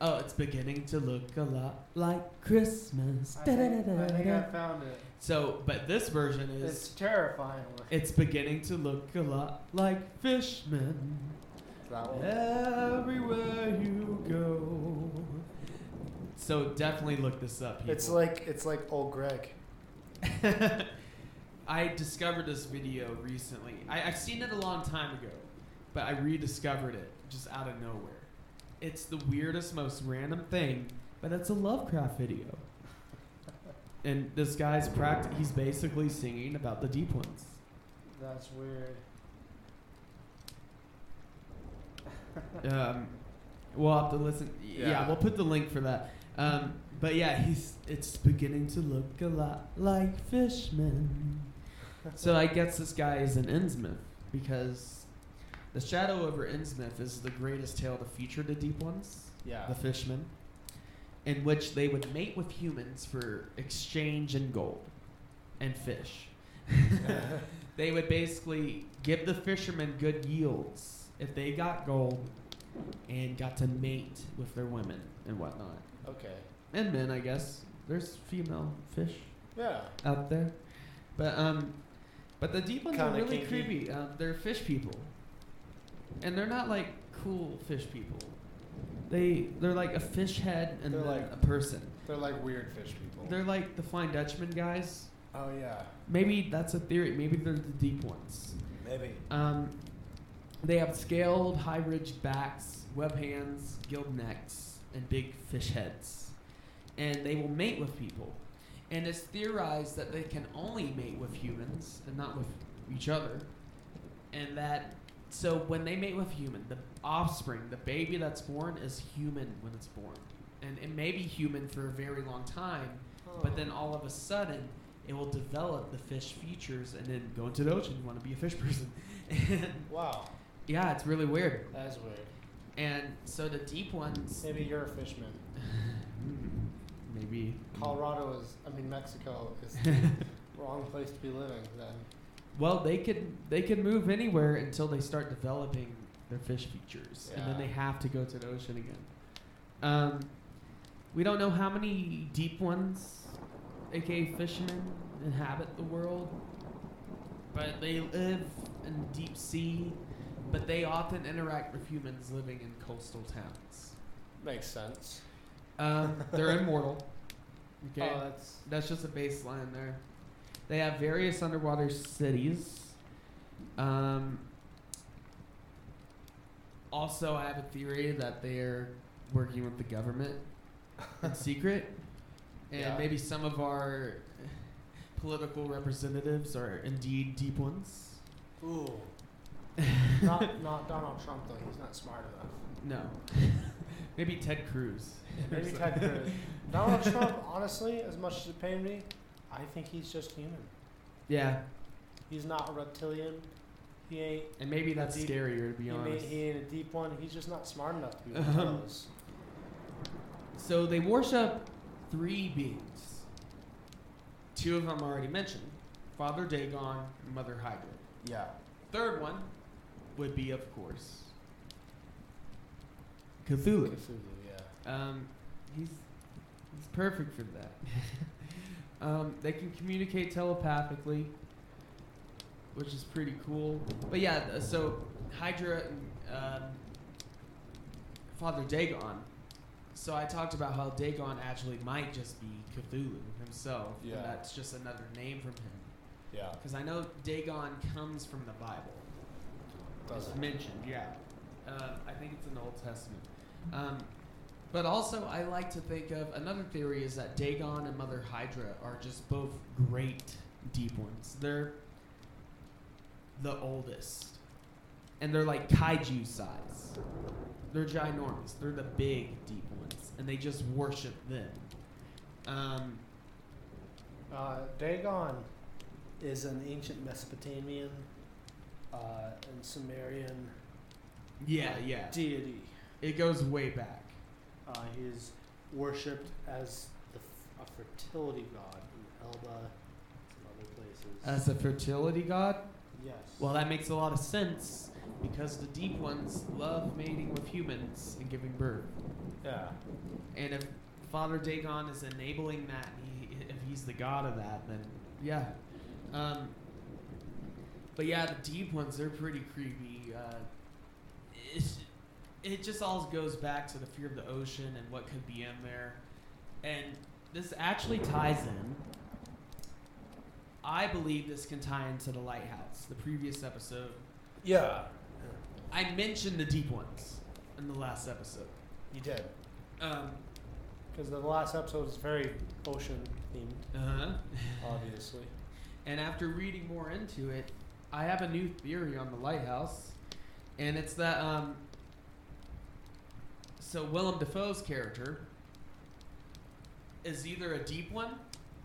Oh, it's beginning to look a lot like Christmas. I think, I think I Da-da-da-da-da. found it. So, but this version is. It's terrifying. It's beginning to look a lot like fishmen. That one. Everywhere you go. So definitely look this up. People. It's like it's like old Greg. [laughs] I discovered this video recently. I, I've seen it a long time ago, but I rediscovered it just out of nowhere. It's the weirdest, most random thing, but it's a Lovecraft video. And this guy's practic- he's basically singing about the deep ones. That's weird. Um, we'll have to listen. Yeah. Yeah. we'll put the link for that. Um, but yeah, he's it's beginning to look a lot like Fishman. so I guess this guy is an Innsmouth because the shadow over Innsmouth is the greatest tale to feature the deep ones, Yeah. the [laughs] Fishman, in which they would mate with humans for exchange in gold and fish. they would basically give the fishermen good yields if they got gold and got to mate with their women and whatnot. [laughs] okay. And men, I guess. There's female fish Yeah. out there. But um but the deep ones are Kinda really kinky. creepy. Um, they're fish people. And they're not like cool fish people. They they're like a fish head and They're then like- a person. They're like weird fish people. They're like the Flying Dutchman guys. oh yeah. Maybe that's a theory. Maybe they're the deep ones. Maybe. Um, they have scaled, high ridged backs, web hands, gilled necks, and big fish heads. And they will mate with people. And it's theorized that they can only mate with humans and not with each other. And that, so when they mate with human, the offspring, the baby that's born, is human when it's born. And it may be human for a very long time, but then all of a sudden, it will develop the fish features and then go into the ocean. You want to be a fish person. and Oh, Wow. yeah, it's really weird. That's weird. And so the deep ones. Maybe you're a fishman. Mm, Maybe. Colorado is. I mean Mexico is [laughs] the wrong place to be living. Then. Well, they could they could move anywhere until they start developing their fish features, and then Yeah. they have to go to the ocean again. Um, we don't know how many deep ones, aka fishermen, inhabit the world, but they live in deep sea. But they often interact with humans living in coastal towns. Makes sense. Um, they're [laughs] immortal. Okay. Oh, that's. That's just a baseline there. They have various underwater cities. Um, also, I have a theory that they're working with the government [laughs] in secret, and Yeah. maybe some of our political representatives are indeed deep ones. Ooh. not not Donald Trump though. He's not smart enough. No, [laughs] maybe Ted Cruz. or Maybe something. Ted Cruz. Donald Trump, honestly, as much as it pained me, I think he's just human. Yeah, He's not a reptilian. He ain't. and maybe that's Deep- scarier to be He, may, honest. he ain't a deep one. He's just not smart enough to be one Um, [laughs] of those. So they worship three beings. Two of them already mentioned Father Dagon and Mother Hydra. Yeah. Third one would be, of course, Cthulhu. yeah. Um, he's, he's perfect for that. [laughs] um, they can communicate telepathically, which is pretty cool. But yeah, th- so Hydra and um, Father Dagon So I talked about how Dagon actually might just be Cthulhu himself. Yeah. Uh. And that's just another name from him. Yeah. Because I know Dagon comes from the Bible. Does it's it? mentioned, yeah. Um, I think it's in the Old Testament. Um, but also, I like to think of another theory is that Dagon and Mother Hydra are just both great deep ones. They're the oldest, and they're like kaiju size. They're ginormous. They're the big deep ones, and they just worship them. Um, Uh, Dagon is an ancient Mesopotamian uh, and Sumerian yeah, yeah. deity. It goes way back. Uh, he is worshipped as the, f- a fertility god in Elba, some other places. As a fertility god, yes. Well, that makes a lot of sense because the deep ones love mating with humans and giving birth. yeah. And if Father Dagon is enabling that, and he, if he's the god of that, then yeah. Um, but yeah, the deep ones, they're pretty creepy. Uh, it's, it just all goes back to the fear of the ocean and what could be in there. And this actually ties in. I believe this can tie into the lighthouse, the previous episode. Yeah. I mentioned the deep ones in the last episode. You did. Um, Because the last episode is very ocean themed, uh huh. obviously. And after reading more into it, I have a new theory on the lighthouse, and it's that um. So Willem Dafoe's character is either a deep one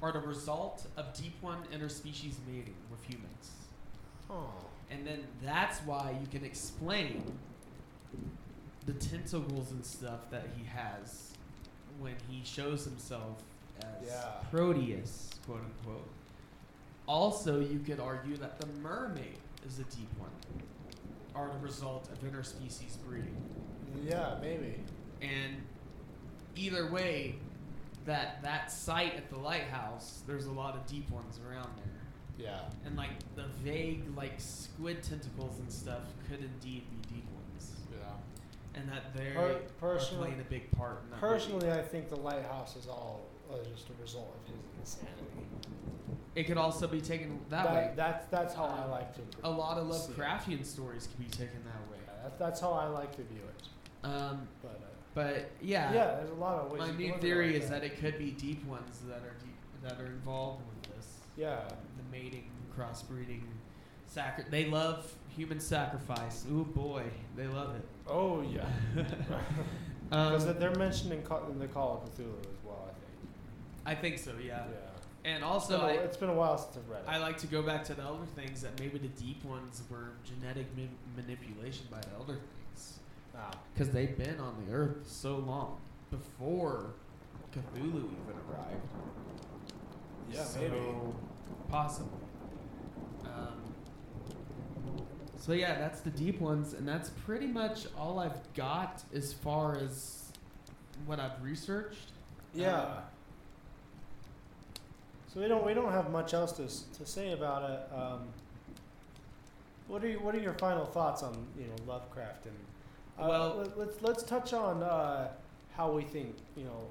or the result of deep one interspecies mating with humans, oh. and then that's why you can explain the tentacles and stuff that he has when he shows himself as Yeah. Proteus, quote unquote. Also, you could argue that the mermaid is a deep one, are the result of interspecies breeding. Yeah, maybe. And either way, that that site at the lighthouse, there's a lot of deep ones around there, Yeah. and like the vague like squid tentacles and stuff could indeed be deep ones, Yeah. and that they Per- are personally- playing a big part. In that movie. Personally, I think the lighthouse is all uh, just a result of his insanity. it could also be taken that, that, way. Oh. That's that's how I like to. a lot of see it. Lovecraftian stories could be taken that Yeah, way. that, that's how I like to view it. Um, But uh, but yeah. there's a lot of ways. My you can new look at it theory like is that it could be deep ones that are deep, that are involved with this. Yeah. The mating, crossbreeding, sacri- they love human sacrifice. Ooh boy, they love it. Oh [laughs] yeah. Because Um, they're mentioned in, Ca- in the Call of Cthulhu as well. I think. I think so, yeah. Yeah. And also, It's been a- I, it's been a while since I've read it. I like to go back to the elder things that maybe the deep ones were genetic ma- manipulation by the elder things. Ah. because they've been on the earth so long before Cthulhu even arrived. Yeah, so uh, maybe. Possibly. Um, so yeah, that's the deep ones, and that's pretty much all I've got as far as what I've researched. Yeah. Um, So we don't we don't have much else to s- to say about it. Um, what are you, what are your final thoughts on you know Lovecraft and uh, Well- let, let's let's touch on uh, how we think you know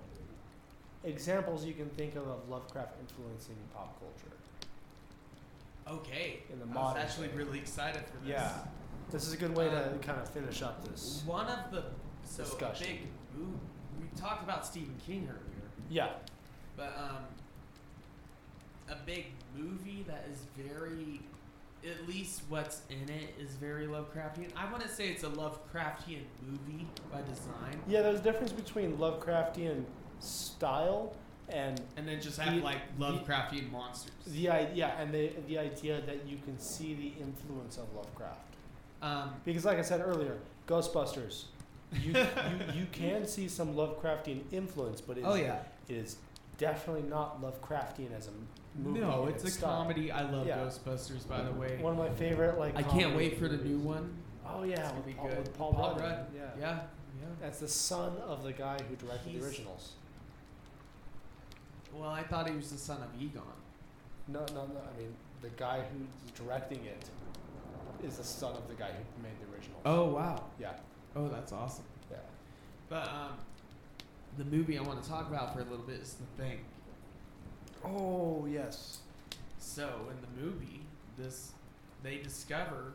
examples you can think of of Lovecraft influencing pop culture. okay. In the I was modern actually day. really excited for this. Yeah, this is a good way to Um, kind of finish up this. One of the so a Discussion. big ooh, we talked about Stephen King earlier. Yeah, But um, a big movie that is very, at least what's in it is very Lovecraftian. I wouldn't say it's a Lovecraftian movie by design, yeah. There's a difference between Lovecraftian style and and then just have The- like the- Lovecraftian monsters. the idea and the the idea that you can see the influence of Lovecraft. Um, Because, like I said earlier, Ghostbusters, you, you, you can see some Lovecraftian influence, but it is, [laughs] oh yeah, it is definitely not Lovecraftian as a m- movie. no, and it's a style. comedy. I love Yeah. Ghostbusters, by the way. One of my favorite, like. I can't comedy wait for the new movies. one. Oh yeah, gonna be with Paul, good. with Paul, Paul Rudd. Rudd, Yeah. Yeah, yeah. that's the son of the guy who directed He's- the originals. Well, I thought he was the son of Egon. No, no, no. I mean, the guy who's directing it is the son of the guy who made the originals. Oh wow. Yeah, Oh, that's awesome. yeah. But um, the movie I want to talk about for a little bit is The Thing. Oh yes. So in the movie, this they discover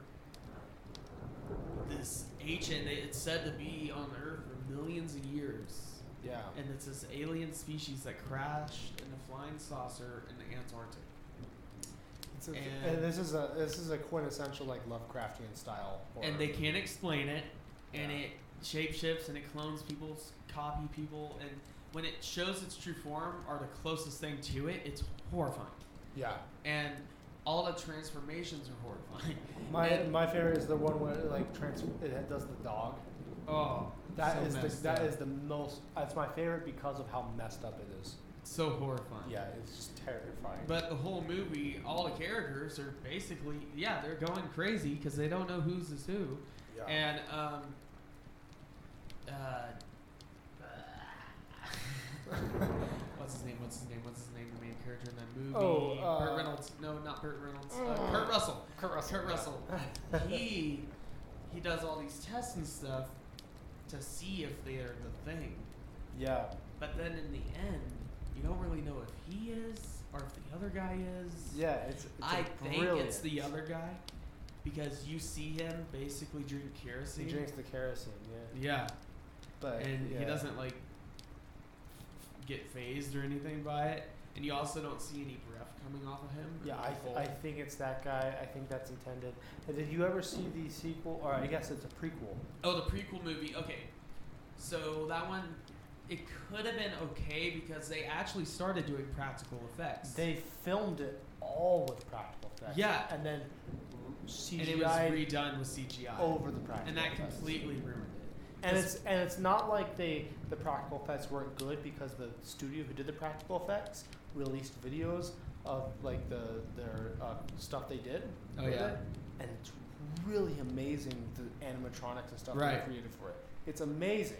this ancient. they- It's said to be on Earth for millions of years, Yeah. and it's this alien species that crashed in a flying saucer in the Antarctic. It's a- And- and this is a this is a quintessential like Lovecraftian style. Horror. and they can't explain it, and Yeah. it shapeshifts and it clones people, s- copy people, and when it shows its true form or the closest thing to it, it's horrifying. yeah. And all the transformations are horrifying. My And- my favorite is the one where it, like trans it does the dog. oh, That so is messed the that up. is the most. That's my favorite because of how messed up it is. so horrifying. Yeah, it's just terrifying. But the whole movie, all the characters are basically, yeah, they're going crazy because they don't know who's is who. And, um, uh, [laughs] what's his name? What's his name? What's his name? The main character in that movie? Oh, uh, Burt Reynolds. No, not Burt Reynolds. Uh, Ugh. Kurt Russell. Kurt Russell. Kurt Russell. he he does all these tests and stuff to see if they are the thing. Yeah. But then in the end, you don't really know if he is or if the other guy is. Yeah. It's. it's I a think brilliant. it's the other guy because you see him basically drink He kerosene. drinks the kerosene. Yeah. yeah, But and yeah. he doesn't like get phased or anything by it. And you also don't see any breath coming off of him. Yeah, I, th- I think it's that guy. I think that's intended. And did you ever see the sequel? Or I guess it's a prequel. Oh, the prequel movie. Okay, so that one, it could have been okay because they actually started doing practical effects. They filmed it all with practical effects. Yeah. And then and it was CGI redone with CGI, over the practical and that effects. completely ruined it. And it's and it's not like they the practical effects weren't good because the studio who did the practical effects released videos of like the their uh, stuff they did. Oh, with yeah. it, and it's really amazing the animatronics and stuff they Right. created for it. It's amazing.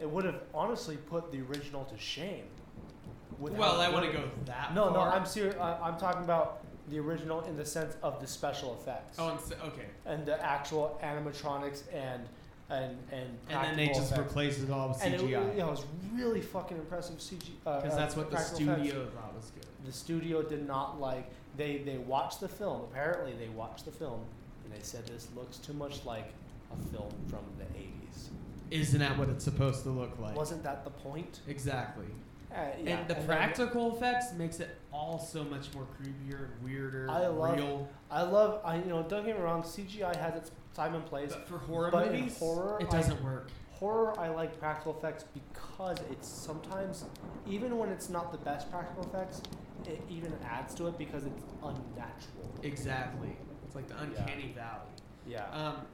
It would have honestly put the original to shame. with how Well, I want to good- go that. No, no, far. I'm serious. I'm talking about the original in the sense of the special effects Oh, I'm so, okay. and the actual animatronics and and and And then they practical just effects. replaced it all with And it, CGI. yeah, it was really fucking impressive uh, CG. Because Because that's what the studio thought was good. The studio did not like. They they watched the film. Apparently, they watched the film and they said this looks too much like a film from the '80s. Isn't that what it's supposed to look like? Wasn't that the point? exactly. Uh, yeah. And the then practical effects makes it all so much more creepier and weirder. I and love- real. I love. I you know don't get me wrong. CGI has its time and place. But for horror but in movies, horror, it I- doesn't work. Horror, I like practical effects because it's sometimes, even when it's not the best practical effects, it even adds to it because it's unnatural. Exactly. It's like the uncanny Yeah. valley. Um,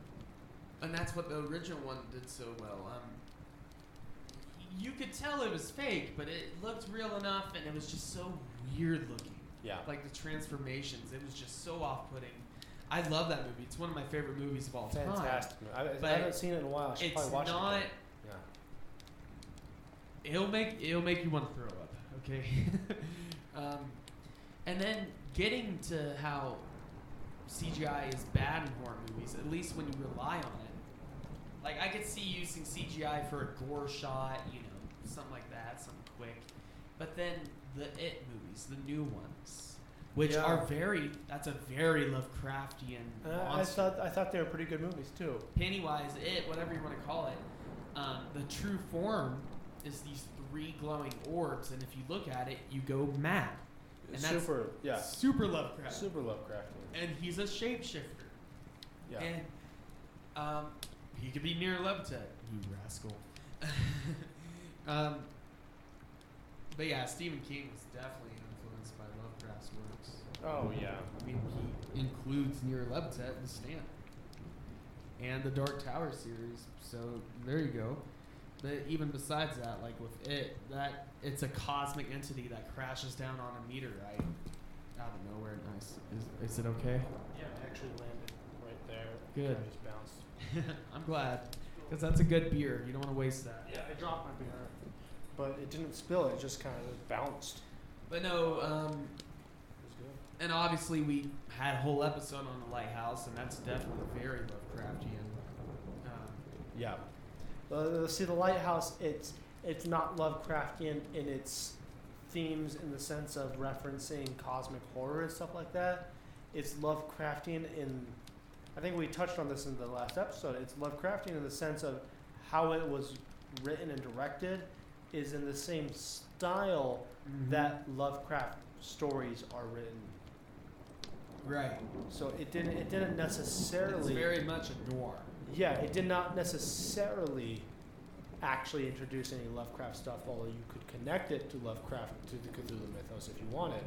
and that's what the original one did so well. Um, you could tell it was fake, but it looked real enough, and it was just so weird looking. yeah. Like the transformations, it was just so off-putting. I love that movie. It's one of my favorite movies of all time. Fantastic. I, I But haven't seen it in a while. I should It's probably watch not. it. again. it'll make it'll make you want to throw up. Okay, [laughs] um, and then getting to how CGI is bad in horror movies, at least when you rely on it. Like I could see using CGI for a gore shot, you know, something like that, something quick. But then the It movies, the new ones, which Yeah. are very that's a very Lovecraftian. Yeah. And I- I monster. thought I thought they were pretty good movies too. Pennywise, it, whatever you want to call it, um, the true form is these three glowing orbs, and if you look at it, you go mad. And that's- super. Yeah. Super Lovecraft. Super Lovecraftian. and he's a shapeshifter. Yeah. And um, he could be near Levitad. You rascal. [laughs] um, but yeah, Stephen King was definitely influenced by Lovecraft's works. oh yeah. I mean, he includes Near Levitat and Stamp. And the Dark Tower series. So there you go. But even besides that, like with it, that it's a cosmic entity that crashes down on a meteorite out of nowhere. Nice. Is, is it okay? Yeah. It actually landed right there. Good. I just bounced. I'm glad. Because that's a good beer. You don't want to waste that. Yeah, I dropped my beer, but it didn't spill. It just kind of bounced. But no, um, It was good. and obviously we had a whole episode on the lighthouse, and that's definitely very Lovecraftian. Um, Yeah. Uh, see the lighthouse. It's it's not Lovecraftian in its themes in the sense of referencing cosmic horror and stuff like that. It's Lovecraftian in, I think we touched on this in the last episode. It's Lovecraftian in the sense of how it was written and directed is in the same style that Lovecraft stories are written. right. So it didn't it didn't It's necessarily very much a noir. yeah, it did not necessarily actually introduce any Lovecraft stuff, although you could connect it to Lovecraft, to the Cthulhu mythos if you wanted.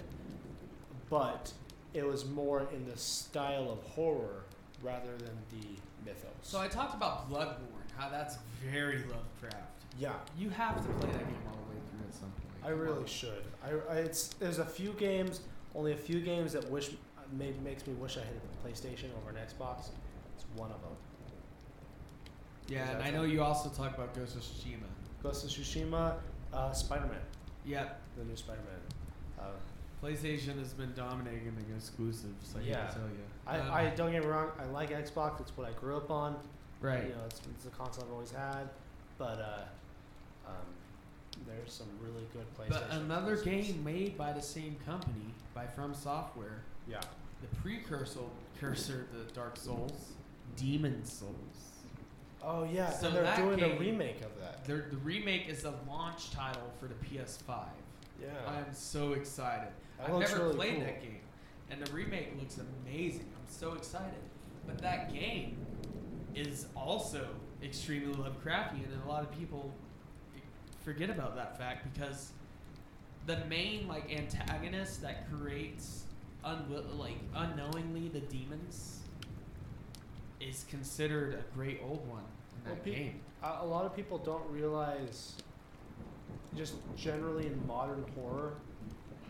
But it was more in the style of horror rather than the mythos. So I talked about Bloodborne, how that's very Lovecraft. yeah, You have to play that game all the way through at some point. I really should. I, I it's there's a few games, only a few games that wish maybe makes me wish I had a PlayStation over an Xbox. It's one of them. Yeah, and I know you also talk about Ghost of Tsushima. Ghost of Tsushima, uh, Spider-Man, Yep. the new Spider-Man. Uh, PlayStation has been dominating the exclusives. I Yeah. can tell you. I, Um, I don't get me wrong. I like Xbox. It's what I grew up on. right. You know, it's, it's the console I've always had. But uh, um, there's some really good PlayStation. But another consoles. game made by the same company, by From Software, Yeah. the precursor cursor to Dark Souls, Demon Souls. Oh yeah, So and they're that doing a game- remake of that. The, the remake is the launch title for the PS5. Yeah. I'm so excited. That I've looks never really played cool. that game, and the remake looks amazing. I'm so excited. But that game is also extremely Lovecraftian, and a lot of people forget about that fact because the main like antagonist that creates unwi- like unknowingly the demons is considered a great old one in Well, that pe- game. a, a lot of people don't realize, just generally in modern horror,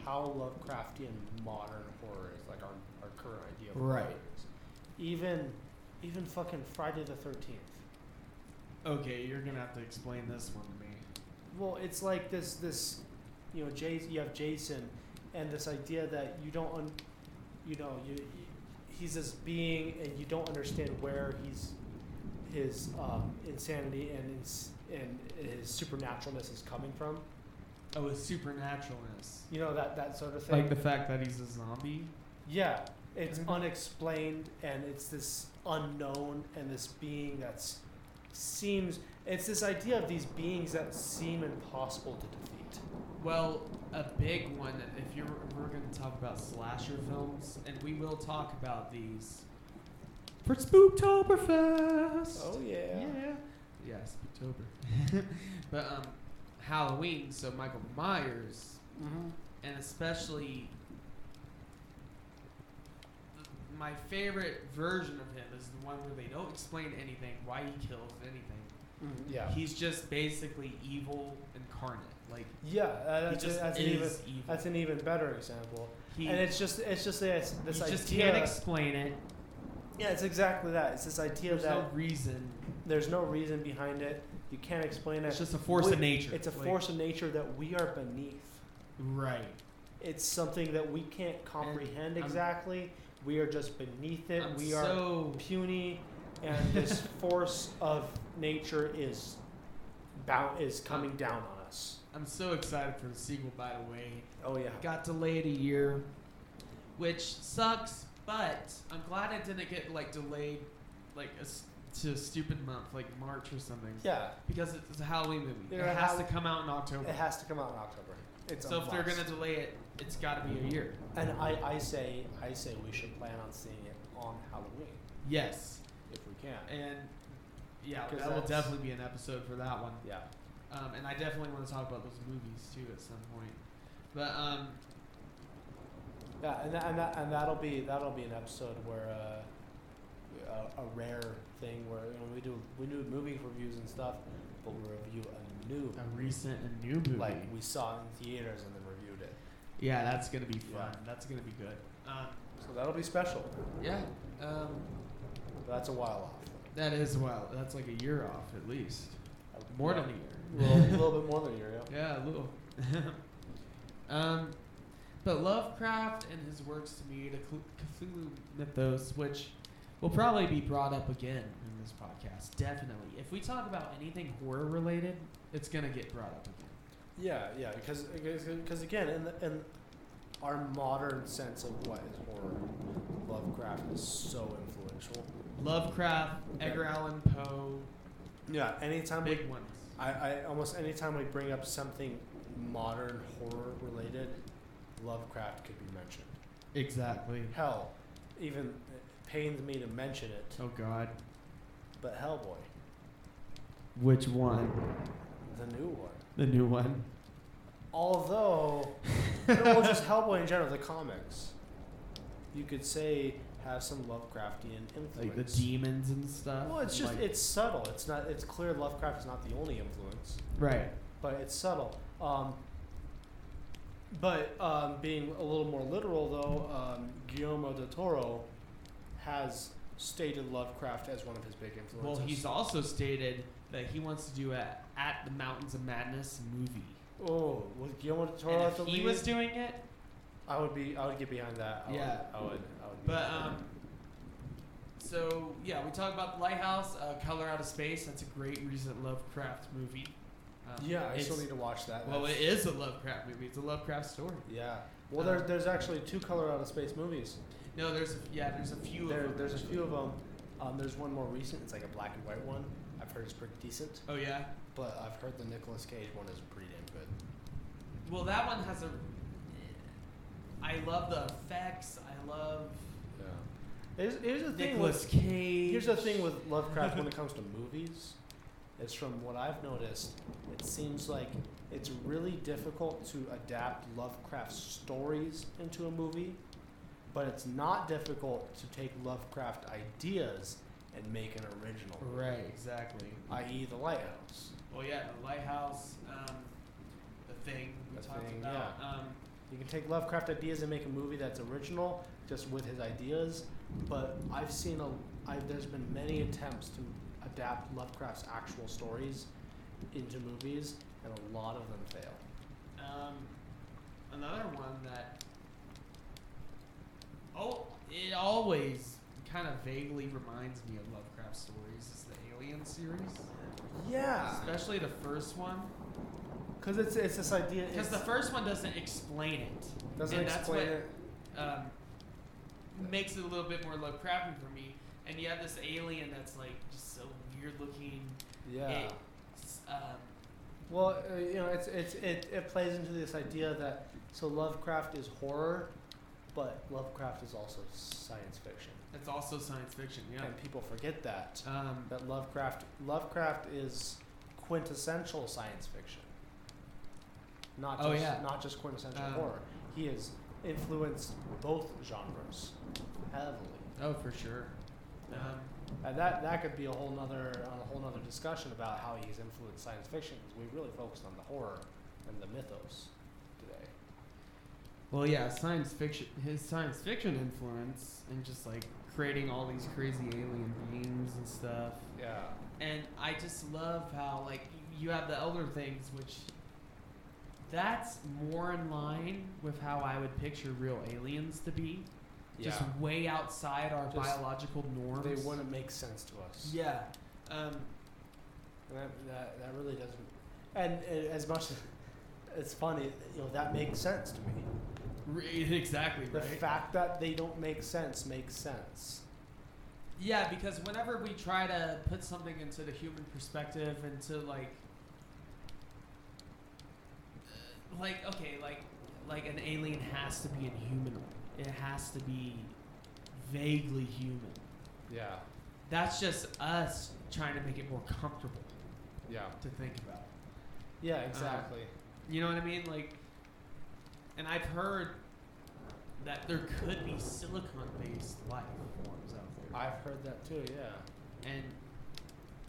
how Lovecraftian modern horror is, like our, our current idea of horror Right. is. Even, even fucking Friday the 13th. Okay, you're gonna have to explain this one to me. Well, it's like this, this, you know, Jason, you have Jason, and this idea that you don't, un, you know, you, he's this being, and you don't understand where he's his um, insanity and his, and his supernaturalness is coming from. Oh, his supernaturalness. You know that that sort of thing. Like the fact that he's a zombie. yeah, Mm-hmm. it's Mhm. unexplained and it's this unknown and this being that's seems. It's this idea of these beings that seem impossible to defeat. Well, a big one. If you're we're going to talk about slasher films, and we will talk about these For Spooktoberfest. Oh, yeah. Yeah, Spooktober. [laughs] But um, Halloween, so Michael Myers, Mm-hmm. and especially my favorite version of him is the one where they don't explain anything, why he kills anything. yeah. He's just basically evil incarnate. Like Yeah. uh, he that's, just that's an is even evil. that's an even better example. he and it's just it's just this you this just idea. can't explain it. yeah, it's exactly that. It's this idea There's that no reason. there's no reason behind it. You can't explain it. It's just a force We- of nature. it's a Like, force of nature that we are beneath. right. It's something that we can't comprehend I'm- exactly. We are just beneath it. I'm we are so puny, and this [laughs] force of nature is bound is coming down on us. I'm so excited for the sequel. By the way, Oh yeah. got delayed a year, which sucks. But I'm glad it didn't get like delayed, like a s to a stupid month, like March or something, Yeah, because it's, it's a Halloween movie. Yeah, it has Hall- to come out in October. it has to come out in October. It's so a if they're must. gonna delay it, it's got to be a year. and I, I say I say we should plan on seeing it on Halloween Yes. if we can. And yeah, Because that will that's- definitely be an episode for that one. Yeah. Um, and I definitely want to talk about those movies too at some point. But um, Yeah, and that, and that and that'll be that'll be an episode where uh, a, a rare thing where you know, we do we do movie reviews and stuff, but we review a new A recent and new movie. like we saw it in theaters and then reviewed it. yeah, that's gonna be fun. Yeah. That's gonna be good. um, So that'll be special. yeah, um, But that's a while off. That is well. That's like a year off at least. More than a year. a little, little bit more than a year. Yeah. Yeah, a little. [laughs] Um, but Lovecraft and his works to me, the Cth- Cthulhu mythos, which will probably be brought up again in this podcast. Definitely. If we talk about anything horror related, it's going to get brought up again. [laughs] Yeah, yeah, because because again, in the, in our modern sense of what is horror, Lovecraft is so influential. Lovecraft, Edgar Allan Poe, Yeah, anytime we, big ones. I, I almost anytime we bring up something modern horror related, Lovecraft could be mentioned. Exactly. Hell, even it pains me to mention it, Oh God. but Hellboy, Which one? the new one. The new one. [laughs] Although, well, just Hellboy in general, the comics, you could say have some Lovecraftian influence. Like the demons and stuff. Well, it's just like- it's subtle. It's not. It's clear Lovecraft is not the only influence, right. but it's subtle. Um, but um, being a little more literal, though, um, Guillermo del Toro has stated Lovecraft as one of his big Well, influences. he's also stated that he wants to do a At the Mountains of Madness movie. oh, with Guillermo del Toro And at the if he lead, was doing it, I would be. I would get behind that. I Yeah. Would, I would. I would. be But behind um, so yeah, we talked about the lighthouse, uh, color out of space. That's a great recent Lovecraft movie. that. Um, yeah, I it's- still need to watch that. Well, it That's- is a Lovecraft movie. It's a Lovecraft story. Yeah. Well, there, Um, there's actually two Color Out of Space movies. No, there's yeah, there's a few of There, them. there's a actually. few of them. Um, there's one more recent. It's like a black and white one. I've heard it's pretty decent, Oh yeah. but I've heard the Nicolas Cage one is pretty damn good. Well, that one has a. I love the effects. I love Yeah. Here's, here's the thing. Nicolas With, Cage. here's the thing with [laughs] Lovecraft when it comes to movies, is from what I've noticed, it seems like it's really difficult to adapt Lovecraft stories into a movie, but it's not difficult to take Lovecraft ideas and make an original. Right. Exactly. I.e. e The Lighthouse. Well, yeah, the lighthouse, um, the thing we The talked Thing, about. Um, You can take Lovecraft ideas and make a movie that's original, just with his ideas. But I've seen a, I, there's been many attempts to adapt Lovecraft's actual stories into movies, and a lot of them fail. Um, another one that oh, it always kind of vaguely reminds me of Lovecraft stories is the Alien series, Yeah, especially the first one, because it's it's this idea. because it's- the first one doesn't explain it. doesn't and that's explain what- it. Um, makes it a little bit more Lovecraftian for me. And you have this alien that's like just so weird looking. Yeah. It, s- um, Well, uh, you know, it's it's it, it plays into this idea that so Lovecraft is horror, but Lovecraft is also science fiction, it's also science fiction. Yeah. and people forget that. Um, that Lovecraft Lovecraft is quintessential science fiction. Not just Oh, yeah. not just quintessential Um, horror. He has influenced both genres heavily. oh, for sure. Um, And that that could be a whole nother on a whole nother discussion about how he's influenced science fiction because we really focused on the horror and the mythos today. Well, yeah, science fiction. His science fiction influence and just like creating all these crazy alien beings and stuff. Yeah. and I just love how like you have the Elder Things, which that's more in line with how I would picture real aliens to be. Just way outside our Just- biological norms. They wouldn't make sense to us. Yeah. Um, And That, that, that really doesn't. And, uh, as much as [laughs] it's funny, you know, that makes sense to me. re- [laughs] exactly The right. fact that they don't make sense makes sense. Yeah, because whenever we try to put something into the human perspective, into like, like okay, like like an alien has to be inhumanoid. It has to be vaguely human. Yeah, That's just us trying to make it more comfortable yeah, to think about. Uh, yeah, exactly. You know what I mean? Like, and I've heard that there could be silicon-based life forms out there, I've heard that too. Yeah, and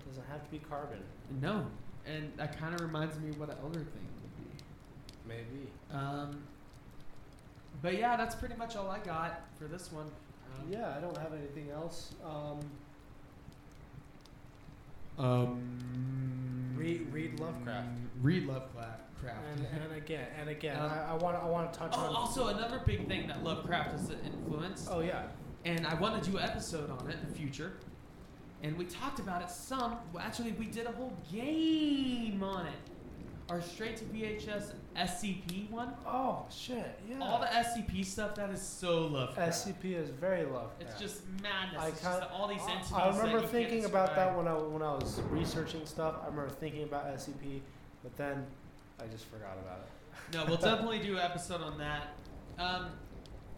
doesn't have to be carbon. No, and that kind of reminds me of what an elder thing would be. Maybe. Um, but yeah, that's pretty much all I got for this one. Um, Yeah, I don't have anything else. Um, Um. Read- read Lovecraft. Read Lovecraft. Craft. [laughs] and, and again, and again, Um, I, I want I want to touch Oh, on. also another big thing that Lovecraft has influenced oh yeah, and I want to do an episode on it in the future. And we talked about it some. Well, actually, we did a whole game on it. Our straight to VHS SCP E one. Oh shit! Yeah. All the SCP stuff that is so Lovecraft. SCP is very loved. It's just madness. I It's can't- just all these I- entities. I remember that you thinking can't about that describe. when I when I was researching stuff. I remember thinking about SCP, but then I just forgot about it. No, we'll definitely do an episode on that. Um,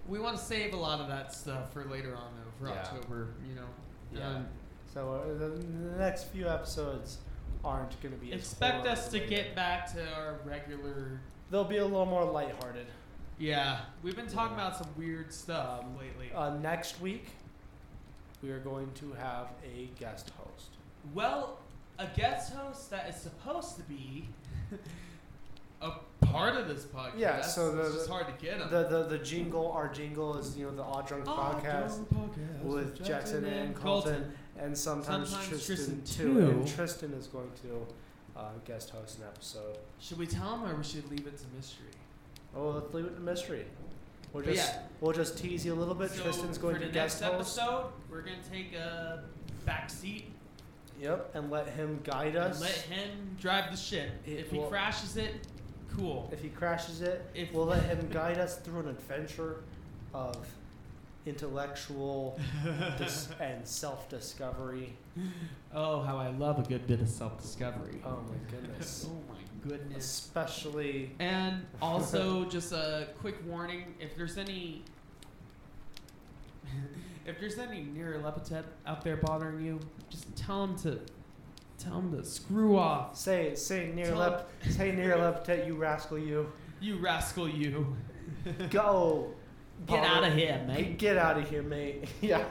we want to save a lot of that stuff for later on, though, for Yeah. October. You know, Yeah. um, So uh, the, the next few episodes aren't going to be. as expect horror us to related. get back to our regular. They'll be a little more lighthearted. Yeah, we've been talking Yeah. about some weird stuff Um, lately. Uh, next week, we are going to have a guest host. well, a guest host that is supposed to be [laughs] a part of this podcast. Yeah, so the- it's just hard to get him. The the, the jingle, our jingle is you know the Odd Oh, Drunk podcast with Jackson, and Colton, and sometimes, Sometimes Tristan, Tristan too. And too. Tristan is going to uh, guest host an episode. Should we tell him or we should leave it to mystery? Oh, let's leave it to mystery. We'll But just yeah. we'll just tease you a little bit. so Tristan's going for to the guest next host. episode, we're gonna take a back seat Yep, and let him guide us. and let him drive the ship. It- if he well- crashes it, cool. if he crashes it, If- we'll let [laughs] him guide us through an adventure of [laughs] intellectual dis- and self-discovery. Oh, how I love a good bit of self-discovery. Oh my goodness. Oh my goodness. Especially [laughs] And also, just a quick warning: if there's any, [laughs] if there's any Nyarlathotep out there bothering you, just tell him to, tell him to screw off. say say near Tell- left say [laughs] near left you rascal you. You rascal, you. Go Get Bobby. out of here, mate. Get out of here, mate. [laughs] [laughs] yeah.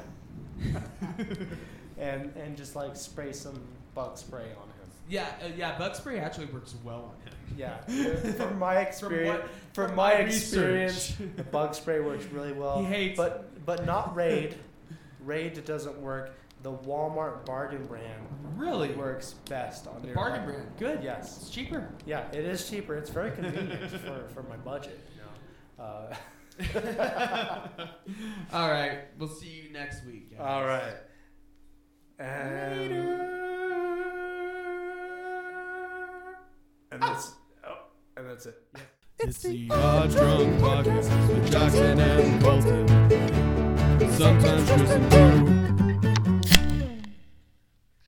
and and just like spray some bug spray on him. Yeah, uh, yeah. Bug spray actually works well on him. [laughs] Yeah. From my experience, what- from, from my, my experience, the bug spray works really well. He hates but but [laughs] not Raid. Raid doesn't work. The Walmart bargain brand Really? [laughs] works best on The their bargain own. brand. Good. Yes. It's [laughs] cheaper. [laughs] Yeah, it is cheaper. It's very convenient for, for my budget. You know? uh, [laughs] All right. We'll see you next week. guys. All right. And And that's oh, and that's it. It's the Odd Drunk Podcast with Jackson and Colton. Sometimes Tristan too.